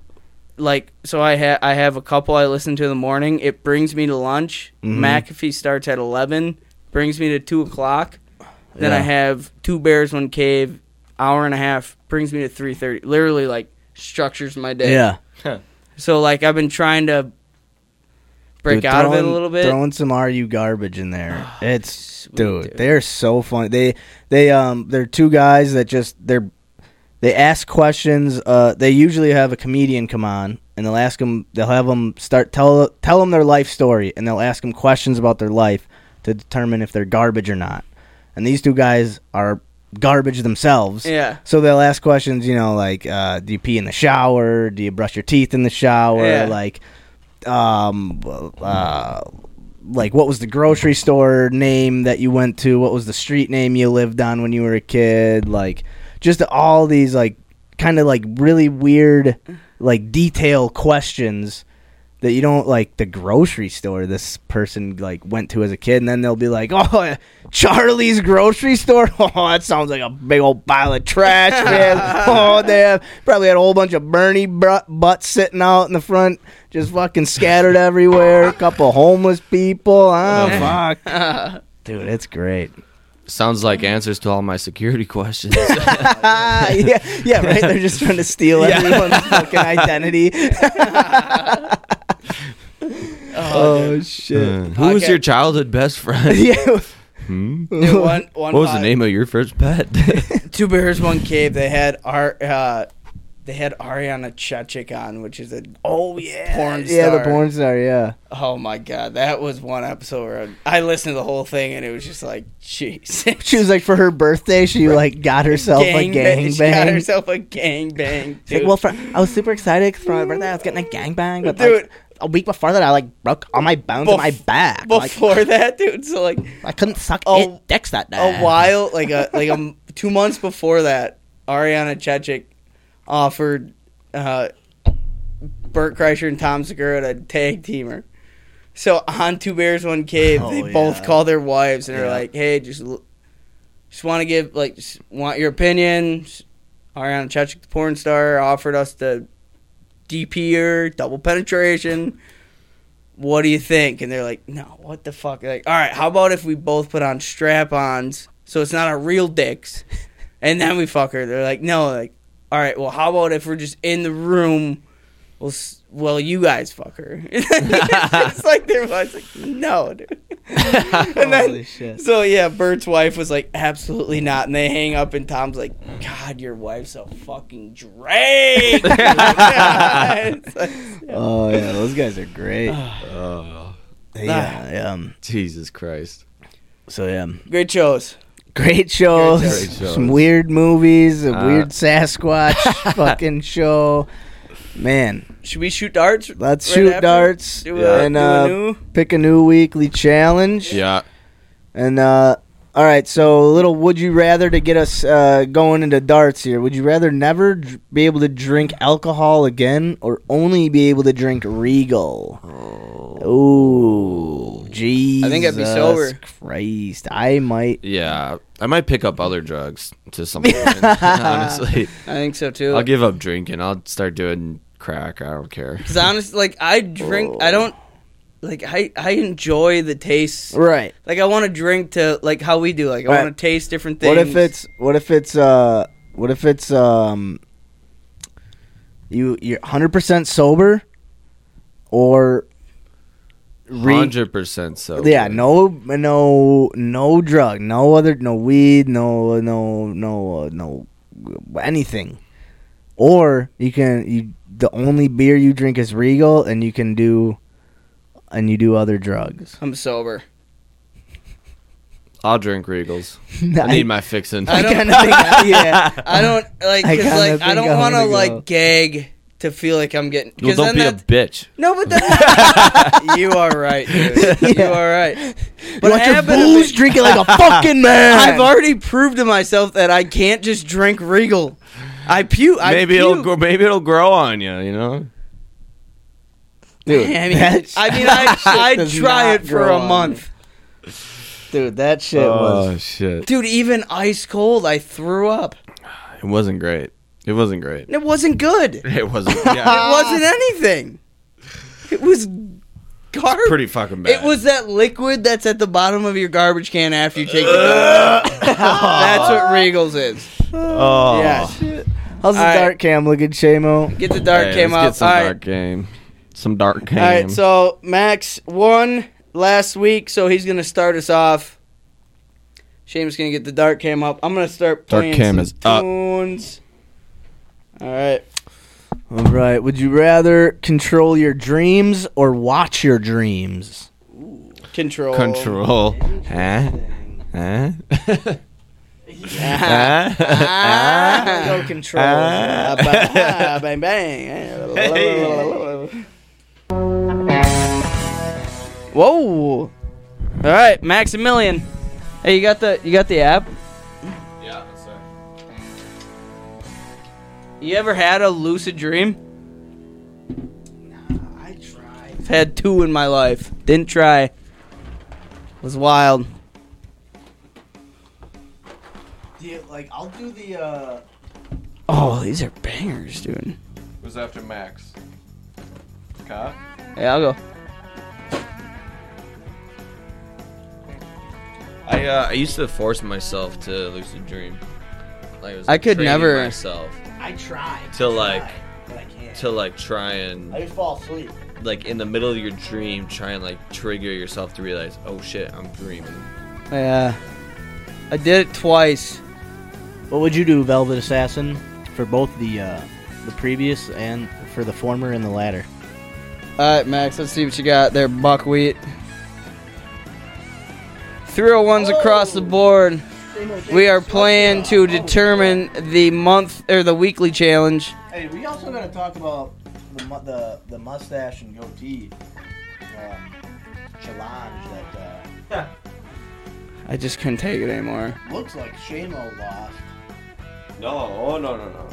Like, so I have I have a couple I listen to in the morning. It brings me to lunch.
Mhm.
McAfee starts at eleven, brings me to two o'clock. Then I
Yeah.
have two bears, one cave, hour and a half, brings me to three thirty. Literally, like structures my day.
yeah.
So like I've been trying to break
Dude,
out of it a
throwing-
little bit.
Throwing some RU garbage in there. It's
sweet,
dude,
dude.
they're so funny. They they um they're two guys that just they're they ask questions. Uh, they usually have a comedian come on and they'll ask them. They'll have them start tell tell them their life story and they'll ask them questions about their life to determine if they're garbage or not. And these two guys are garbage themselves.
Yeah.
So they'll ask questions, you know, like, uh, do you pee in the shower? Do you brush your teeth in the shower?
Yeah.
Like, um, uh, like what was the grocery store name that you went to? What was the street name you lived on when you were a kid? Like, just all these like kind of like really weird like detail questions that you don't like the grocery store this person like went to as a kid and then they'll be like oh charlie's grocery store oh that sounds like a big old pile of trash man oh they have probably had a whole bunch of bernie br- butts sitting out in the front just fucking scattered everywhere a couple homeless people oh fuck dude it's great
Sounds like answers to all my security questions.
ah, yeah, yeah, right. They're just trying to steal everyone's fucking identity. oh, shit!
Who was
Podcast.
your childhood best friend?
yeah.
Hmm?
Dude, one, one
What was the
pod-
name of your first pet?
Two Bears, One Cave. They had our, uh, they had Ariana Chechik on, which is a
Oh yeah.
Porn
Yeah, the
star.
porn star. Yeah.
oh my god, that was one episode where I, I listened to the whole thing and it was just like, jeez.
She was like for her birthday, she like got herself a
bang.
gang
She got
bang.
herself a gang bang.
She's like,
dude.
well, for, I was super excited 'cause for my birthday. I was getting a gangbang, but
Dude.
like, a week before that, I like broke all my bones in
Bef-
my back. Like,
before that, dude. So like
I couldn't suck
A-
eight dicks that day.
a while, like a like a m- two months before that, Ariana Chechik offered uh, Bert Kreischer and Tom Segura to tag teamer. So on Two Bears One Cave, they
Oh,
both
yeah.
call their wives and they are
Yeah.
like, "Hey, just l- just want to give like just want your opinion." S- Ariana Chechik, the porn star, offered us the DP her double penetration. What do you think? And they're like, no, what the fuck? Like, all right, how about if we both put on strap-ons so it's not our real dicks, and then we fuck her? They're like, no, like, all right, well, how about if we're just in the room? Well, s- well, you guys fuck her. it's like they're like, no, dude. and
Holy
then,
shit.
so yeah, Bert's wife was like, absolutely not, and they hang up, and Tom's like, God, your wife's a fucking Drake. It's like-
Oh yeah, those guys are great.
oh,
yeah, um,
Jesus Christ.
so yeah, um,
Great shows.
great shows,
Great
shows.
some weird movies, a
Uh,
weird Sasquatch fucking show. Man,
Should we shoot darts?
let's
right
shoot
after?
darts
Do a,
and
do a
uh,
new?
pick a new weekly challenge.
Yeah.
And uh, all right, so a little would you rather to get us uh, going into darts here? Would you rather never dr- be able to drink alcohol again, or only be able to drink Regal? Oh, Jesus!
I think I'd be sober.
Christ, I might.
Yeah. I might pick up other drugs to some point, honestly.
I think so too.
I'll give up drinking. I'll start doing crack. I don't care.
Cause honestly, like I drink, I don't like I I enjoy the taste.
Right.
Like I want to drink to like how we do. Like I
Right.
want to taste different things.
What if it's what if it's uh what if it's um you you're hundred percent sober or re-
Hundred percent so.
yeah,
dude.
no, no, no drug, no other, no weed, no, no, no, uh, no, anything. Or you can you the only beer you drink is Regal, and you can do, and you do other drugs.
I'm sober.
I'll drink Regals. I need my fixin'.
I don't-
kinda think- yeah.
I don't like
I
'cause,
kinda
like I
think
don't
I'm
want to
gonna go.
like gag to feel like I'm getting.
Well,
Cause then
don't be a
that-
bitch.
no, but then you are right, dude. You
Yeah.
are right.
But you
But
want your
happened to
booze
me-
drinking like a fucking man.
I've already proved to myself that I can't just drink Regal. I puke. I
maybe
puke.
it'll grow, maybe it'll grow on you. You know.
dude.
I mean,
that
I, mean, I,
shit
I'd
does
try
not
it for
grow
a
on
month. Uh,
me. dude. That shit was.
Oh, shit!
Dude, even ice cold, I threw up.
It wasn't great. It wasn't great.
And it wasn't good. It
It wasn't. Yeah,
wasn't anything. It was
it was
garbage.
pretty fucking bad.
It was that liquid that's at the bottom of your garbage can after you take the That's what Regals is.
Oh.
Yeah. How's the
All right.
dark cam looking, Shamo?
Get the dark
Hey,
cam
let's
out.
Get some
All right.
dark game. Some dark game.
All right, so Max won last week, so he's gonna start us off. Shame's gonna get the dark cam up. I'm gonna start
Dark
playing
cam
some
is up.
tunes. All right,
All right. Would you rather control your dreams or watch your dreams?
control.
control. Huh? Huh?
Ah,
Huh?
go control.
Ah.
Ah, bang bang.
Hey.
Whoa! All right, Maximilian. Hey, you got the you got the app.
Yeah, that's right.
You ever had a lucid dream?
I tried.
I've had two in my life. Didn't try. Was wild.
like I'll do the. uh
Oh, these are bangers, dude.
Who's after Max? Cop?
Hey, I'll go.
I uh, I used to force myself to lucid dream. Like, it was,
I could
training
never-
myself
I tried.
to like
But I can't.
to like try and
just fall asleep.
like in the middle of your dream try and like trigger yourself to realize oh shit I'm dreaming.
Yeah. I did it twice.
What would you do, Velvet Assassin, for both the uh the previous and for the former and the latter?
All right, Max, let's see what you got there, buckwheat. 301s across the board. We are playing to determine the month or the weekly challenge.
Hey, we also gotta talk about the mu- the, the mustache and goatee um, challenge that
I just couldn't take it anymore.
uh, looks like Shamo lost.
No, oh no no no.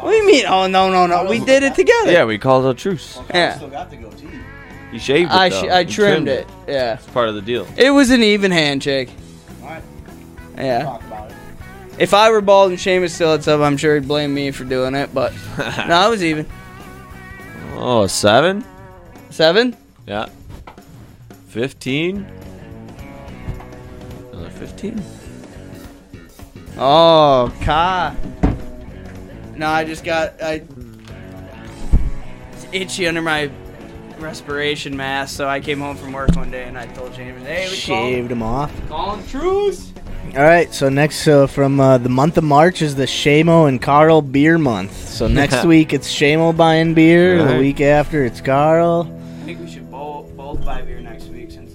What do you mean? Oh, no, no, no. We did it together.
Yeah, we called a truce.
Yeah.
Still got the goatee.
You shaved it.
I,
though.
sh- I
You
trimmed it. Yeah.
It's part of the deal.
It was an even handshake.
All right,
Yeah.
talk about it.
If I were bald and Seamus still had stuff, I'm sure he'd blame me for doing it, but no, I was even.
Oh, seven?
Seven?
Yeah. Fifteen? Another fifteen.
Oh, Ka. No, I just got I it's itchy under my respiration mask, so I came home from work one day and I told James, "Hey, we
Shaved him off.
call calling truce."
All right, so next uh, from uh, the month of March is the Shamo and Carl beer month. So next week it's Shamo buying beer. The
Alright.
week after it's Carl.
I think we should both both buy beer next week since.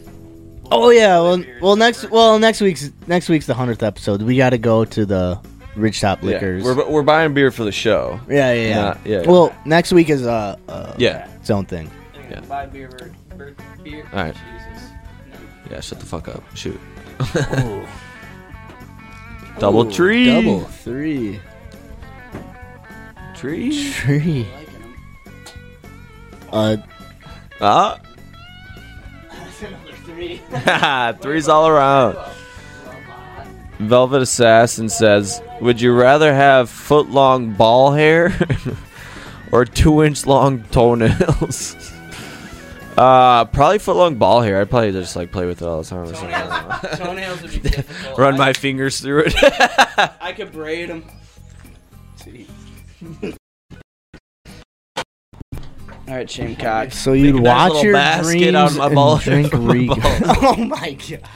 Oh yeah, well, well next well next week's next week's the hundredth episode. We got to go to the Ridgetop Liquors.
We're, we're buying beer for the show.
Yeah, yeah, yeah.
Not- yeah.
Well, next week is uh, uh
Yeah.
its own thing.
Yeah.
Buy beer, for- for beer.
All right.
Jesus.
Yeah, shut the fuck up. Shoot.
Ooh.
Double tree.
Double three.
tree.
Tree.
Liking 'em.
Uh,
Ah. Haha, Three's all around. Velvet Assassin says, "Would you rather have foot-long ball hair or two-inch-long toenails?" uh, probably foot-long ball hair. I'd probably just like play with it all the time or something. I don't know.
Toenails would be difficult.
Run
I-
my fingers through it.
I could braid them. All right, Shane Cox.
So you'd
Make a nice
watch
little
your
basket
dreams
out of my ball-
and drink
my
Regal.
balls.
oh my god!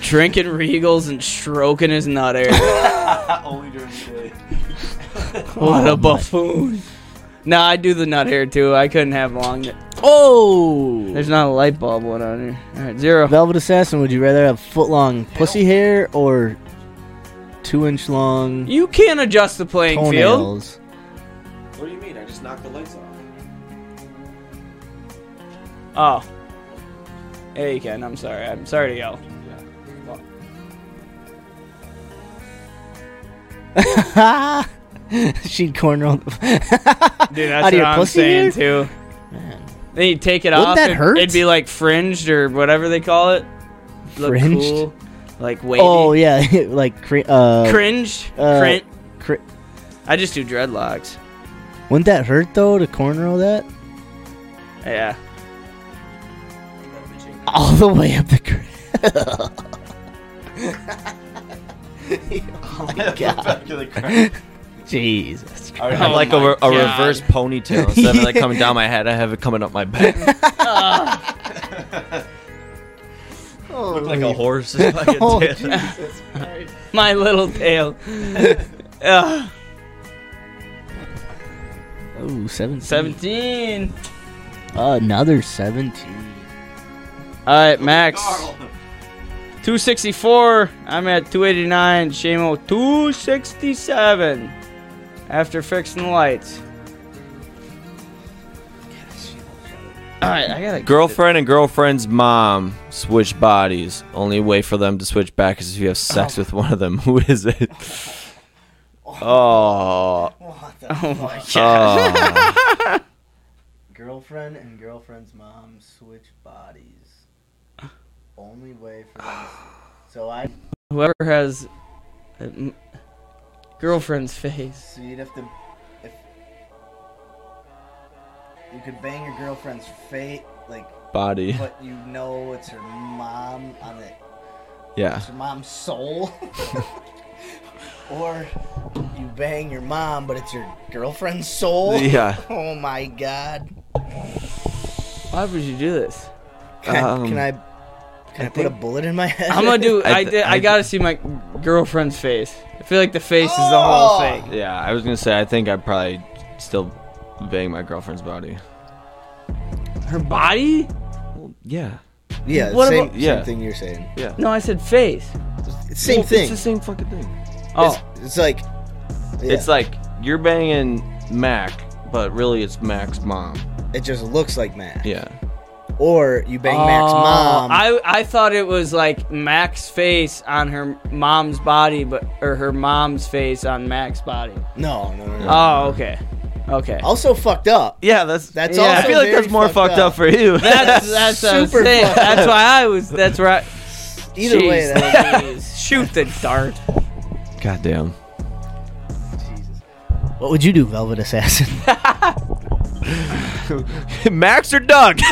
Drinking Regals and stroking his nut area. What
Oh
a buffoon. No, I do the nut hair too. I couldn't have long.
Oh,
There's not a light bulb one on here. All right, zero.
Velvet Assassin. Would you rather have foot long pussy hair or two inch long
You can't adjust the playing field.
toenails?
What do you mean? I just knocked the lights off.
Oh. Yeah, you can. I'm sorry. I'm sorry to yell.
She'd cornroll.
Dude,
Out
that's
of
what
your
I'm
pussy
saying
hair?
too. Then you take it
Wouldn't
off.
that
it-
hurt?
It'd be like fringed or whatever they call it. Look
Fringed?
cool. Like wavy.
oh yeah, like cr- uh,
cringe.
uh,
Crin-
cr-
I just do dreadlocks.
wouldn't that hurt though to cornroll that
Yeah.
all the way up the? Cr- oh my god! Jesus.
I have
Oh
like a,
my
re- a
God.
reverse ponytail instead of it, like coming down my head. I have it coming up my back. Look like a horse.
Oh,
My little tail. Ugh.
Oh, 17.
17.
Another 17.
All right, Max. 264. I'm at 289. Shamo 267. After fixing the lights. All right, I gotta.
Girlfriend and girlfriend's mom switch bodies. Only way for them to switch back is if you have
Oh.
sex with one of them. Who is it? Oh,
Oh my god.
oh.
Girlfriend and girlfriend's mom switch bodies. Only way for this. So I
Whoever has a m- girlfriend's face.
so you'd have to if you could bang your girlfriend's fate like
body.
but you know it's her mom on the
Yeah.
it's her mom's soul. or you bang your mom but it's your girlfriend's soul.
Yeah.
Oh my god.
Why would you do this?
Can, I,
Um,
can I can I, put a bullet in my head?
I'm gonna do. I,
I th-
did, I,
I-
gotta see my girlfriend's face. I feel like the face is the whole
Oh!
thing.
Yeah, I was gonna say I think I'd probably still bang my girlfriend's body.
Her body?
Yeah.
yeah,
What
same,
about-
same
yeah.
thing you're saying.
Yeah.
No, I said face.
It's same
Well,
thing.
It's the same fucking thing.
Oh,
It's, it's like yeah,
It's like you're banging Mac, but really it's Mac's mom.
it just looks like Mac.
Yeah.
Or you bang Mac's
Oh,
mom.
I I thought it was like Mac's face on her mom's body, but or her mom's face on Mac's body.
no, no, no. no.
Oh, okay, okay.
also fucked up.
Yeah, that's
That's
Yeah.
also
I feel like
very
that's more fucked up. for you.
That's that's what I was
Super
saying.
fucked up.
That's why I was. That's right.
Either way,
Jeez
that
Louise. shoot the dart.
Goddamn.
what would you do, Velvet Assassin?
Max or Doug?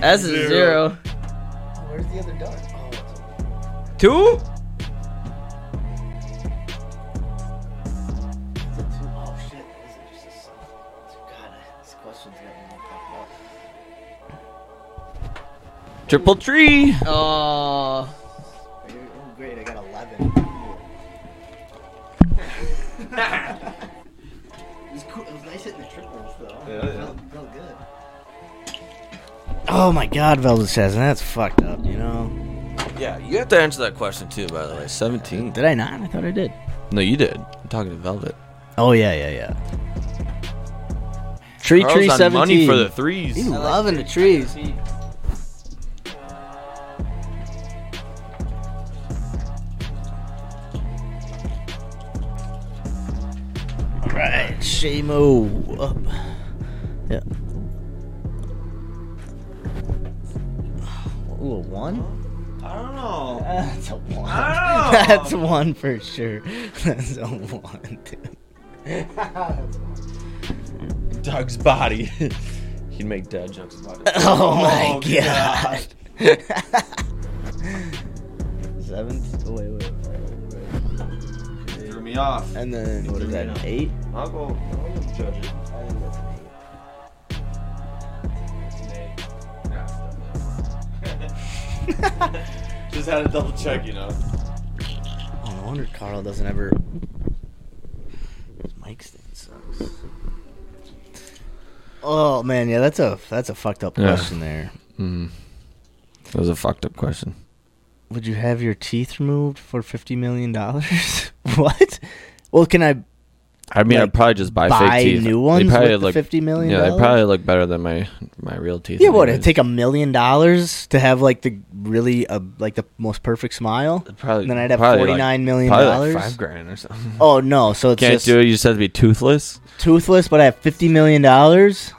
That's a zero.
Oh, Where's the other dart? Oh, it's-
Two?
it's a two- oh, shit. Is it just a s- God, I- this question's got me all fucked up.
Triple tree.
Oh.
Oh, great, I got 11. it, was cool. it was nice hitting the triples, though. It felt, felt good. Oh my god, Velvet says, that's fucked up, you know?
Yeah, you have to answer that question too. By the way, seventeen.
Did I not? I thought I did.
No, you did. I'm talking to Velvet.
Oh, yeah, yeah, yeah. Tree
Carl's
Tree
on
17.
money for the threes.
He's loving the trees. Alright, Shamo up. Yeah. Ooh, a one?
I don't know.
That's a one.
Oh.
That's one for sure. That's a one, dude.
Doug's body. He'd make dad jokes about it.
Oh my
Oh,
god. Seven. Oh, Wait, wait, wait.
Threw me me off.
And then what is that? Eight.
I'll go. I'll go judge it. Just had to double check, you know.
Oh, no wonder Carl doesn't ever. His mic stand sucks. Oh man, yeah, that's a that's a fucked up
Yeah.
question there.
Hmm. That was a fucked up question.
Would you have your teeth removed for fifty million dollars? what? Well, can I
I mean,
Like,
I'd probably just buy,
buy
fake teeth.
new ones
They probably
with the
look,
$50 million?
Yeah, they probably look better than my my real teeth.
Yeah, what?
anyways.
It'd take a million dollars to have like the really uh, like the most perfect smile.
Probably.
And then I'd have
probably
forty nine
like,
million
probably like
dollars.
five grand or something.
oh no, so it's
Can't
just
do it. You just have to be toothless.
toothless, but I have fifty million dollars.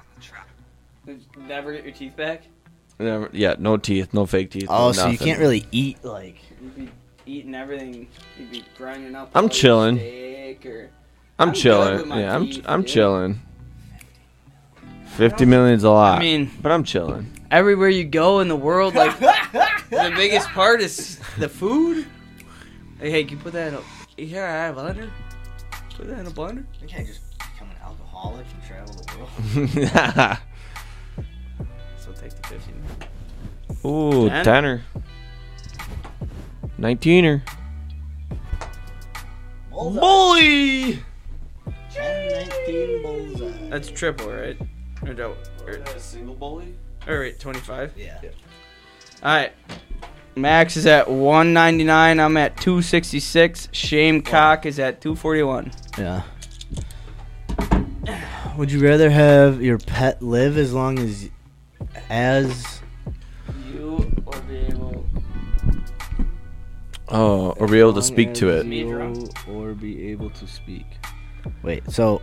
Never get your teeth back.
Never- yeah, no teeth, no fake teeth.
Oh,
no
so you
nothing.
can't really eat like.
You'd be eating everything. You'd be grinding up.
I'm
a
chilling.
steak or-
I'm,
I'm good with
chilling.
my
Yeah, I'm
teeth,
I'm
dude.
chilling. Fifty million's a lot.
I mean-
but I'm chilling.
everywhere you go in the world, like the biggest part is the food. Hey, hey, can you put that in a here I have a blender? Put that in a blender.
You can't just become an alcoholic and travel the world.
So take the fifteen.
Ooh,
Ten?
tenner, nineteener. Bully.
That's triple, right? Or double? Or,
Single bully.
or wait, twenty-five.
Yeah.
All right. Max is at 199. I'm at 266. Shamecock is at 241.
Yeah. Would you rather have your pet live as long as as
You or be able
Oh, or be able to speak to it.
Me drunk.
or be able to speak? Wait, so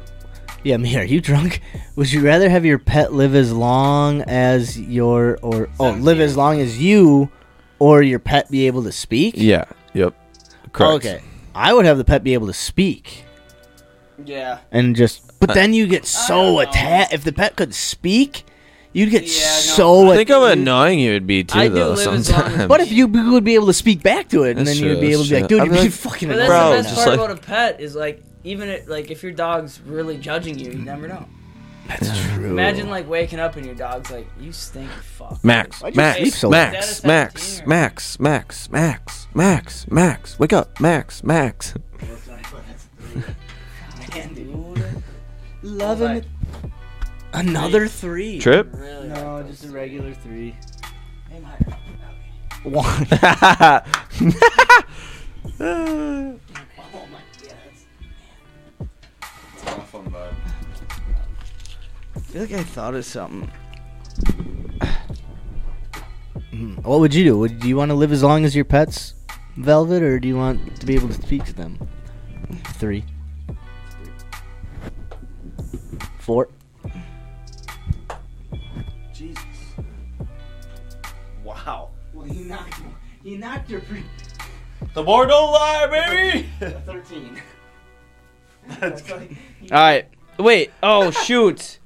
yeah, me, are you drunk? Would you rather have your pet live as long as your or oh live as long as you or your pet be able to speak? Oh,
Yeah. Yep. Correct.
Okay. I would have the pet be able to speak.
Yeah.
and just. But then you get so
I don't know.
attached. If the pet could speak, you'd get
Yeah, no,
so.
I think how
atta-
annoying it would be too,
I do
though.
live as long as-
Sometimes.
What if you b- would be able to speak back to it, and
That's
then
true,
you'd be able to be
that's
like,
true.
"Dude,
I'd
you'd
be
be
like-
fucking
But that's
annoying."
Bro,
the best
just
part
like-
about a pet is like even it, like if your dog's really judging you, you never know.
That's true.
Imagine like waking up and your dog's like, "You stink, fuck."
Max,
Why'd you sleep
Max,
so
late? Is
Max,
that a 17
Max,
or-
Max, Max, Max, Max, Max, wake up, Max, Max.
Man, dude,
love him. Another three. Oh,
Trip?
really? No.
just a regular three.
Aim higher.
One.
Oh my god. I feel like I thought of something.
Hmm. what would you do? Would do you want to live as long as your pets, Velvet, or do you want to be able to speak to them? Three. Four.
Wow.
Well, you knocked. You knocked your pre-
The more don't lie, baby!
thirteen.
All right. Wait. Oh shoot.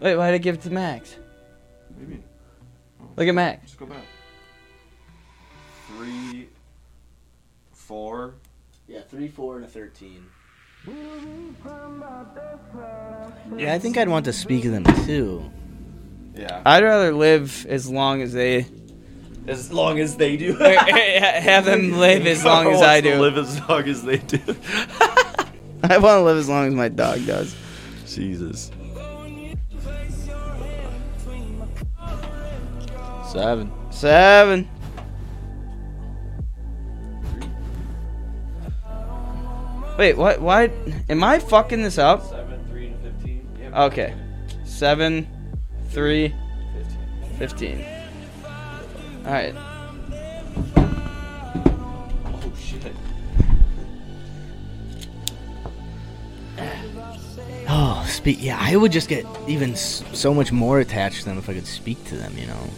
Wait. Why did I give it to Max? Look at Max.
Just go back. Three, four.
Yeah, three, four, and a thirteen. Yeah, I think I'd want to speak to them too.
Yeah.
I'd rather live as long as they
As long as they do.
have them live as long as I do.
Live as long as they do.
I want to live as long as my dog does.
Jesus. Seven.
Seven. Wait, what? Why? Am I fucking this up?
Seven, three, and fifteen. Yeah.
Okay. Seven, three, fifteen. Alright.
Oh shit.
Oh, speak. Yeah, I would just get even s- so much more attached to them if I could speak to them. You know,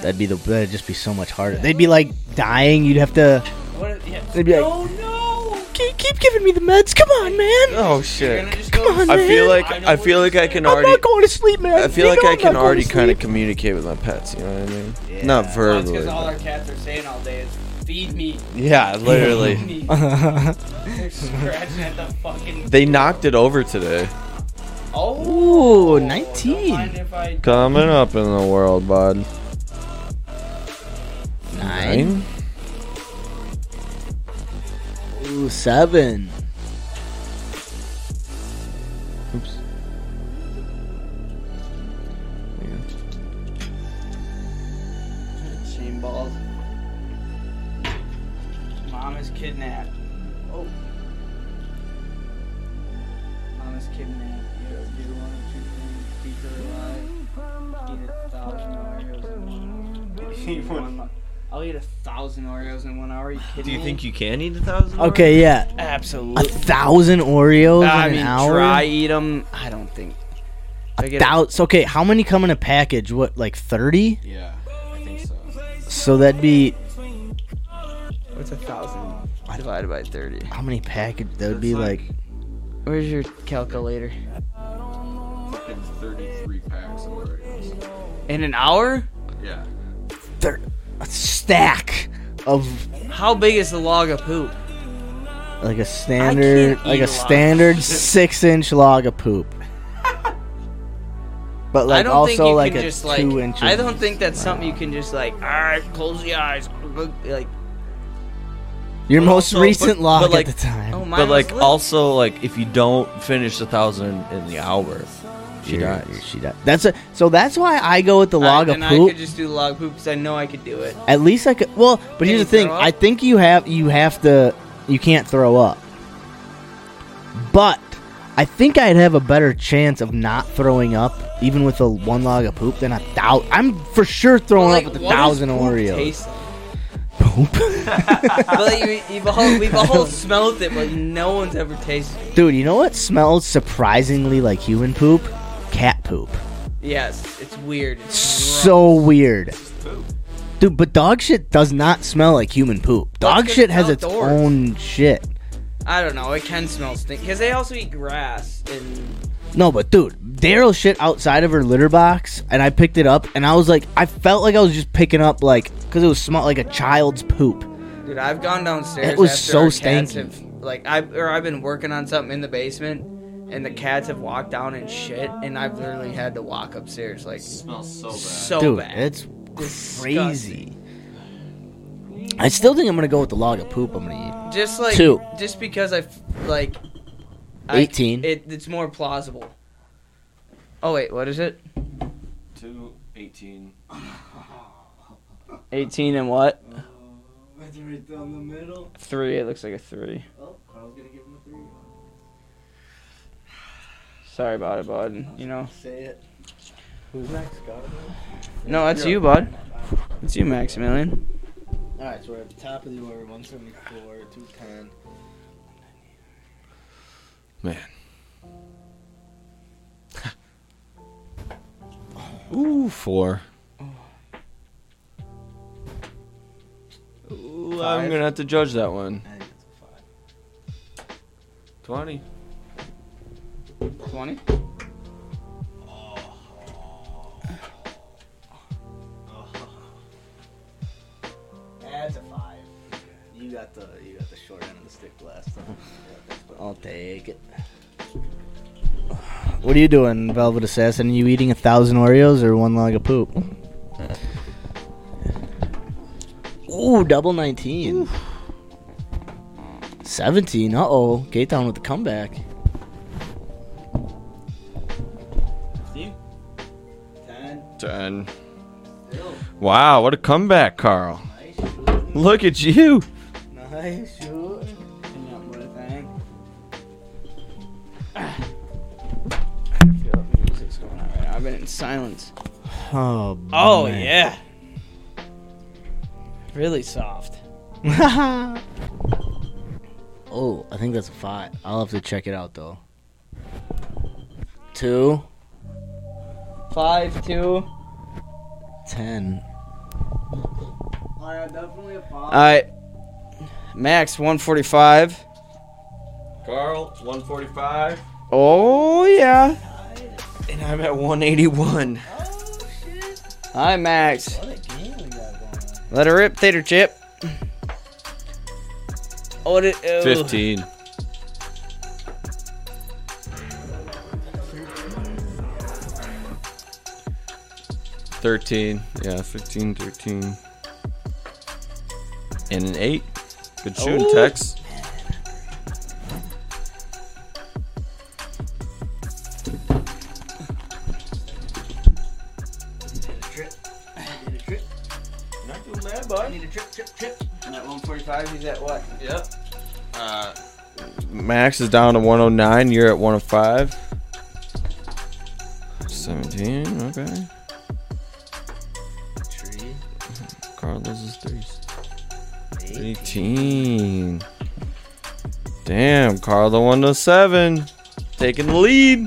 that'd be the. That'd just be so much harder. They'd be like dying. You'd have to.
What if, yeah.
They'd be like,
Oh no!
keep, keep giving me the meds. Come on, man.
Oh
You're
shit.
gonna just
Come
go
on,
I
man.
feel like I feel like I can
I'm
already
not going to sleep, man.
I feel
You
like
know
I
I'm
can
not going
already
to
kind of
sleep.
communicate with my pets. You know what I mean?
Yeah.
Not
Well, it's
verbally.
because all
but-
our cats are saying all day is
Feed me.
Yeah,
Feed
literally.
me. They're scratching at the fucking.
they knocked it over today.
Oh,
Ooh,
don't
19.
mind if I-
Coming up in the world, bud.
Nine. Ooh, seven.
Oops.
Shane balls. Mom is kidnapped. Oh. Mom is kidnapped. You gotta do one of two things. Keep her alive. Eat a thousand Oreos in one hour. Eat one mo- I'll eat a thousand Oreos in one hour. Are you kidding
Do you
me?
think you can eat a thousand?
Okay, yeah. A
Absolutely.
thousand Oreos
I
in
mean,
an hour.
try eat them. I don't think. I get
Thou- so, okay, how many come in a package? What, like thirty?
Yeah, I think so.
So that'd be
What's a thousand divided by thirty?
how many package? That would be like,
Where's your calculator?
It's 33 packs of Oreos.
In an hour?
Yeah.
thir- a stack of
How big is the log of poop?
like a standard,
can't
like
eat
a
a lot of
standard
shit.
six-inch log of poop. But like
I don't
also
think you
like
can
a
just like.
two-inch.
I don't think that's something you can just like. All right, close the eyes. Look, Like,
Your
But
most
also-
recent
but-
log
but, like-
at the time.
oh my.
But like, also like, if you don't finish a thousand in the hour, she
You're-
dies.
you're- She died. That's a, so. That's why I go with the log of
and I
poop.
could just do the log of poop because I know I could do it.
At least I could. Well, but
Can
here's
you
the thing.
throw up?
I think you have you have to. You can't throw up. But I think I'd have a better chance of not throwing up, even with a one log of poop, than a thousand. I'm for sure throwing
Like,
up with a
what does
thousand
poop
Oreos.
taste like?
Poop,
but like, we, we've all we've all smelled it, but no one's ever tasted it.
dude. You know what smells surprisingly like human poop? Cat poop.
Yes, it's weird. It's
So weird. Dude, but dog shit does not smell like human poop. Dog
'cause
shit
it's
has its
outdoors.
own shit.
I don't know. It can smell stink because they also eat grass and
No, but dude, Daryl shit outside of her litter box, and I picked it up, and I was like, I felt like I was just picking up like, cause it was smell like a child's poop.
dude. I've gone downstairs.
It was
after
so
our cats
stanky.
Have, like I or I've been working on something in the basement, and the cats have walked down and shit, and I've literally had to walk upstairs like
smells so
so
dude,
bad.
it's
Disgusting.
crazy. I still think I'm gonna go with the log of poop. I'm gonna
just like
Two.
just because I f- like I-
18.
it, it's more plausible. Oh wait, what is it?
Two eighteen.
Eighteen and what?
eat. Uh, Right down the middle.
Three. It looks like a three.
Oh, I was gonna give him a three.
Sorry about it, bud. You know.
Say it. Who's next, Scott?
No, that's you, bud. It's you, Maximilian.
All right, so we're at the top of the order, 174, 210.
Man. Ooh, four. Ooh, i I'm
Five.
gonna have to judge that one.
I think that's a five.
Twenty.
Twenty.
Oh. That's a five. You got the you got the short end of the stick last time. I'll take it. What are you doing, Velvet Assassin? Are you eating a thousand Oreos or one log of poop? Ooh, double nineteen. Seventeen. Uh oh, Gate down with the comeback.
Ten. Wow, what a comeback, Carl. Look at you.
Nice shoot.
I've been in silence.
Oh,
Oh
man.
yeah. Really soft.
oh, I think that's a five. I'll have to check it out though. Two,
Five two.
ten.
All right. Max one forty five.
Carl, 145.
Oh yeah.
And I'm at 181.
Hi Max. Let her rip, tater chip. What Oh, it, ew.
15. Thirteen, yeah, 15, 13. and an eight. Good shooting,
Ooh.
Tex.
Not doing bad, bud. Need a trip, trip, trip. And at 145, he's at what?
Yep. Uh, Max is down to 109. You're at 105. 17. Okay.
Three,
Carlos is 30.
eight.
18. Damn, Carlo 107. Taking the lead.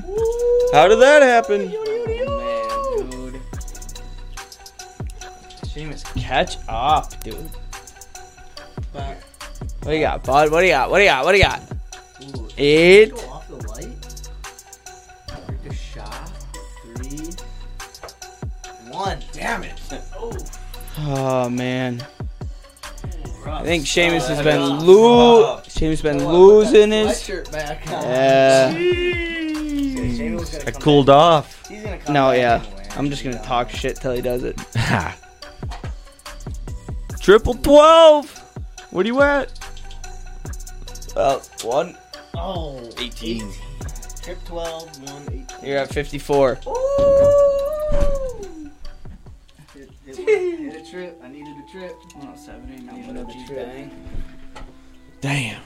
How did that happen?
Man, dude. Seamus, catch
Ah.
up, dude.
Back.
What do you got, bud? What do you got? What do you got? What do you got? Eight.
Go off the light. Take a shot. Three. One. Damn it. Oh.
Oh man. I
rough.
think Seamus has
Uh,
been
rough.
lo- Seamus been losing his.
Sweatshirt back on.
Yeah.
Seamus gonna
I
come
cooled off.
back. He's gonna come
No,
back
yeah.
anyway.
I'm just gonna talk shit till he does it.
Triple 12. What are you at?
Well, one.
Oh. 18. Trip 12, 1, 18.
You're at 54.
Hit, hit, hit a trip. I needed a trip.
Damn.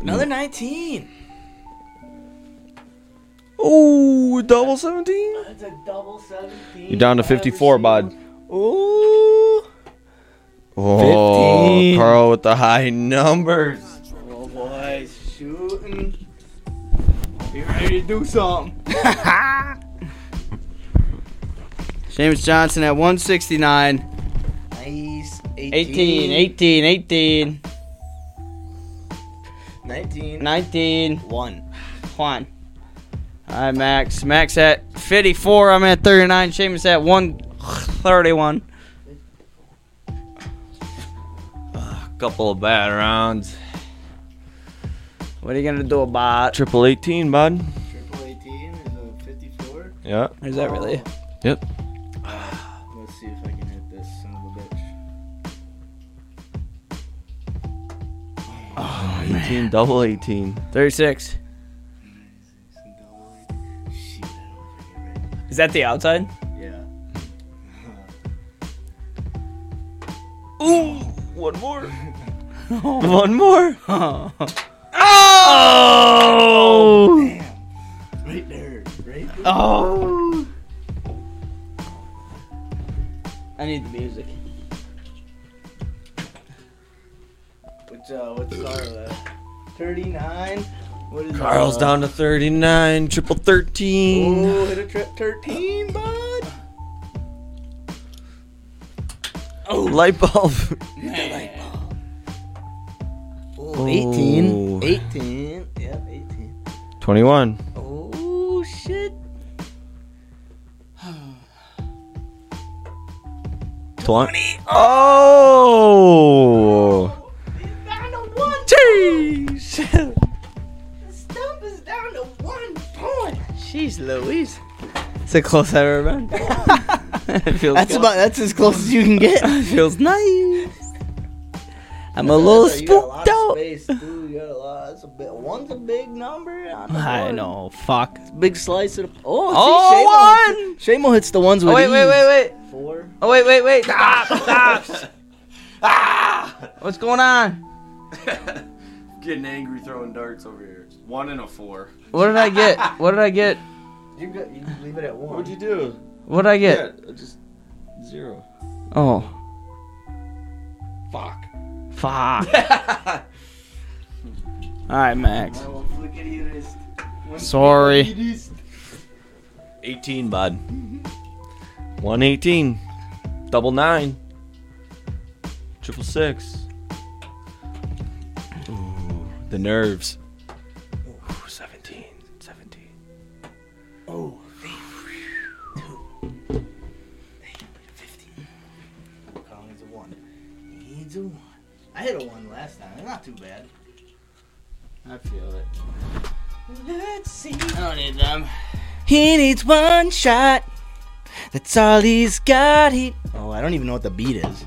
Another 19.
Oh, double 17.
That's a double 17.
You're down to 54, bud.
Ooh.
Oh, Carl with the high numbers.
Oh, boys.
Shooting. Be ready to do something. Seamus Johnson at 169.
Nice.
18, 18, 18,
19.
19.
1.
Juan. All right, Max. Max at 54. I'm at 39. Seamus at 131.
Couple of bad rounds.
What are you going to do about?
Triple 18, bud.
Triple 18 is a 54.
Yeah.
Is that really?
Yep.
Let's see if I can hit this son of a bitch.
18, double 18.
36.
Some double eight. Shit, I don't freaking read.
Is that the outside?
Yeah.
Ooh, one more. one more.
Oh.
Oh!
Right there. Right there.
Oh!
I need the music.
Which, uh, what's our left? 39. What is
Carl's
uh,
down to 39, triple 13.
Oh, hit a trip 13, bud.
Oh, light bulb.
Oh,
18.
18. Yep, 18.
21.
Oh, shit.
20. Oh!
Down to one.
Jeez!
Stump is down to one point.
Jeez Louise. It's the closest I've ever been. it feels
That's
good.
about. That's as close as you can get.
It feels nice. I'm a little
You got a lot
spooked
of
out.
space, too. You got a lot. That's a bit, one's a big number. On the
I
board.
know. Fuck.
Big slice of. Oh,
Oh,
see, Shamo hits-
Shamo hits the ones with
wait, wait,
ease.
wait, wait.
Four.
Oh wait, wait, wait! Stop! Stop! ah! What's going on?
Getting angry throwing darts over here. One and a four.
What did I get? What did I get?
You, got, you leave it at one.
What'd you do?
What did I get?
just zero.
Oh,
Fuck.
fuck! All right, Max.
I will flick it here. It's-
Sorry.
18, bud. 118. Double 9. Triple 6. Ooh, the nerves. Ooh, 17. 17.
Oh, He needs a one.
I hit a one last time. Not too bad. I feel it.
Let's see.
I don't need them.
He needs one shot. That's all he's got. He. Oh, I don't even know what the beat is.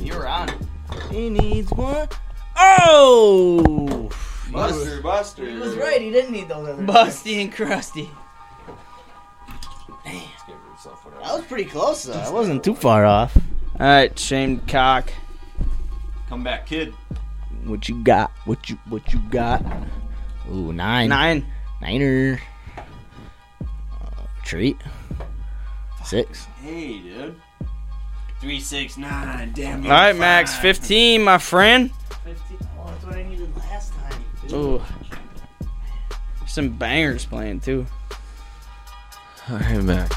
You were on it.
He needs one. Oh!
Buster, Buster.
He was right. He didn't need those other.
Busty and Krusty.
That was pretty close though.
I wasn't too far off.
All right, shamed cock.
Come back, kid.
What you got? What you what you got? Ooh, nine.
Nine.
Niner. Uh, treat. Six.
Hey, dude. Three, six, nine. Damn.
All right, Max. Fifteen, my friend.
15. Oh, that's what I needed last time. dude.
Ooh. Some bangers playing too.
All right, Max.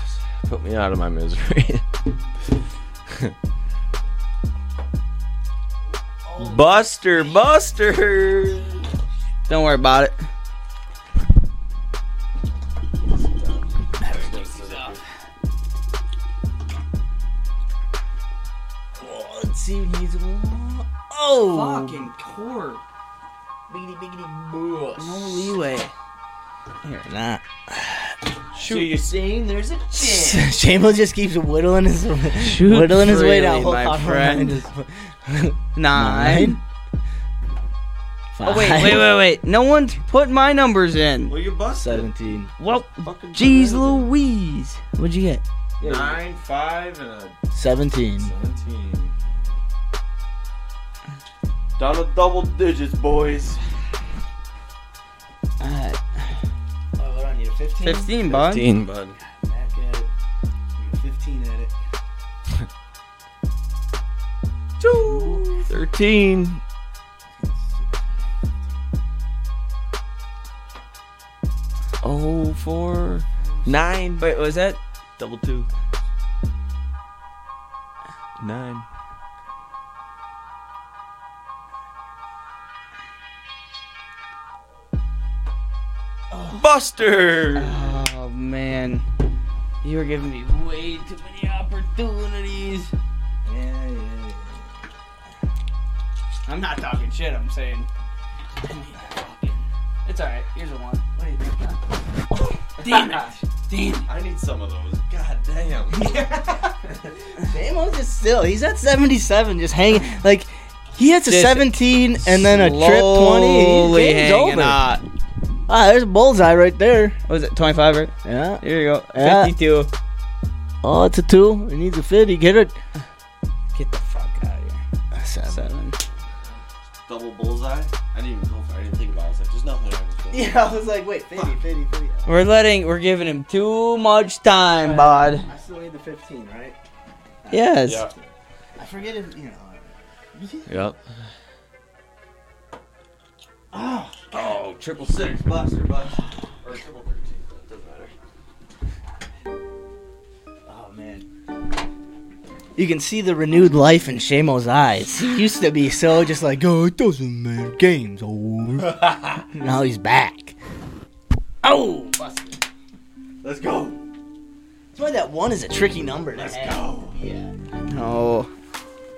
Put me out of my misery. Buster, Buster.
Don't worry about it.
Oh, let's see. He needs one. Oh, fucking core. Biggity biggity boosh.
No leeway.
Nah.
Shoot.
You're saying there's a chance.
Chamberlain just keeps whittling his
Shoot
whittling his way down.
freely, my
Hold on, hold on,
friend.
just-
Nine.
Five.
Oh wait, wait, wait, wait. No one's putting my numbers in.
Well, you busted.
Seventeen.
Well,
Fucking
jeez,
busted.
Louise. What'd you get?
Nine, five, and a
Seventeen.
seventeen. Down to double digits, boys.
Uh,
Oh, what do I need? A 15?
Fifteen, bud.
Dean, bud.
Back at it. Need a 15 at it.
Thirteen. Oh, four, nine. Wait, was that double two? Nine. Buster.
Oh man, you were giving me way too many opportunities.
Yeah, yeah, yeah.
I'm not talking shit. I'm saying. I need a fucking- It's all right. Here's a one.
What do you think? huh?
Damn it! Damn. it.
I need some of those. God damn.
Shamos just still. He's at seventy-seven, just hanging. Like he hits a
Just
seventeen and then a trip twenty.
Slowly
He- Game's
hanging
over.
on.
Ah, there's a bullseye right there.
What was it? 25, right?
Yeah.
Here you go.
Yeah.
52.
Oh, it's a two. It needs a fifty. Get it.
Get the fuck out of here.
Seven.
Seven.
double bullseye. I didn't even go for. it. I didn't think about it. I was like, there's nothing I was doing.
Yeah, I was like, wait, 50, 50, 50.
We're letting, we're giving him too much time, bud.
I still need the 15, right?
Yes.
Yeah.
I forget if, you know.
Yep.
Oh,
Oh, triple six, buster, buster, or triple thirteen. Doesn't matter.
oh man.
You can see the renewed life in Shamo's eyes. He used to be so just like, oh, it doesn't matter. Game's over. now he's back. Oh,
Let's go.
that's why that one is a tricky number. Let's
go. Yeah.
No.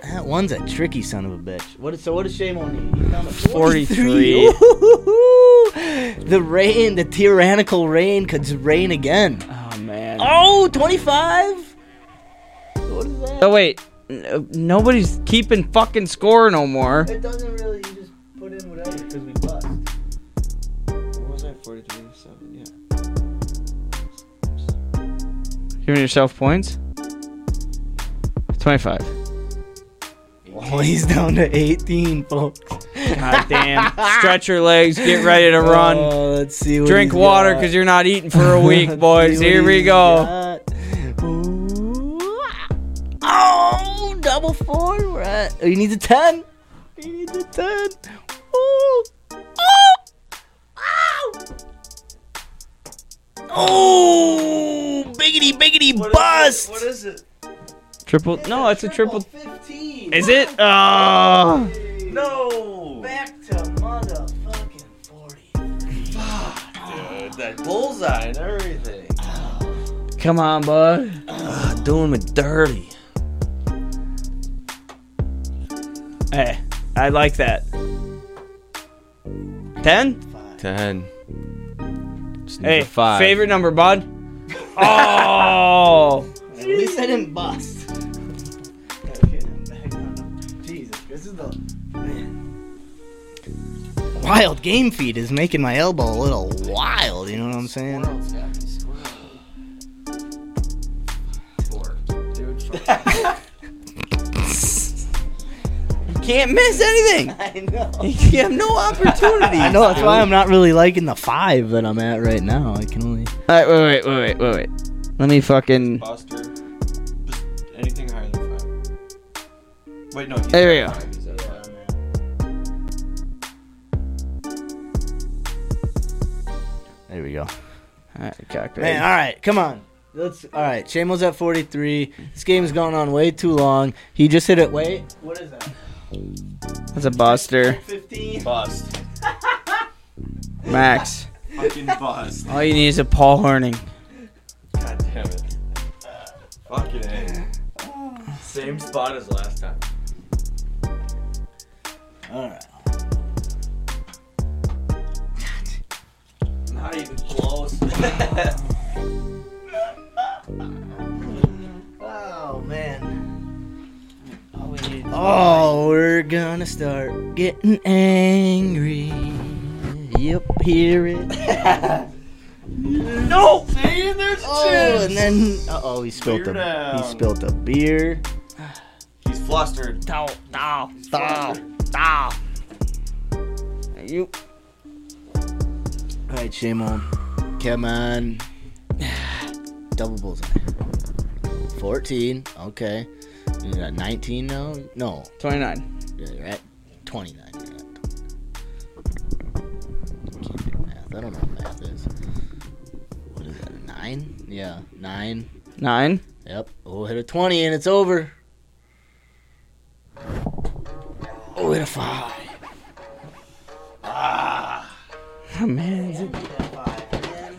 That one's a tricky son of a bitch. What? is- So what does Shamo need? He found a
43.
the rain, the tyrannical rain, could rain again.
Oh, man.
Oh, 25? What is that?
Oh, wait. N- Nobody's keeping fucking score no more.
It doesn't really, you just put in whatever because we bust.
What was I? Forty-three, seven. Yeah.
Giving yourself points? 25.
Oh, he's down to 18, folks.
God damn. Stretch your legs. Get ready to run.
Oh, let's see. What
Drink
he's
water
got.
because you're not eating for a week,
Let's
boys.
see what
Here we
he's
go.
got. Ooh. ah. Oh, double four. We're at. Oh, you need a 10. You need a 10. Ooh. Oh. Ow. Oh, biggity, biggity bust.
What is it?
Triple. No, it's a triple.
15.
Is it?
Uh,
Oh.
No.
Back to motherfucking 40.
Dude, that bullseye and everything.
Come on, bud.
Doing me dirty.
Hey, I like that. Ten?
Ten. Just need
Hey,
a five.
favorite number, bud? Oh!
At least I didn't bust. Okay, now back on. Jesus, this is the wild game feed is making my elbow a little wild. You know what I'm saying?
Squirrels got me squirrel. Four. Dude, fuck.
You can't miss anything.
I know.
You have no opportunity.
I know that's why I'm not really liking the five that I'm at right now. I can only.
All right, wait, wait, wait, wait, wait, wait. Let me fucking.
Buster. Just anything higher than five. Wait, no. He's
There we
at
go.
five, he's at five.
There we go.
All right, cockpit.
Man, all right, come on. Let's. All right, Shamo's at 43. This game's gone on way too long. He just hit it. Wait, what is that?
That's a buster.
15.
Bust.
Max.
Fucking bust.
All you need is a Paul Horning.
God damn it. Fucking A. Same spot as last time.
All right.
Not even close.
Oh man. Oh, we're gonna start getting angry. Yep, hear it.
no! See, there's a
Oh, and then uh oh, he spilled
Beer
a
down.
he spilled a beer.
He's flustered.
Dow, dow,
Stop.
dow. You.
All right, shame on. Come on. Double bullseye. Fourteen. Okay. You're at nineteen now. No,
29.
you're at twenty-nine. You're at 29. Can't do math. I don't know what math is. What is that? a Nine? Yeah, nine.
9.
Yep. Oh, hit a twenty and it's over. Oh, hit a five.
Oh, man, it's a,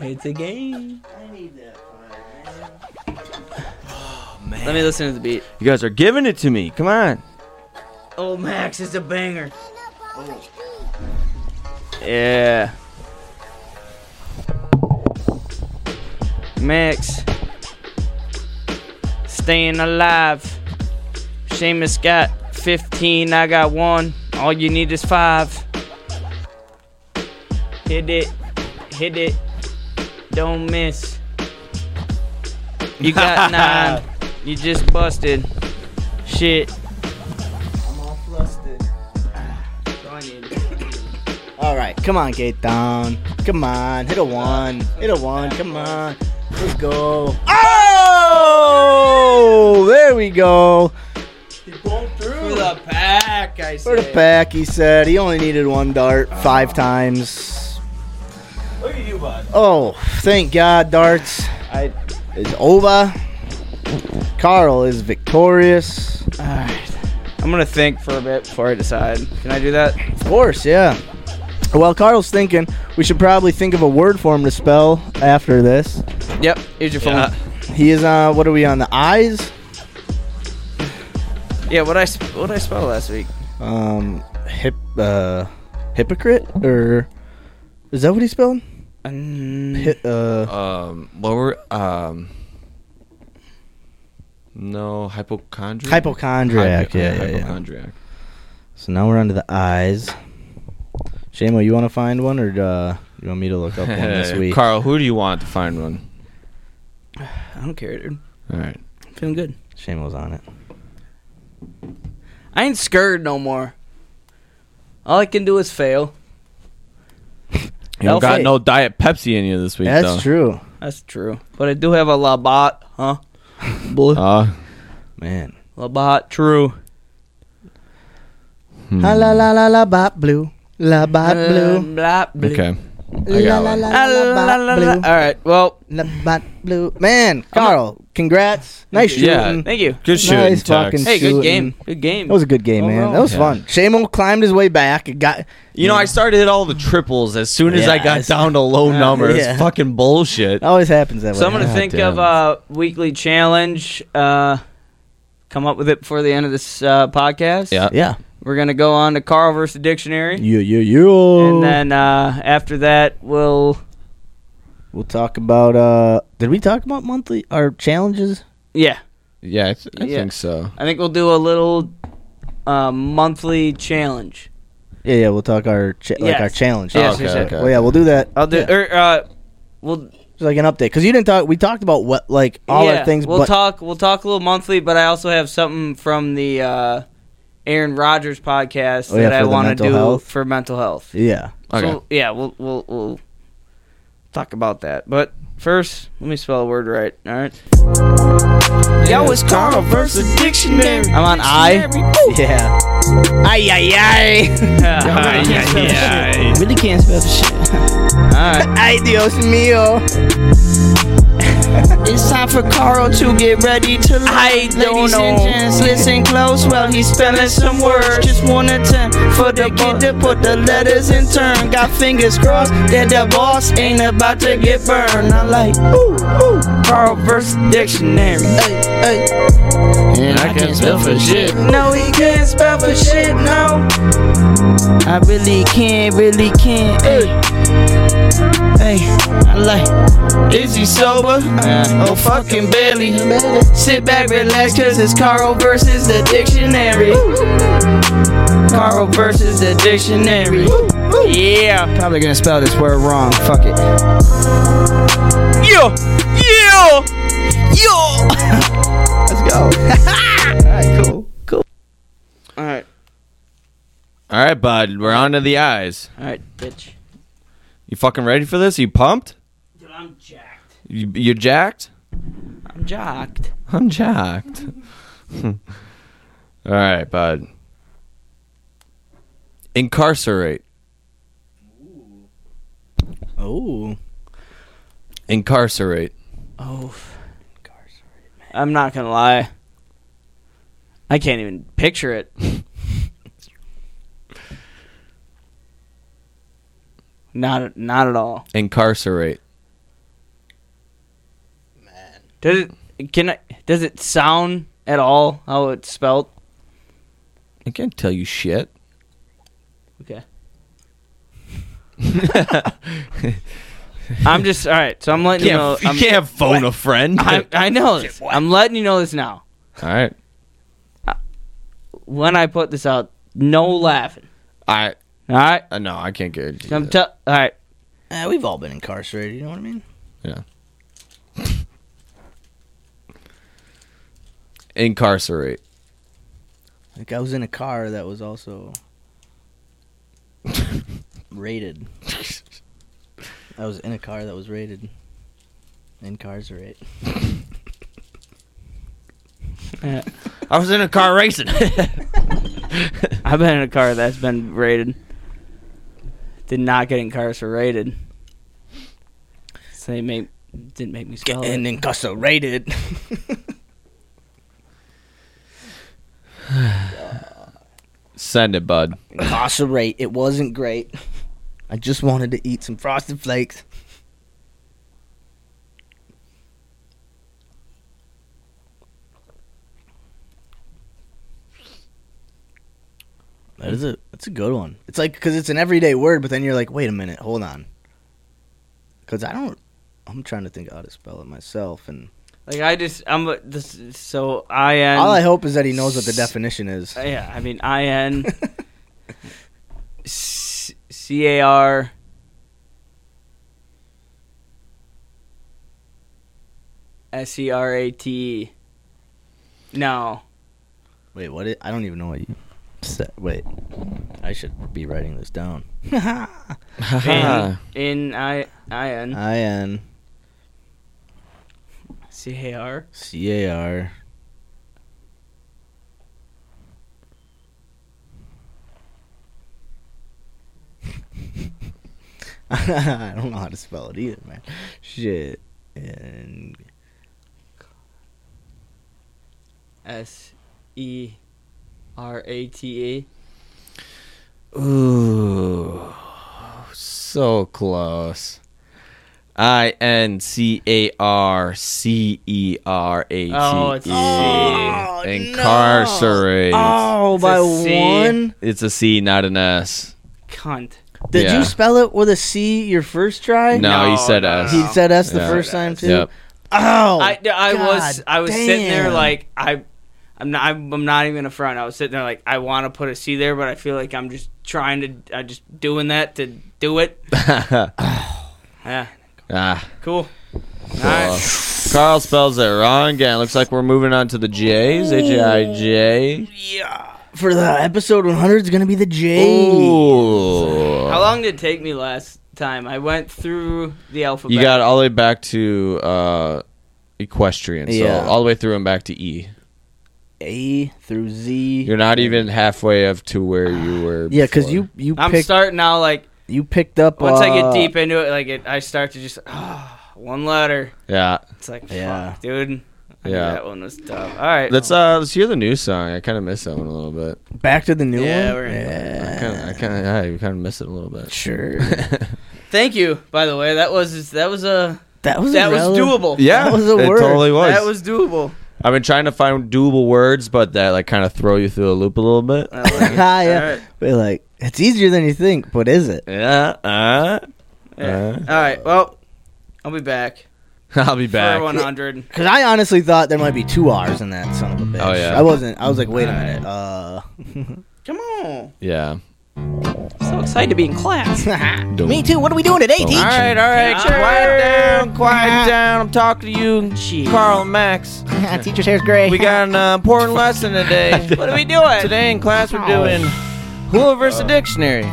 it's a game. Let me listen to the beat.
You guys are giving it to me. Come on.
Oh, Max, it's a banger. Yeah. Max. Staying alive. Seamus got 15, I got one. All you need is five. Hit it. Hit it. Don't miss. You got nine. You just busted. Shit.
All right, come on, get down. Come on, hit a one. Hit a one. Come on, let's go. Oh, there we go.
Through the pack, I
For the pack, he said he only needed one dart five times.
Look at you, bud.
Oh, thank God, darts
I,
is over. Carl is victorious.
alright. I'm gonna think for a bit before I decide. Can I do that?
Of course, yeah. Well, Carl's thinking we should probably think of a word for him to spell after this.
Yep. Here's your phone. Yeah.
He is on. What are we on? The eyes.
what I sp- what I spell last week?
um hip uh hypocrite or is that what he spelled?
Um,
Hit uh
Um, what were um. No hypochondriac.
hypochondriac.
Hypo-
yeah, yeah, yeah.
hypochondriac.
So now we're onto the eyes. Shamo, you want to find one or uh, you want me to look up one this week?
Carl, who do you want to find one?
I don't care, dude.
All right.
I'm feeling good.
Shamo's on it.
I ain't scared no more. All I can do is fail.
You don't
Elf
got
eight.
no diet Pepsi in you this week.
That's
though.
true,
That's true. But I do have a Labat, huh?
Uh,
man.
Labat, true.
hmm.
Ha la la la la bop blue, la bop
Uh,
blue,
Blah, blah.
Okay. I
la
got
la la
one.
Ah,
la bop blue,
All right. Well,
la bop blue. Man, Carl, congrats! Nice shooting.
Yeah.
thank you.
Good shooting,
Nice
Tex.
fucking
Hey,
Shooting.
good game. Good game.
That was a good game, man.
Overall.
That was
Yeah.
fun. Shamo climbed his way back. and Got
You know, I started at all the triples as soon as I got
Yes.
down to low numbers.
yeah.
Fucking bullshit.
It always happens that way.
So I'm gonna
God
think of
damn.
a weekly challenge. Uh, come up with it before the end of this uh, podcast.
Yeah.
Yeah.
We're gonna go on to Carl versus Dictionary,
Yeah, yeah, yeah.
and then uh, after that we'll
we'll talk about. uh Did we talk about monthly our challenges?
yeah.
Yeah, I, th- I
Yeah.
think so.
I think we'll do a little uh, monthly challenge.
Yeah, yeah. We'll talk our cha- like
Yes.
our challenge.
Yes,
okay.
yes, yes.
Well, yeah, we'll do that.
I'll do
Yeah.
or uh, we'll
Just like an update because you didn't talk. We talked about what like all
yeah,
our things.
We'll
but
talk. We'll talk a little monthly, but I also have something from the uh, Aaron Rodgers podcast
Oh, yeah,
that
for
I
the
want to
mental
do
health?
for mental health.
yeah,
Okay.
So, yeah, we'll we'll we'll talk about that. But first, let me spell a word right. All right. Yo, it's Carl versus dictionary. I'm on I.
yeah.
Ay ay ay.
Really can't spell the shit.
All right.
Ay, Dios mío.
It's time for Carl to get ready to light.
don't
Ladies and
know.
gents, listen close while he's spelling some words. Just one attempt for the kid to put the letters in turn. Got fingers crossed that the boss ain't about to get burned. I like, ooh, ooh, Carl versus dictionary. Hey, hey.
And I can't spell for shit.
No, he can't spell for shit, no. I really can't, really can't. Hey, hey, I like. Is he sober?
Uh,
Oh, fucking barely. Sit back, relax, cause it's Carl versus the dictionary. Carl versus the dictionary. Yeah. Probably gonna spell this word wrong. Fuck it. Yo! Yo! Yo! Let's go. Alright, cool. Cool.
All right.
All right, bud. We're on to the eyes.
All right, bitch.
You fucking ready for this? You pumped?
Dude, I'm jacked.
You, you're jacked?
I'm jacked.
I'm jacked. All right, bud. Incarcerate.
Oh,
Incarcerate.
Oh. I'm not gonna lie. I can't even picture it. not not at all.
Incarcerate.
Does it can I does it sound at all how it's spelt?
I can't tell you shit.
Okay. I'm just all right, so I'm letting you know
Can't, you
I'm,
can't phone a friend.
I, I know this. I'm letting you know this now. Uh,
All right.
When I put this out, no laughing.
I
All right?
uh, no, I can't get it.
I'm t- all right.
Eh, we've all been incarcerated. You know what I mean?
Incarcerate.
Like I was in a car that was also rated. I was in a car that was rated. Incarcerate.
I was in a car racing.
I've been in a car that's been raided. Did not get incarcerated. So they make didn't make me spell it.
incarcerated.
Send it, bud.
Incarcerate. It wasn't great. I just wanted to eat some frosted flakes. That is a that's a good one. It's like because it's an everyday word, but then you're like, wait a minute, hold on, because I don't. I'm trying to think how to spell it myself, and
Like I just I'm a- this is- so I N.
all I hope is that he knows what the definition is.
yeah, I mean I N C C A R. S E R A T E. No.
Wait, what? It, I don't even know what you said. Wait, I should be writing this down.
In, in I I
Uh.
N
I N
C A R.
C A R. I don't know how to spell it either, man. Shit. And
S E R A T E.
Ooh, so close. I N C A R C E R A T E.
Oh, it's- Oh,
Incarcerate.
Oh, by
a C.
one.
It's a C, not an S.
Cunt.
Did
Yeah.
you spell it with a C your first try?
No, he said
no,
S.
He said S the
Yeah.
first time too.
Yep.
Oh,
I, I was
God
I was sitting there
damn.
like I I'm not I'm, I'm not even a front. I was sitting there like I want to put a C there, but I feel like I'm just trying to I just doing that to do it. Yeah,
ah,
cool.
well. Carl spells it wrong again. Looks like we're moving on to the J's. H I J.
for the episode 100 is gonna be the J.
Ooh.
How long did it take me last time? I went through the alphabet.
You got all the way back to uh, equestrian.
Yeah.
So all the way through and back to E.
A through Z.
You're not even halfway up to where you were.
yeah, because
before.
you you
I'm
picked
starting now. Like
you picked up
once I get
uh,
deep into it, like it, I start to just oh, one letter.
Yeah.
It's like
Yeah.
fuck, dude. I knew
Yeah.
that one was tough. All right,
Let's uh let's hear the new song. I kind of miss that one a little bit.
back to the new
Yeah,
one.
we're in-
I kind of I kind of yeah, you kind of miss it a little bit.
sure.
Thank you. By the way, that was that was a
That was
that was
irrelevant.
doable.
yeah,
That was a
it
word.
totally was.
That was doable.
I've been trying to find doable words, but that like kind of throw you through a loop a little bit.
I like it.
Ah, yeah.
All right.
We're like it's easier than you think, but is it?
Yeah. Uh,
Yeah. All right. Well, I'll be back,
I'll be
for
back.
100.
Because I honestly thought there might be two R's in that son of a bitch.
Oh, yeah.
I wasn't. I was like, wait a minute. Uh,
Come on.
Yeah.
So excited to be in class.
me too. What are we doing today, teacher?
right, all right.
Sure.
Quiet down, quiet down. I'm talking to you, Carl and Max.
Teacher's hair's gray.
We got an uh, important lesson today. what are we doing? Oh. Uh, Today in class, we're doing Hoover versus Dictionary.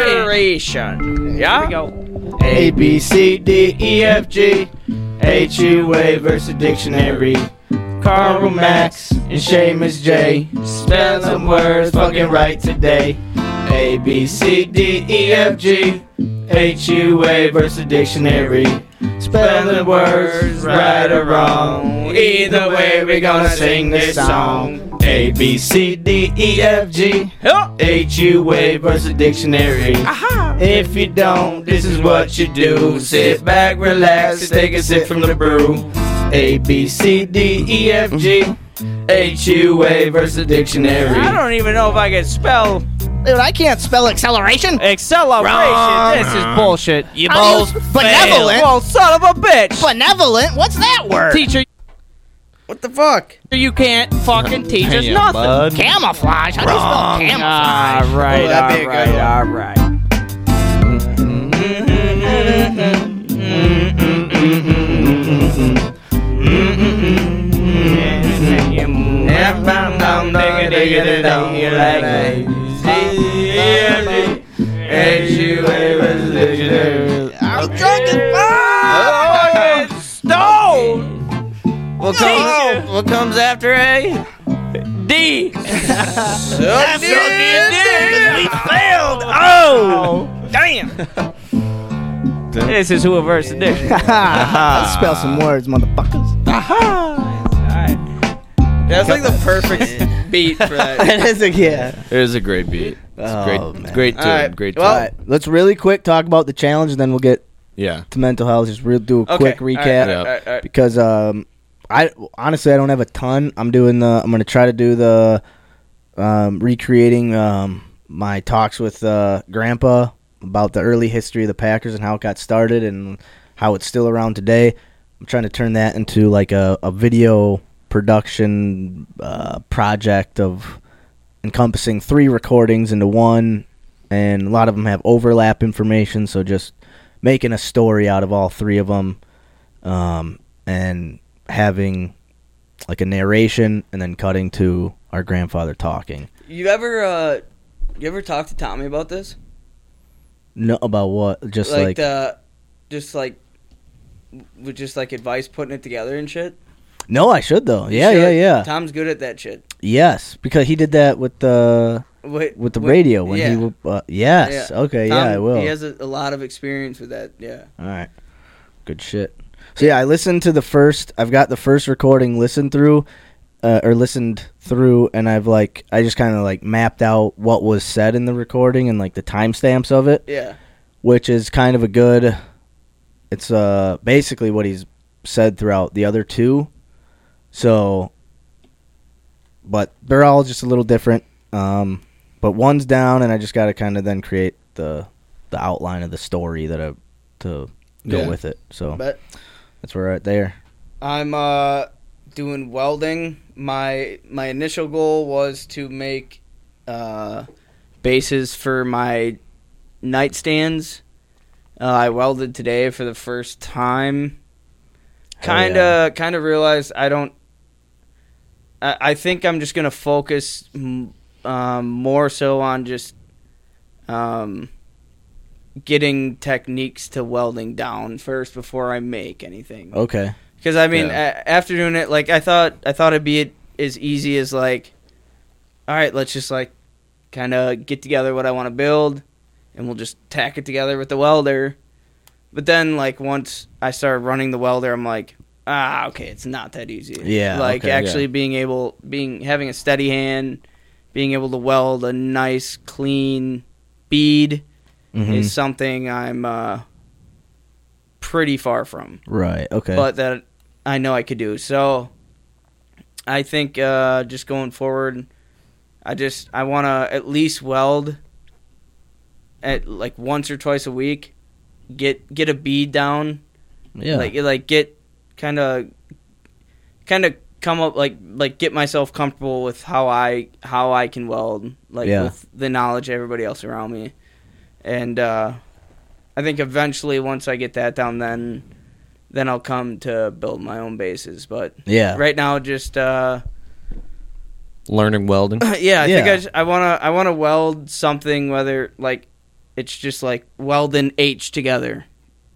Incarceration. Yeah. Here we go.
A B C D E F G H U A versus dictionary. Carl Max and Seamus J. Spell some words fucking right today. A B C D E F G H U A versus dictionary. Spell the words right or wrong. Either way, we're gonna sing this song. A B C D E F G H U A versus dictionary. If you don't, this is what you do. Sit back, relax, take a sip from the brew. A B C D E F G H U A versus
I
dictionary.
don't even know if I can spell
Dude, I can't spell acceleration.
acceleration. This is bullshit. You
How do you- benevolent.
Well, son of a bitch.
Benevolent? What's that word?
Teacher,
What the fuck?
you can't fucking teach us
Damn,
nothing.
bud.
Camouflage. How do you spell camouflage?
All right,
that'd
all
be a good
right, all right.
I'm drunk as
What comes, what comes after A?
D.
failed. Oh, damn.
This is who a verse addiction. All
Let's spell some words, motherfuckers.
right. That's like the perfect beat for that.
that is a yeah.
It is a great beat. It's
Oh,
great,
man.
great tune.
All right,
Great tune.
well-
All right, let's really quick talk about the challenge, and then we'll get
yeah.
to mental health. Just real do a
Okay,
quick
all right,
recap
all right, all right.
because um, I honestly I don't have a ton. I'm doing the. I'm gonna try to do the um, recreating um, my talks with uh, Grandpa about the early history of the Packers and how it got started and how it's still around today. I'm trying to turn that into like a, a video production uh, project of encompassing three recordings into one, and a lot of them have overlap information. So just making a story out of all three of them, um, and having like a narration, and then cutting to our grandfather talking.
You ever, uh, you ever talk to Tommy about this?
No, about what? Just
like,
like,
the, just like, with just like advice putting it together and shit.
no, I should though.
You
Yeah,
should.
yeah, yeah.
Tom's good at that shit.
yes, because he did that with the
With,
with the radio when he.
yeah.
w- Uh, yes. Okay.
Tom,
yeah, I will.
He has a, a lot of experience with that. Yeah.
All right. Good shit. So yeah, I listened to the first. I've got the first recording listened through, uh, or listened through, and I've like I just kind of like mapped out what was said in the recording and like the timestamps of it,
Yeah.
which is kind of a good It's uh basically what he's said throughout the other two. So, but they're all just a little different. Um, but one's down, and I just got to kind of then create the the outline of the story that I to go
Yeah.
with it. So
But
that's where we're at there.
I'm uh, doing welding. My my initial goal was to make uh, bases for my nightstands. Uh, I welded today for the first time.
Hell
Kind
yeah.
of kind of realized I don't. I, I think I'm just gonna focus m- um, more so on just um, getting techniques to welding down first before I make anything.
Okay.
Because I mean,
Yeah.
a- after doing it, like I thought, I thought it'd be it- as easy as like, all right, let's just like kind of get together what I want to build, and we'll just tack it together with the welder. But then, like once I started running the welder, I'm like, ah, okay, it's not that easy.
Yeah,
like
okay, yeah.
actually being able, being having a steady hand, being able to weld a nice clean bead
Mhm.
is something I'm uh, pretty far from
Right. Okay.
but that I know I could do. So I think uh, just going forward, I just I want to at least weld at like once or twice a week. Get get a bead down.
yeah.
Like like get kind of kind of come up like like get myself comfortable with how I how I can weld like
Yeah.
with the knowledge of everybody else around me. And uh I think eventually once I get that down then then I'll come to build my own bases, but
yeah.
right now just uh
Learning welding.
yeah, I think
Yeah.
I, just, I wanna I wanna weld something whether like it's just like weld an H together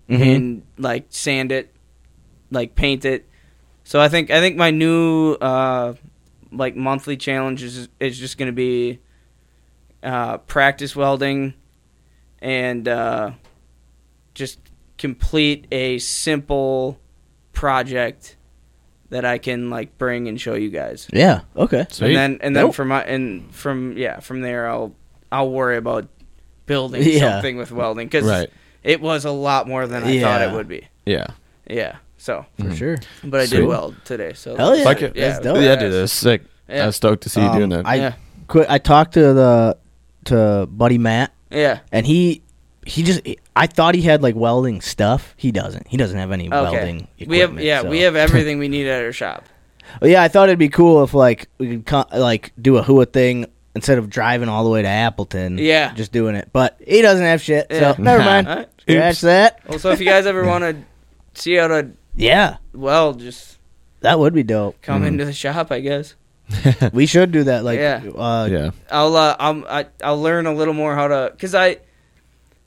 Mhm.
and like sand it, like paint it. So I think I think my new uh, like monthly challenge is is just going to be uh, practice welding and uh, just complete a simple project that I can like bring and show you guys.
Yeah. Okay.
Sweet.
And then and then
Nope.
from my and from yeah from there I'll I'll worry about building
Yeah.
something with welding because
Right.
it was a lot more than I thought
Yeah.
it would be.
Yeah.
Yeah. So,
For sure.
but I
Sweet.
did weld today. So
Hell yeah.
Fuck it.
That's dope.
Yeah, dude, that's sick.
Yeah.
I was stoked to see
Um,
you doing that.
I
Yeah.
quit. I talked to the to buddy Matt,
Yeah.
and he he just I thought he had like welding stuff. He doesn't. He doesn't have any welding.
Okay. We have
equipment,
yeah
so.
we have everything we need at our shop.
Well, yeah, I thought it'd be cool if like we could co- like do a Hua thing instead of driving all the way to Appleton.
Yeah.
just doing it. But he doesn't have shit,
Yeah.
so never mind.
All right.
Scratch that.
Also, if you guys ever want to see how to
Yeah,
weld, just
that would be dope.
come
Mhm.
into the shop. I guess
We should do that. Like,
Yeah.
uh,
yeah.
I'll uh, I'm, I I'll learn a little more how to because I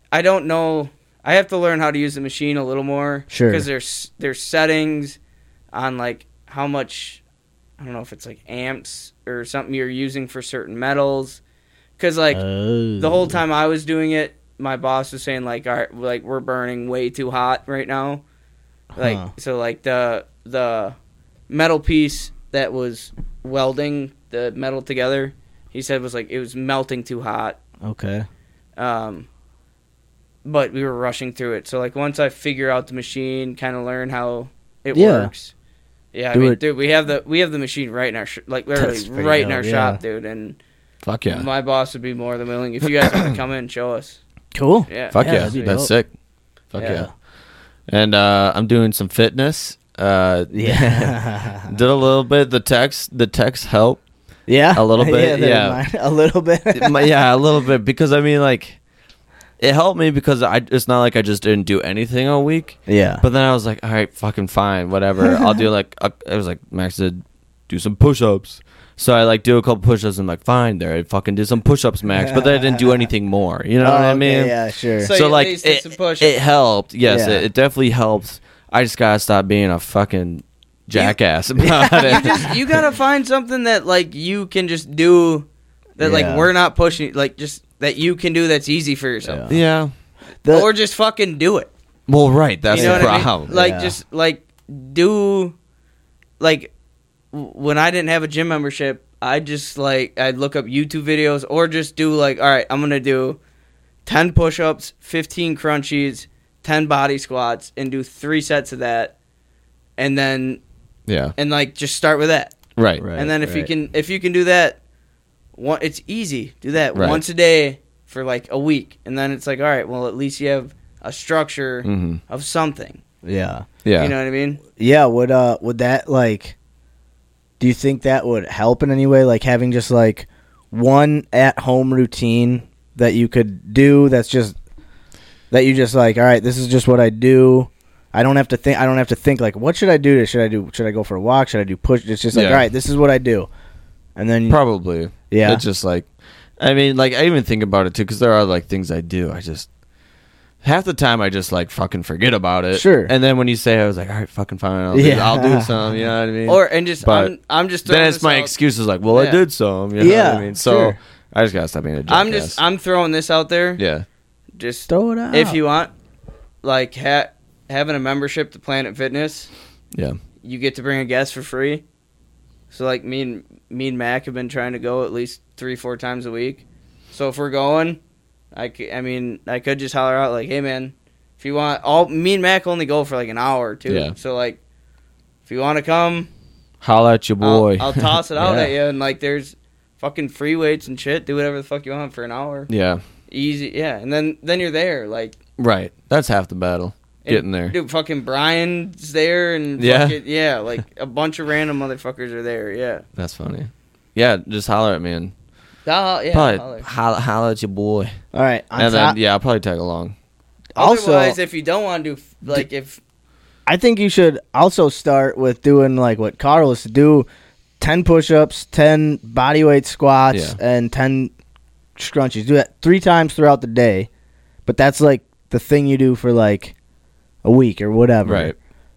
I don't know. I have to learn how to use the machine a little more.
Sure.
Because there's there's settings on like how much I don't know if it's like amps or something you're using for certain metals. Because like
oh.
the whole time I was doing it, my boss was saying like, "All right, like we're burning way too hot right now." Like
Huh.
so, like the the metal piece that was welding the metal together, he said was like it was melting too hot.
Okay.
Um, but we were rushing through it. So like once I figure out the machine, kind of learn how it
Yeah.
works. Yeah,
Do
I mean,
it.
dude, we have the we have the machine right in our sh- like
That's
literally
pretty
right in
dope,
our
yeah.
shop, dude. And
Fuck yeah.
my boss would be more than willing if you guys want to come in and show us.
Cool.
Yeah.
Fuck
Yeah,
yeah.
that'd be
That's
dope.
sick. Fuck yeah.
Yeah.
And uh, I'm doing some fitness. Uh,
Yeah.
did a little bit. The text, the text help.
yeah.
A little bit,
never
yeah.
mind. A little bit.
My- yeah, a little bit because I mean, like, it helped me because I. It's not like I just didn't do anything all week.
yeah.
But then I was like, all right, fucking fine, whatever. I'll do like a, I was like Max said, do some push-ups. So I like do a couple push-ups. I'm like, fine, there, I fucking did some push-ups, Max. But then I didn't do anything more. You know
Oh,
what I
okay,
mean?
Yeah. Sure.
So-
so,
you at
like
least did
it,
some push-ups.
it helped. Yes,
Yeah.
it, it definitely helped. I just gotta stop being a fucking jackass about
you
it.
just you gotta find something that like you can just do that
Yeah.
like we're not pushing like just that you can do that's easy for yourself
yeah.
The-
or just fucking do it
Well, right. That's
you know
the
what I
problem.
mean? like
Yeah.
just like do like w- when i didn't have a gym membership i just like i'd look up youtube videos or just do like all right i'm gonna do 10 push-ups 15 crunchies ten body squats and do three sets of that, and then
Yeah.
and like just start with that.
Right.
Right.
and then if you
right.
can if you can do that, one it's easy. Do that
Right.
once a day for like a week, and then it's like all right, well at least you have a structure
Mm-hmm.
of something.
Yeah.
Yeah.
You know what I mean?
Yeah, would uh would that like do you think that would help in any way like having just like one at home routine that you could do that's just that you just like all right this is just what I do I don't have to think I don't have to think like what should I do should I do should I go for a walk should I do push it's just like
Yeah.
all right this is what I do and then
Probably.
yeah
It's just like, I mean, like I even think about it too because there are like things I do. I just half the time I just like fucking forget about it.
Sure.
And then when you say, I was like, all right, fucking fine. I'll, do,
Yeah.
I'll do some. You know what I mean?
Or and just
But
I'm, I'm just throwing
then it's
this
my
out-
excuses like, well, I
Yeah.
did some. You know yeah.
Yeah,
What I mean, so
sure.
I just gotta stop being a jackass.
I'm just I'm throwing this out there.
yeah.
Just
throw it out
Oh.
if you want, like ha- having a membership to Planet Fitness,
Yeah.
you get to bring a guest for free. So like me and me and Mac have been trying to go at least three four times a week. So if we're going, I, c- I mean I could just holler out like, hey man, if you want, all me and Mac only go for like an hour or two.
Yeah.
So like, if you want to come,
Holla at your
I'll-
boy.
I'll, toss it out
Yeah.
at you and like there's fucking free weights and shit. Do whatever the fuck you want for an hour.
Yeah.
Easy, yeah. And then then you're there like.
Right. That's half the battle.
And,
Getting there.
Dude, fucking Brian's there and
Yeah.
fucking, yeah, like a bunch of random motherfuckers are there, yeah.
That's funny. Yeah. Just holler at me and
I'll- yeah,
probably
I'll-
holla, holla at your boy.
all right on
and
top-
then yeah, I'll probably tag along.
also
Otherwise, if you don't want to do, f- like, if
I think you should also start with doing like what Carl is to do 10 push ups, 10 bodyweight squats,
Yeah.
and 10 scrunchies. Do that three times throughout the day, but that's like the thing you do for like a week or whatever.
Right.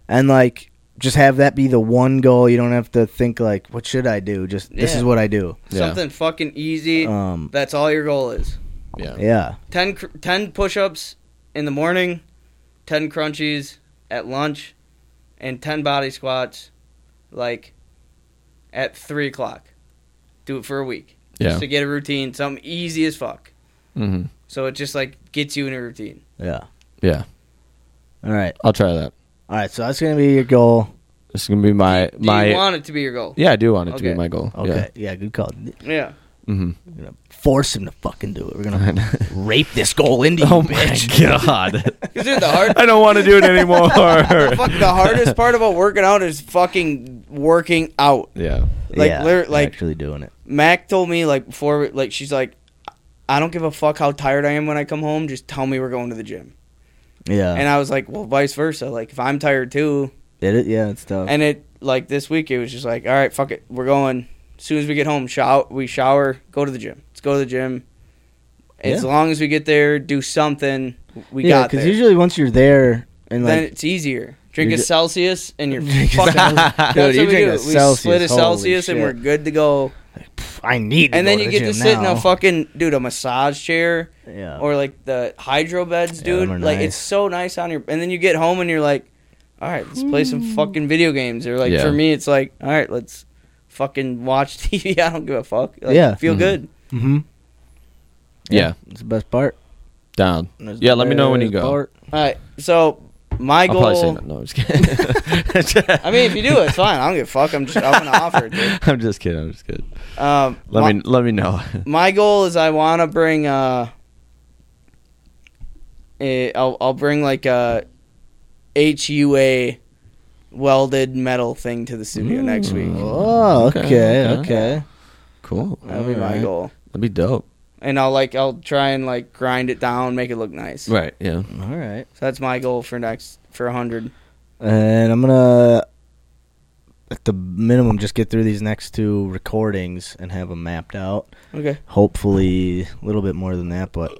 And like just have that be the one goal. You don't have to think like, what should I do? Just this
Yeah.
is what I do.
Yeah.
something fucking easy,
Um,
that's all your goal is.
Yeah.
yeah.
10, cr- 10 push-ups in the morning, 10 crunchies at lunch, and 10 body squats, like, at 3 o'clock. Do it for a week.
Yeah.
Just to get a routine, something easy as fuck.
Mm-hmm.
So it just, like, gets you in a routine.
Yeah.
Yeah.
All right.
I'll try that.
All right. So that's going to be your goal.
It's gonna be my
Do
my.
you want it to be your goal?
yeah, I do want it to be
Okay.
my goal.
Okay. Yeah. good call.
Yeah.
Yeah. hmm
Force him to fucking do it. We're going to rape this goal into
Oh
you, bitch.
God,
Because dude, the hard
I don't want to do it anymore.
fuck, the hardest part about working out is fucking working out.
yeah.
Like, liter- like-
actually doing it.
Mac told me like before, like she's like, I don't give a fuck how tired I am when I come home. Just tell me we're going to the gym.
Yeah,
And I was like, well, vice versa. Like if I'm tired too,
did it? Yeah, it's tough.
and it like this week it was just like, all right, fuck it, we're going. As soon as we get home, shower, we shower, go to the gym. Let's go to the gym. As
Yeah.
long as we get there, do something. We
yeah,
got there.
usually once you're there and
then
like
it's easier. Drink
You're
a
ju-
Celsius and you're
Drink a
fucking.
Celsius.
That's
Dude,
what
you
we
drink
do.
a
We split a
Celsius, holy
Celsius and
shit.
we're good to go.
"Pff, I need, to
And
go
then
to
you
the
get to
gym
sit in
now.
a fucking dude a massage chair
yeah,
or like the hydro beds,
Yeah, them
dude.
are
like
nice.
it's so nice on your. And then you get home and you're like, all right, let's play
Hmm.
some fucking video games. Or like
Yeah.
for me, it's like, all right, let's fucking watch TV. I don't give a fuck. Like,
Yeah.
feel
Mhm.
good.
mm-hmm.
Yeah.
it's the best part.
Down.
It's
Yeah,
the
let me know when you
best
go.
part.
All right, so my
I'll probably say
goal.
no. No, I'm just kidding.
I mean, if you do it, it's fine. I don't give a fuck. I'm just I'm gonna offer it. Dude.
I'm just kidding. I'm just kidding.
Um,
Let
my-
me let me know.
my goal is I want to bring uh, a, I'll I'll bring like a HUA welded metal thing to the studio next week.
Mm.
Oh, okay, okay.
Okay, cool.
That'll be my
Alright.
goal,
That'd be dope.
and I'll like I'll try and like grind it down, make it look nice.
Right. Yeah.
All right,
So that's my goal for next for hundred.
and I'm gonna at the minimum just get through these next two recordings and have them mapped out.
Okay.
Hopefully, a little bit more than that, but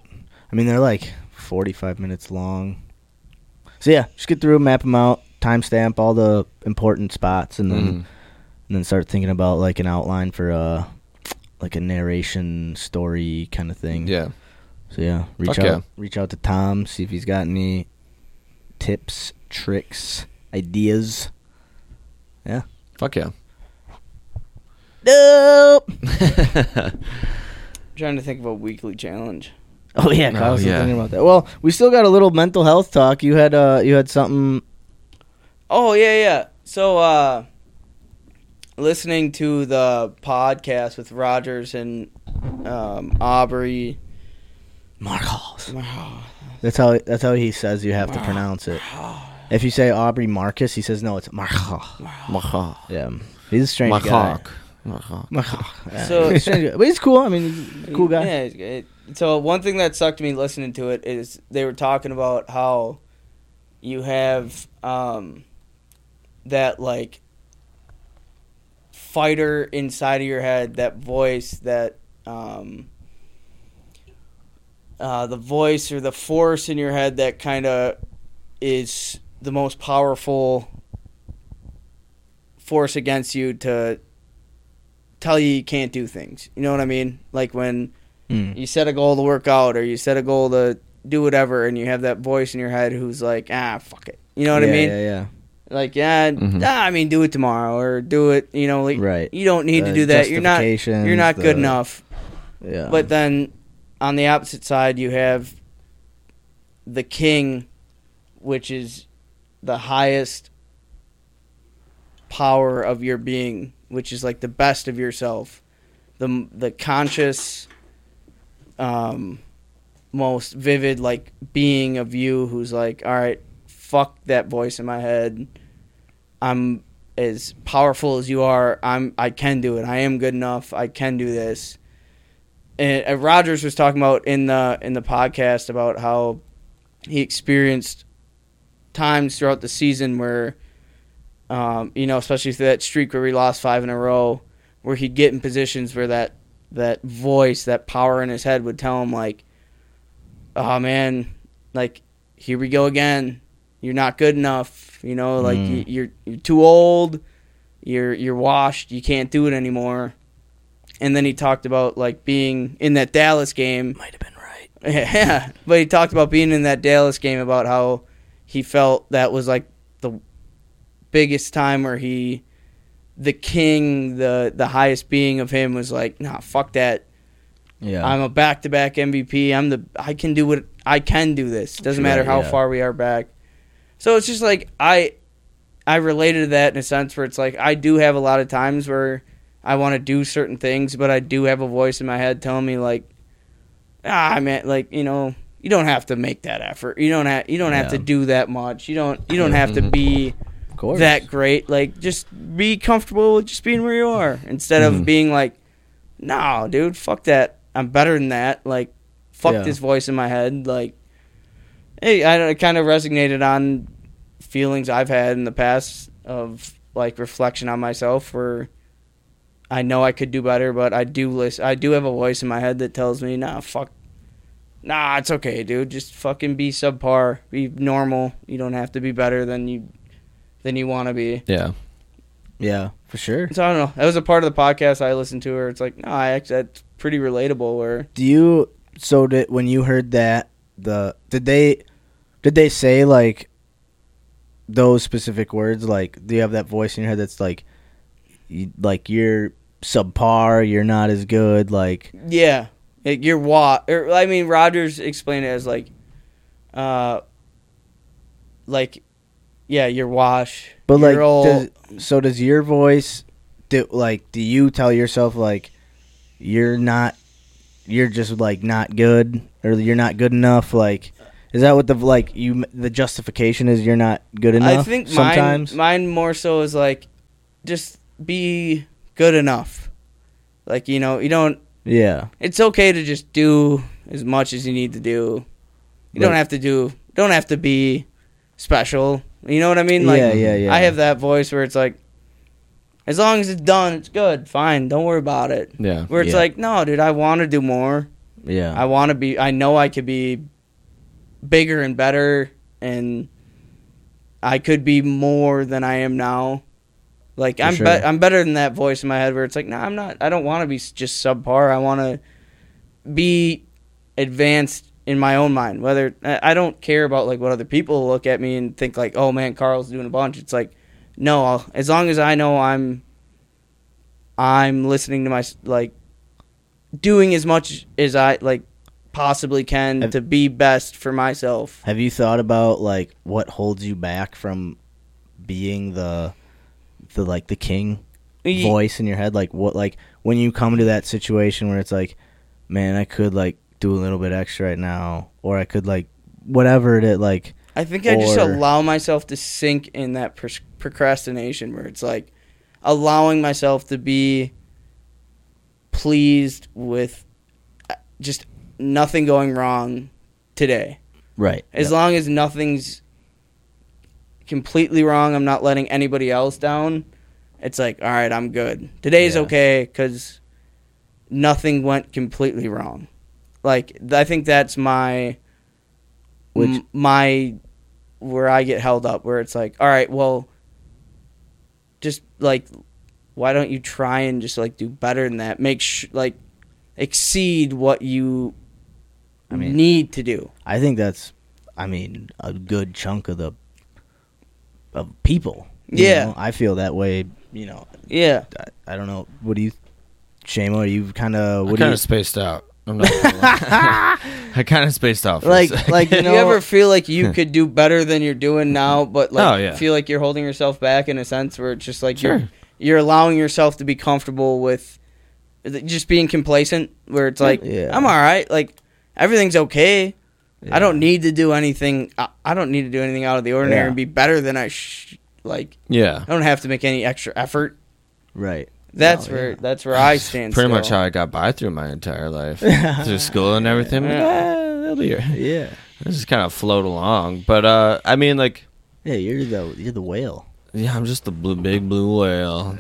I mean they're like 45 minutes long. So yeah, just get through, map them out, timestamp all the important spots, and then
Mhm.
and then start thinking about like an outline for uh like a narration story kind of thing.
Yeah.
So yeah, reach
Fuck
out,
yeah.
reach out to Tom, see if he's got any tips, tricks, ideas.
Fuck yeah.
Nope.
trying to think of a weekly challenge.
Oh yeah, Kyle
Oh,
was
yeah.
thinking about that. Well, we still got a little mental health talk. You had uh, you had something.
Oh yeah, yeah. So uh listening to the podcast with Rogers and um Aubrey
Marcos. That's how that's how he says you have to pronounce it. If you say Aubrey Marcus, he says no, it's Marcos.
Macaw.
Yeah, he's a strange guy.
Macaw. Macaw.
Macaw. Yeah,
So-
he's a strange guy. but he's cool. I mean, he's a cool guy.
Yeah, he's great. So one thing that sucked me listening to it is they were talking about how you have um, that like fighter inside of your head, that voice, that um, uh, the voice or the force in your head that kind of is the most powerful force against you to tell you you can't do things. You know what I mean? Like when
Mm.
you set a goal to work out or you set a goal to do whatever and you have that voice in your head who's like, ah, fuck it. You know what I
Yeah,
mean?
Yeah, yeah.
Like, yeah,
Mhm.
ah, I mean, do it tomorrow or do it, you know, like,
Right.
you don't need
The
to do that. You're not,
justifications,
you're not good
the-
enough.
Yeah.
But then on the opposite side, you have the king, which is the highest power of your being, which is like the best of yourself, the the conscious, um, most vivid like being of you, who's like, all right, fuck that voice in my head. I'm as powerful as you are. I'm I can do it. I am good enough. I can do this and uh, Rogers was talking about in the in the podcast about how he experienced times throughout the season where, um, you know, especially through that streak where we lost five in a row, where he'd get in positions where that that voice, that power in his head would tell him like, "Oh man, like here we go again. You're not good enough. You know, like you, you're you're too old. You're you're washed. You can't do it anymore." And then he talked about like being in that Dallas game. Might have been right. Yeah, but he talked about being in that Dallas game about how he felt that was like the biggest time where he, the king, the the highest being of him was like, nah, fuck that.
yeah.
I'm a back to back MVP. I'm the I can do what I can do this. Doesn't matter
Right,
how
yeah.
far we are back. So it's just like I I related to that in a sense where it's like I do have a lot of times where I want to do certain things, but I do have a voice in my head telling me like ah man like you know you don't have to make that effort. You don't have you don't have
Yeah. Mm-hmm.
to do that much. You don't you don't have to be
of course.
that great. Like, just be comfortable with just being where you are instead
Mm-hmm.
of being like, no, dude, fuck that. I'm better than that. Like, fuck
Yeah.
this voice in my head. Like, hey, I, kind of resonated on feelings I've had in the past of like reflection on myself where I know I could do better, but I do listen. I do have a voice in my head that tells me, nah, fuck. Nah, it's okay, dude. Just fucking be subpar. Be normal. You don't have to be better than you than you want to be.
Yeah.
Yeah, for sure.
So I don't know. That was a part of the podcast I listened to where it's like, no, I actually that's pretty relatable. Where
Do you so did when you heard that the did they did they say like those specific words like do you have that voice in your head that's like you, like you're subpar, you're not as good like
yeah, it, you're wa. Or, I mean, Rogers explained it as like, uh, like, yeah, you're wash.
but like
you're all-
does, so does your voice do like do you tell yourself like you're not you're just like not good or you're not good enough like is that what the like you the justification is you're not good enough
I think
sometimes
mine, mine more so is like, just be good enough. Like you know, you don't.
yeah
It's okay to just do as much as you need to do. You don't
Right.
have to do. Don't have to be special. You know what I mean? Like,
Yeah, yeah, yeah.
I have that voice where it's like, as long as it's done, it's good. Fine, don't worry about it.
Yeah.
Where it's
Yeah. Uh-huh.
like, no, dude, I want to do more.
yeah
I want to be. I know I could be bigger and better, and I could be more than I am now. Like I'm,
sure.
be- I'm better than that voice in my head where it's like, no, I'm not. I don't want to be s- just subpar. I want to be advanced in my own mind. Whether I I don't care about like what other people look at me and think like, oh man, Carl's doing a bunch. It's like, no, I'll, as long as I know I'm, I'm listening to my s- like, doing as much as I like possibly can
Have-
to be best for myself.
Have you thought about like what holds you back from being the the like the king
Ye-
voice in your head? Like what like when you come to that situation where it's like, man, I could like do a little bit extra right now, or I could like whatever it is, like
I think I just
Or-
allow myself to sink in that pers- procrastination where it's like allowing myself to be pleased with uh, just nothing going wrong today.
right.
As long as nothing's completely wrong, I'm not letting anybody else down. It's like, all right, I'm good. Today's
Yeah.
okay because nothing went completely wrong. Like th- I think that's my,
Which-
m- my, where I get held up. Where it's like, all right, well, just like, why don't you try and just like do better than that? Make sh- like exceed what you
I mean-
need to do.
I think that's, I mean, a good chunk of the of people. you
Yeah.
know? I feel that way. You know,
Yeah.
I, I don't know. What do you, Shamo? Are you kind of what do
kind
you?
of spaced out. I'm not. gonna lie. I kind of spaced out. For a
like
second.
like you,
know-
ever feel like you could do better than you're doing now but like
Oh, yeah.
feel like you're holding yourself back in a sense where it's just like you're
Sure.
you're allowing yourself to be comfortable with th- just being complacent where it's like
Yeah.
i'm all right like everything's okay i don't need to do anything I, I don't need to do anything out of the ordinary
Yeah.
and be better than i sh- like
yeah.
i don't have to make any extra effort
Right.
that's
No,
where
yeah.
that's where i stand
Pretty much
still.
how I got by through my entire life, through school and everything.
Yeah.
Yeah, that'll be right.
Yeah.
I just kind of float along. But uh, I mean, like,
Yeah, you're the you're the whale.
yeah, I'm just the blue, big blue whale.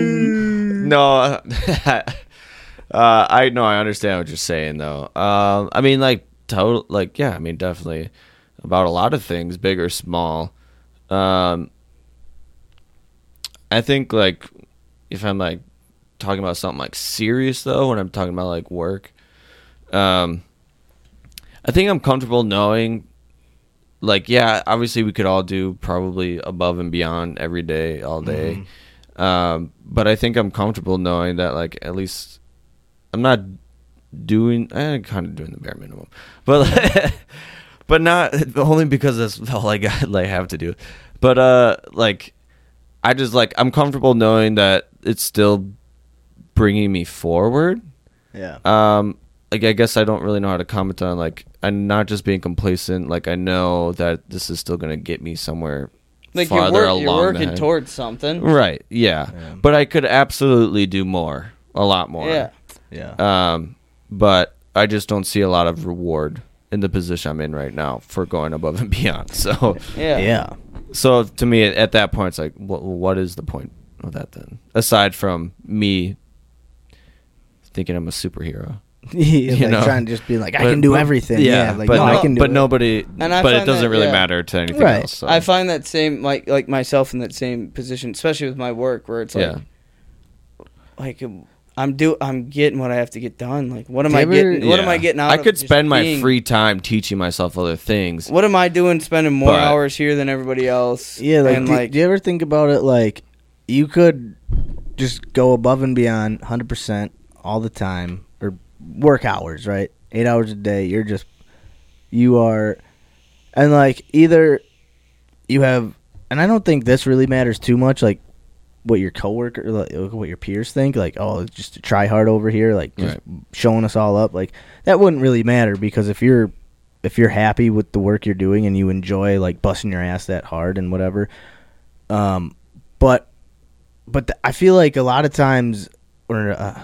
no, uh, I know I understand what you're saying though. Um, I mean, like total, like yeah, I mean definitely about a lot of things, big or small. Um, I think like if I'm like talking about something like serious though, when I'm talking about like work, um, I think I'm comfortable knowing like yeah obviously we could all do probably above and beyond every day all day um, but i think i'm comfortable knowing that like at least i'm not doing i'm kind of doing the bare minimum but like, but not only because that's all i got like have to do but uh like i just like i'm comfortable knowing that it's still bringing me forward
Yeah.
um like i guess i don't really know how to comment on like i'm not just being complacent like i know that this is still gonna get me somewhere
like you're,
farther
work,
along
you're working
than-
towards something
right yeah. but i could absolutely do more a lot more
yeah
yeah.
um but i just don't see a lot of reward in the position i'm in right now for going above and beyond so
yeah
yeah.
so to me at that point it's like what, what is the point of that then aside from me thinking i'm a superhero
Yeah,
You
like
know?
trying to just be like, I
But-
can do
but-
everything. Yeah, like
but
no,
no-
I can do
but
it.
nobody.
And I
but
find
it doesn't
that-
really
yeah.
matter to anything
Right.
else. so.
I find that same like like myself in that same position, especially with my work, where it's like,
yeah,
like um, I'm do I'm getting what I have to get done. Like, what am I
Do you ever-
getting? What am
Yeah.
I getting out?
I
of
could
just
spend my
being-
free time teaching myself other things.
What am I doing? Spending more
But-
hours here than everybody else?
Yeah, like,
and
do,
like
do you ever think about it like you could just go above and beyond 100% all the time or work hours, right? 8 hours a day, you're just you are and like either you have and I don't think this really matters too much like what your coworker like what your peers think like oh just a try hard over here like just showing us all up like that wouldn't really matter because if you're if you're happy with the work you're doing and you enjoy like busting your ass that hard and whatever um but but th- i feel like a lot of times or uh,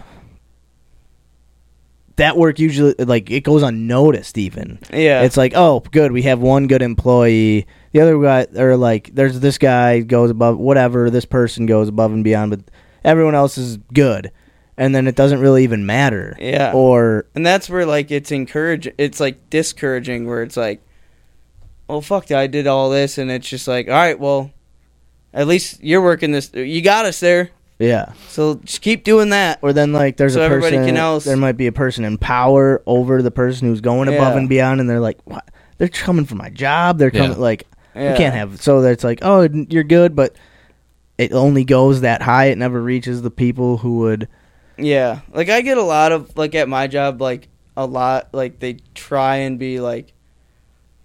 that work usually like it goes unnoticed even
yeah,
it's like, oh, good, we have one good employee. The other guy, or like, there's this guy goes above whatever. This person goes above and beyond, but everyone else is good, and then it doesn't really even matter.
Yeah.
Or
and that's where like it's encourage. It's like discouraging, where it's like, well, fuck, I did all this, and it's just like, all right, well, at least you're working this. You got us there,
yeah.
so just keep doing that.
Or then like, there's
So
a
everybody
person.
can else-
There might be a person in power over the person who's going above
Yeah.
and beyond, and they're like, what? They're coming for my job. They're
Yeah.
coming like
Yeah.
You can't have so that's like, oh, you're good, but it only goes that high. It never reaches the people who would
Yeah. Like I get a lot of like at my job like a lot like they try and be like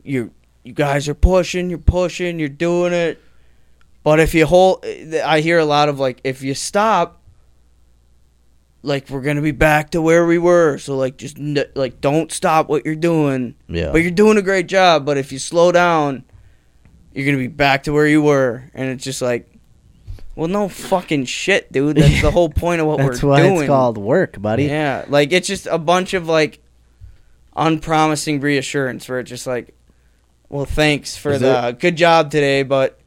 you you guys are pushing, you're pushing, you're doing it. But if you hold eh, I hear a lot of like if you stop like we're going to be back to where we were. So like just n- like don't stop what you're doing.
Yeah.
But you're doing a great job, but if you slow down you're going to be back to where you were and it's just like well, no fucking shit, dude. That's the whole point of what
That's
we're
why
doing.
it's called work, buddy.
Yeah, like it's just a bunch of like unpromising reassurance where it's just like, well, thanks for
Is
the good job today, but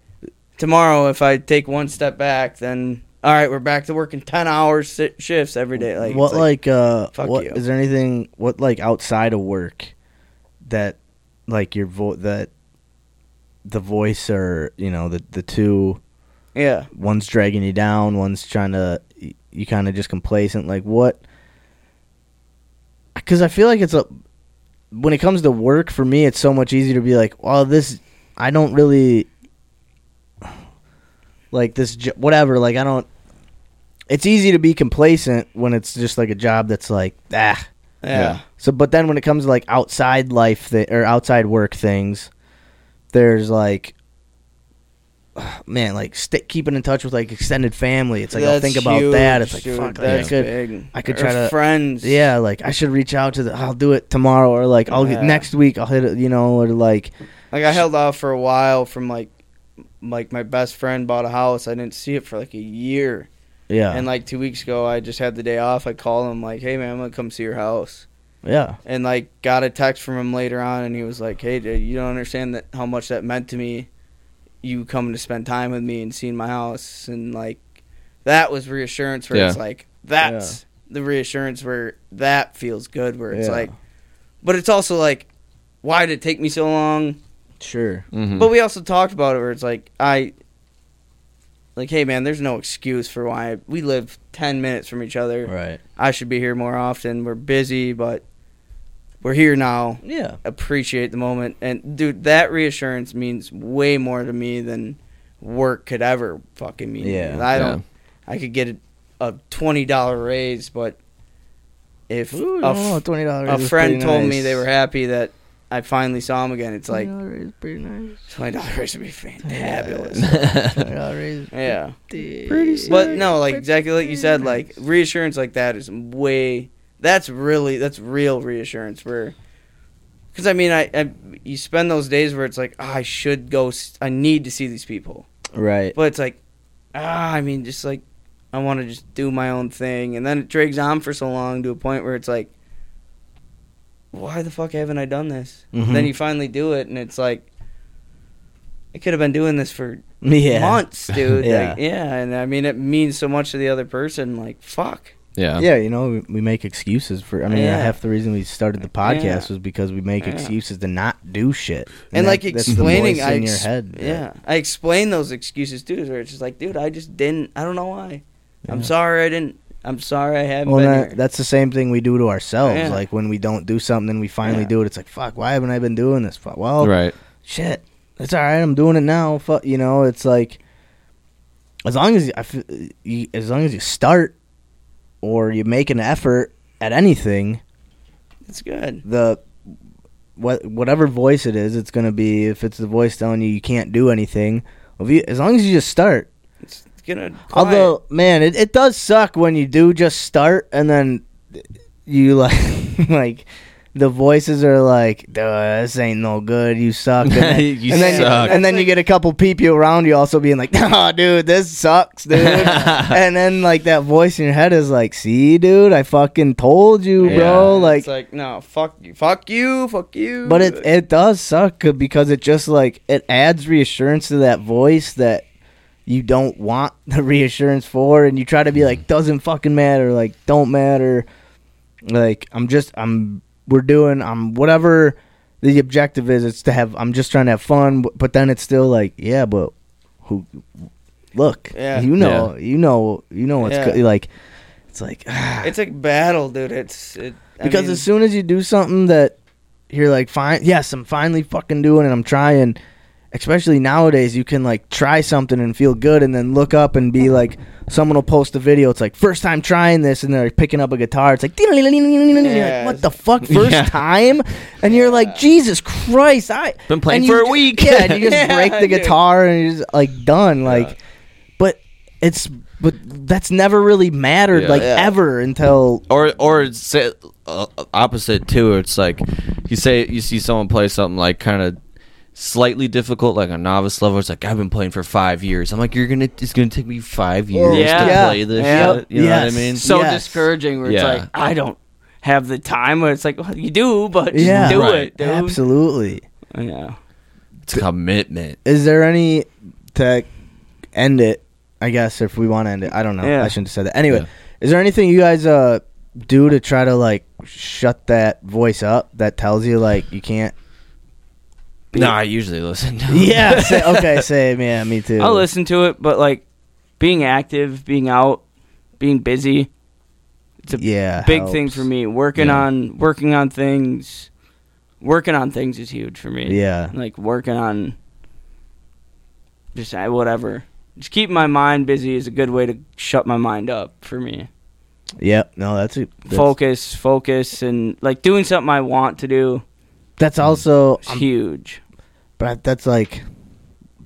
tomorrow if I take one step back, then all right, we're back to working ten hour si- shifts every day. Like
what
it's
like, uh
fuck
what
you.
is there anything what like outside of work that like your vo that the voice or you know the the two
yeah,
one's dragging you down one's trying to you kind of just complacent like what because i feel like it's a when it comes to work for me it's so much easier to be like well this i don't really like this jo- whatever like i don't it's easy to be complacent when it's just like a job that's like ah
yeah,
so, but then when it comes to like outside life th- or outside work things, there's like, man, like st- keeping in touch with like extended family. It's like I'll
That's
think about that.
huge,
It's like
dude.
fuck, like, I
that's
could,
big.
I could
Or
try to-
friends.
yeah, like I should reach out to the. I'll do it tomorrow or like I'll
Yeah.
get next week. I'll hit it, you know, or like
Like I held off for a while from like like my best friend bought a house. I didn't see it for like a year.
yeah,
And like two weeks ago, I just had the day off. I called him like, "Hey man, I'm gonna come see your house,"
yeah,
and like got a text from him later on, and he was like, "Hey, dude, you don't understand that how much that meant to me. You coming to spend time with me and seeing my house, and like that was reassurance where it's
Yeah.
like that's the reassurance where that feels good. Where it's
Yeah.
like, but it's also like, why did it take me so long?
sure,
Mhm.
But we also talked about it where it's like I like hey man, there's no excuse for why we live 10 minutes from each other.
right,
I should be here more often. We're busy, but we're here now.
yeah,
Appreciate the moment. And dude, that reassurance means way more to me than work could ever fucking mean.
Yeah.
I don't I could get a $20 raise, but if
Ooh,
a,
no,
f-
twenty dollars.
a friend told me they were happy that I finally saw him again, it's like
pretty nice.
Twenty dollar raise would be fantabulous. yeah,
Pretty
but no, like exactly like you said, like reassurance like that is way. That's really that's real reassurance. Where, because I mean, I, I you spend those days where it's like "Ah, I should go. s- I need to see these people,
right,
but it's like, ah, I mean, just like I want to just do my own thing, and then it drags on for so long to a point where it's like, why the fuck haven't I done this?
Mhm.
Then you finally do it, and it's like. I could have been doing this for
yeah,
months, dude. Like,
Yeah.
yeah. and I mean it means so much to the other person. Like, fuck.
yeah.
yeah, you know, we, we make excuses for. I mean,
Yeah.
half the reason we started the podcast
Yeah.
was because we make
Yeah.
excuses to not do shit.
And, like
that's the
explaining,
voice
I
in your
ex-
head. that-
yeah, I explain those excuses too. Where it's just like, dude, I just didn't. I don't know why. I'm
Yeah.
sorry I didn't. I'm sorry I haven't
Well,
been
that-
here.
that's the same thing we do to ourselves.
Yeah.
Like when we don't do something, and we finally
Yeah.
do it. It's like, fuck, why haven't I been doing this? Fuck, well,
Right.
shit, it's all right. I'm doing it now. Fuck, you know, it's like as long as you, I f- you as long as you start or you make an effort at anything,
It's good.
the what whatever voice it is, it's gonna be if it's the voice telling you you can't do anything. If you, as long as you just start.
It's gonna.
Although, man, it, it does suck when you do just start and then you like like the voices are like, "Duh, this ain't no good. You suck." And then,
You
and then
suck.
and then you get a couple people around you also being like, "Nah, dude, this sucks, dude." and then like that voice in your head is like, "See, dude, I fucking told you, bro."
like,
Like,
it's like no, fuck you, fuck you, fuck you.
but it it does suck because it just like it adds reassurance to that voice that you don't want the reassurance for, and you try to be
Mm.
like doesn't fucking matter, like don't matter, like I'm just I'm we're doing I'm whatever the objective is. It's to have I'm just trying to have fun, but, but then it's still like yeah, but who look
Yeah.
you know you know you know what's
Yeah.
good like it's like
it's like battle, dude. It's it I
because
mean,
as soon as you do something that you're like, fine, yes, I'm finally fucking doing it. I'm trying, especially nowadays, you can like try something and feel good, and then look up and be like, someone will post a video. It's like first time trying this, and they're picking up a guitar. It's like, you're like, what the fuck, first
Yeah.
time? And you're like, Jesus Christ, I
Been playing
and
for
you
a
ju-
week.
Yeah, and you just
Yeah,
break the
dude.
guitar and you're just like done. Like, but it's but that's never really mattered
Yeah.
like
Yeah.
ever until
or or say, uh, opposite too. It's like you say you see someone play something like kind of slightly difficult, like a novice level. It's like I've been playing for five years. I'm like, you're gonna it's gonna take me five years to
Yeah.
play this.
Yeah.
Shit, you know what
Yes.
I mean?
so
Yes.
discouraging where
Yeah.
it's like I don't have the time where it's like well, you do but just
Yeah.
do
Right.
it dude.
absolutely.
yeah
It's commitment.
Is there any to end it? I guess if we want to end it, I don't know.
Yeah.
I shouldn't have said that. Anyway,
Yeah.
is there anything you guys uh do to try to like shut that voice up that tells you like you can't?
No, I usually listen. To
Yeah. say, okay. Same. Yeah. Me too.
I'll listen to it, but like being active, being out, being busy, it's a
Yeah.
big
helps.
thing for me. Working
Yeah.
on working on things, working on things is huge for me.
Yeah.
like working on just uh, whatever. Just keeping my mind busy is a good way to shut my mind up for me.
Yep. No, that's it. That's,
focus, focus, and like doing something I want to do
that's also
is huge.
But that's like,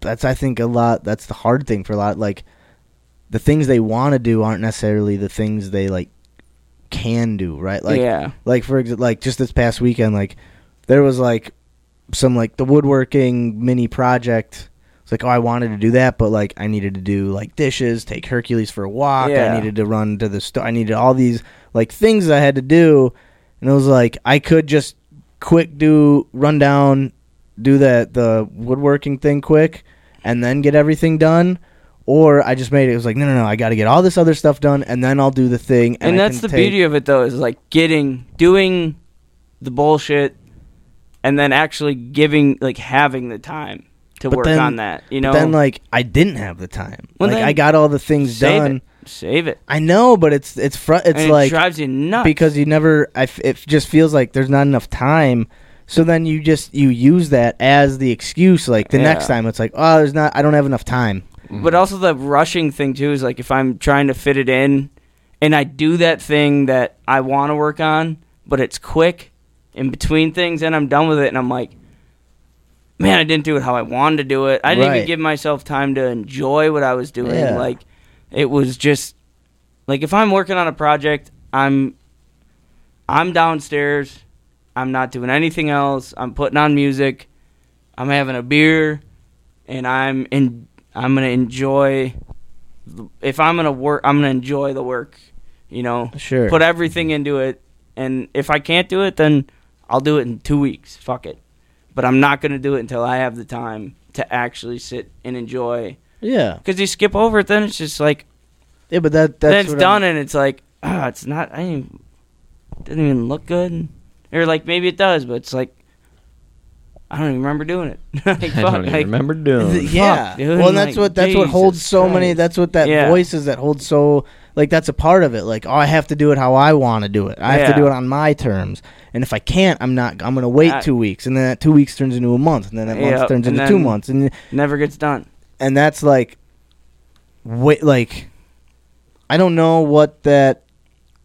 that's I think a lot. That's the hard thing for a lot. Like, the things they want to do aren't necessarily the things they like can do. Right? Like,
yeah,
like for example, like just this past weekend, like there was like some like the woodworking mini project. It's like oh, I wanted to do that, but like I needed to do like dishes, take Hercules for a walk.
Yeah.
I needed to run to the store. I needed all these like things I had to do, and it was like I could just quick do run down, do that the woodworking thing quick, and then get everything done. Or I just made it. It was like no, no, no. I got to get all this other stuff done, and then I'll do the thing.
and,
I
that's
can
the
take-
beauty of it though is like getting doing the bullshit and then actually giving like having the time to
But
work
then-
on that you know
But then like I didn't have the time.
Well,
like
then
I got all the things
save
done.
it save it
I know, but it's it's fr- it's
And it
like
drives you nuts
because you never. I f- it just feels like there's not enough time. So then you just you use that as the excuse. Like the
Yeah.
next time, it's like oh, there's not. I don't have enough time.
but also the rushing thing too is like if i'm trying to fit it in and i do that thing that i want to work on but it's quick in between things and i'm done with it and i'm like man i didn't do it how i wanted to do it i didn't
Right.
even give myself time to enjoy what i was doing
Yeah.
like it was just like if i'm working on a project i'm i'm downstairs i'm not doing anything else i'm putting on music i'm having a beer and i'm in i'm gonna enjoy if i'm gonna work i'm gonna enjoy the work you know
Sure.
put everything into it and if i can't do it then i'll do it in two weeks fuck it but i'm not gonna do it until i have the time to actually sit and enjoy
yeah.
because you skip over it then it's just like
Yeah, but that that's
then it's
what
done
I'm-
and it's like ah, it's not. I didn't, doesn't even look good, or like maybe it does, but it's like I don't even remember doing it. like,
I
fuck,
don't even
like,
remember doing.
Th-
it.
yeah.
Fuck, dude,
well, and that's
like,
what that's what
Jesus
holds so many.
Christ.
That's what that
Yeah.
voice is that holds so like that's a part of it. Like oh, I have to do it how I want to do it. I have
Yeah.
to do it on my terms. And if I can't, I'm not. I'm gonna wait
I-
two weeks, and then that two weeks turns into a month, and then that
Yep,
month turns
and
into two
then-
months, and
Never gets done.
and that's like, wait, like, I don't know what that.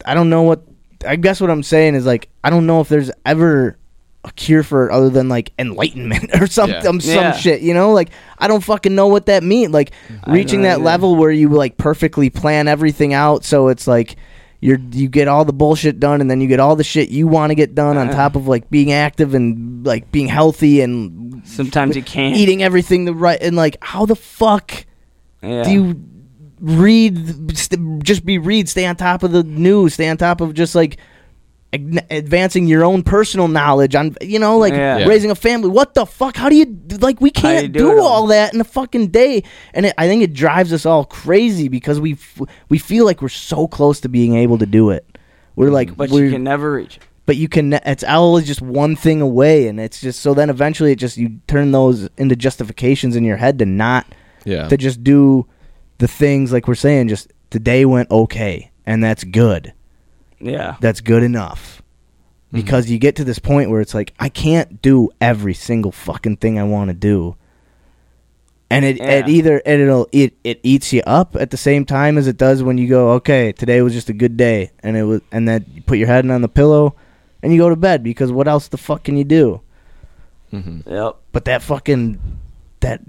I don't know what. I guess what I'm saying is like I don't know if there's ever a cure for it other than like enlightenment or some
Yeah.
some, some
Yeah.
shit. You know, like I don't fucking know what that means. Like
I
reaching
don't
that
either.
level where you like perfectly plan everything out, so it's like. You're, you get all the bullshit done and then you get all the shit you want to get done on
Uh.
top of like being active and like being healthy and
Sometimes you can't.
eating everything the right and like how the fuck
Yeah.
do you read st- just be read stay on top of the news stay on top of just like ag- advancing your own personal knowledge on you know like
Yeah. Yeah.
raising a family what the fuck how do you like we
do you
can't
do
do,
it all?
all that in a fucking day and it, i think it drives us all crazy because we f- we feel like we're so close to being able to do it we're like
but
we're,
you can never reach. it.
but you can it's always just one thing away and it's just so then eventually it just you turn those into justifications in your head to not
Yeah.
to just do the things like we're saying just today went okay and that's good
Yeah. Mm-hmm.
that's good enough because you get to this point where it's like i can't do every single fucking thing i want to do and it, it
Yeah.
either and it'll it, it eats you up at the same time as it does when you go okay today was just a good day and it was and then you put your head on the pillow and you go to bed because what else the fuck can you do
Mm-hmm.
Yep.
but that fucking that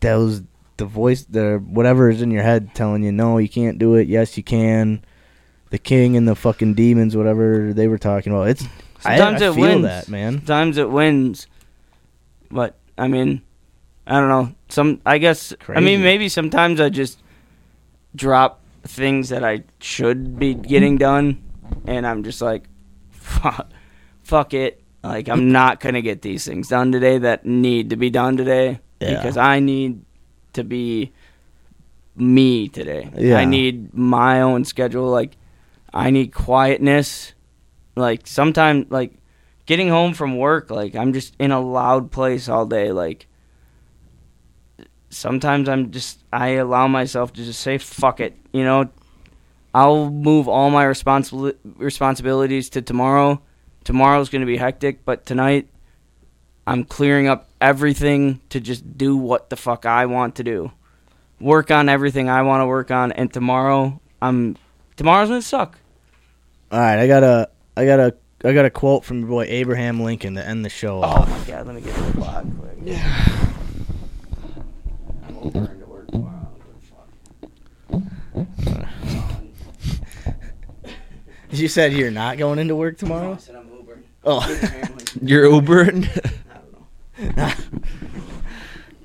that was the voice the whatever is in your head telling you no you can't do it yes you can the king and the fucking demons whatever they were talking about it's
Sometimes
I, I
it
feel
wins.
that man
Sometimes it wins, but I mean, I don't know. Some I guess I
Crazy.
mean maybe sometimes I just drop things that I should be getting done, and I'm just like, fuck, fuck it. Like I'm not gonna get these things done today that need to be done today
Yeah.
because I need to be me today.
Yeah.
I need my own schedule. Like I need quietness. Like sometimes like getting home from work, like I'm just in a loud place all day. Like sometimes I'm just I allow myself to just say fuck it, you know. I'll move all my responsibil- responsibilities to tomorrow. Tomorrow's going to be hectic, but tonight I'm clearing up everything to just do what the fuck I want to do. Work on everything I want to work on and tomorrow I'm tomorrow's going to suck.
all right i got a i got a i got a quote from your boy abraham lincoln to end the show off.
my god, let me get to the clock quick.
I'm over into work tomorrow.
Oh.
you said you're not going into work tomorrow
I said I'm Uber.
oh
You're Ubering.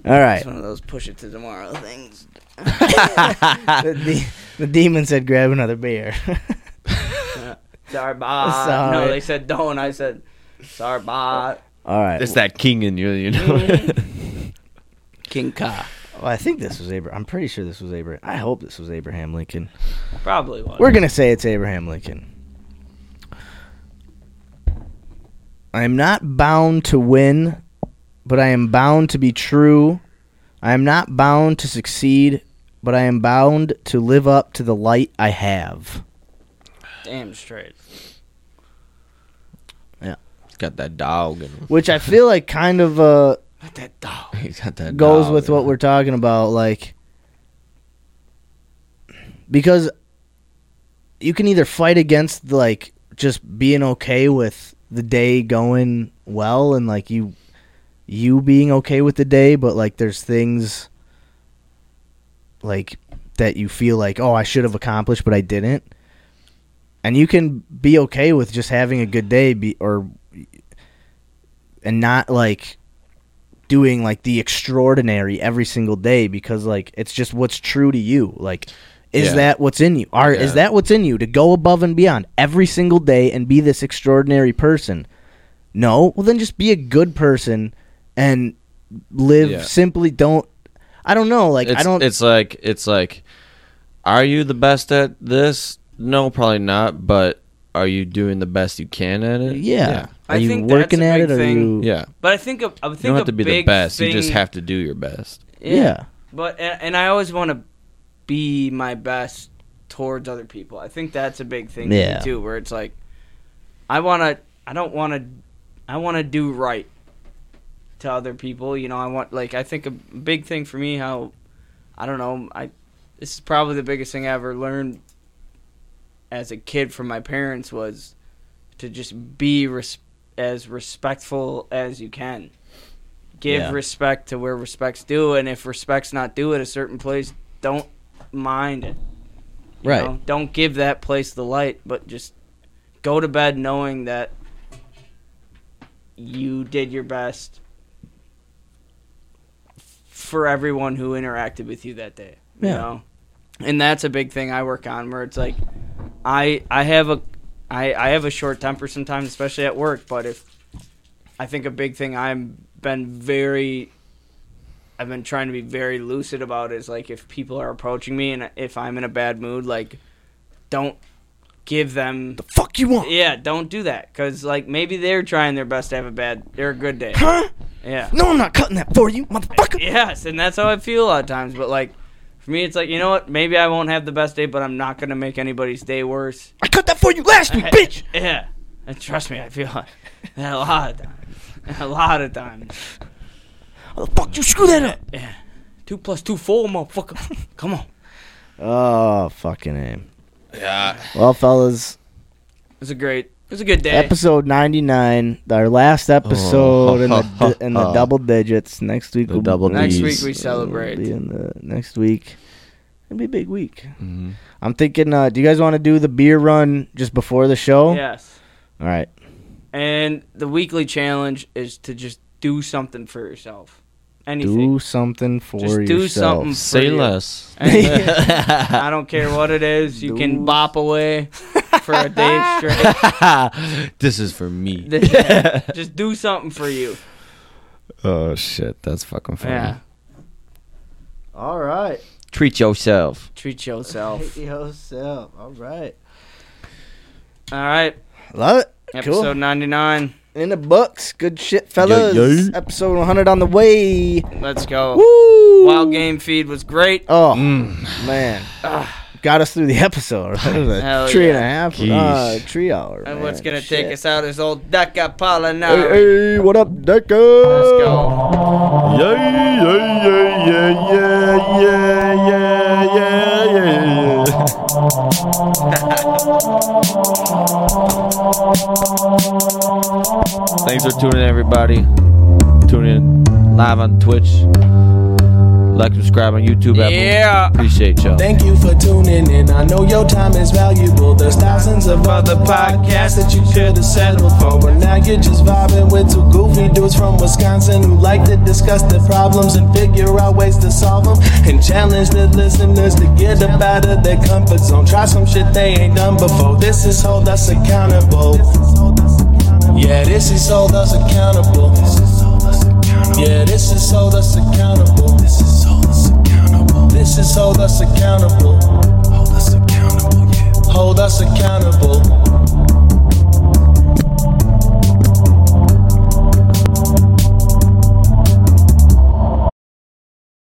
all right
It's one of those push it to tomorrow things.
the, de- the demon said grab another beer
Sorry, bye.
Sorry.
No, they said don't. I said sorry, bye.
all right
It's that king in you, you know.
King Ka.
well, i think this was abraham i'm pretty sure this was abraham i hope this was abraham lincoln
Probably was.
We're gonna say it's Abraham Lincoln. I am not bound to win, but I am bound to be true. I am not bound to succeed, but I am bound to live up to the light I have.
damn straight.
He's got that dog in him.
Which I feel like kind of uh,
What that dog?
He's got that
goes
dog
with
in
what
him.
we're talking about, like because you can either fight against like just being okay with the day going well and like you you being okay with the day, but like there's things like that you feel like oh I should have accomplished but I didn't, and you can be okay with just having a good day be or and not like doing like the extraordinary every single day because like it's just what's true to you like is
Yeah.
that what's in you are is
Yeah.
that what's in you to go above and beyond every single day and be this extraordinary person no well then just be a good person and live
Yeah.
simply don't i don't know like
it's,
i don't
It's like it's like, are you the best at this? No, probably not. But are you doing the best you can at it?
yeah,
yeah.
I
are you
think that's
working
a
at it
big
or
thing.
you
Yeah.
But I think a, I think
You don't
a
have to be the
big
best. You just
thing-
have to do your best.
yeah.
But and, and I always want to be my best towards other people. I think that's a big thing to me,
Yeah.
too, where it's like I want to. I don't want to. I want to do right to other people. You know, I want like I think a big thing for me how I don't know. I this is probably the biggest thing I ever learned as a kid from my parents was to just be res- as respectful as you can. Give
Yeah.
respect to where respect's due, and if respect's not due at a certain place, don't mind it. you
Right.
know? Don't give that place the light, but just go to bed knowing that you did your best for everyone who interacted with you that day. You
Yeah.
know? And that's a big thing I work on where it's like I I have a I, I have a short temper sometimes, especially at work, but if I think a big thing I've been very I've been trying to be very lucid about is like if people are approaching me and if I'm in a bad mood, like don't give them
the fuck you want
yeah, don't do that because like maybe they're trying their best to have a bad, they're a good day.
huh
Yeah.
no i'm not cutting that for you motherfucker
Yes, and that's how I feel a lot of times. But like, for me, it's like you know what? Maybe I won't have the best day, but I'm not gonna make anybody's day worse. Eh,
i cut that for you last week bitch
Yeah, and trust me, I feel like that a lot of times. A lot of times.
How the fuck you screw that up
Yeah. Two plus two, four, motherfucker. Come on.
Oh, fucking aim.
Yeah.
Well, fellas,
It's a great. It's a good day.
episode 99, our last episode in
Oh.
the, in the double digits. Next week,
The
we'll-
double
Next
D's.
week we celebrate.
We'll be in the next week. It'll be a big week.
Mm-hmm.
I'm thinking. Uh, do you guys want to do the beer run just before the show?
Yes.
All right.
And the weekly challenge is to just do something for yourself. Anything.
Do something for
just do
yourself.
something. For
Say
you.
less.
Anything. uh, I don't care what it is. You
Do-
can bop away for a day straight.
this is for me.
Just- just do something for you.
Oh shit, that's fucking funny.
Yeah.
All right.
Treat yourself.
Treat yourself.
yourself. All right.
All right.
Love it.
Episode 99.
In the books. Good shit, fellas.
yeah.
Episode 100 on the way.
Let's go.
Woo!
Wild game Mm. feed was great.
Oh man, got us through the episode. Right? It was
Hell
a three and a
yeah.
half,
Yeesh.
uh, three hour.
And
man.
what's going to
Shit.
take us out is old Deca Polina.
Hey, hey, what up, Deco?
Let's go.
Thanks for tuning in, everybody. Tune in live on Twitch. Like, subscribe on YouTube.
Yeah.
Apple. Appreciate y'all.
Thank you for tuning in. I know your time is valuable. There's thousands of other podcasts that you could have settled for, but now you're just vibing with two goofy dudes from Wisconsin who like to discuss their problems and figure out ways to solve them and challenge the listeners to get up out of their comfort zone. Try some shit they ain't done before. This is hold us accountable. Yeah, this is hold us accountable. Yeah, this is hold us accountable. This is hold us accountable. This is hold us accountable.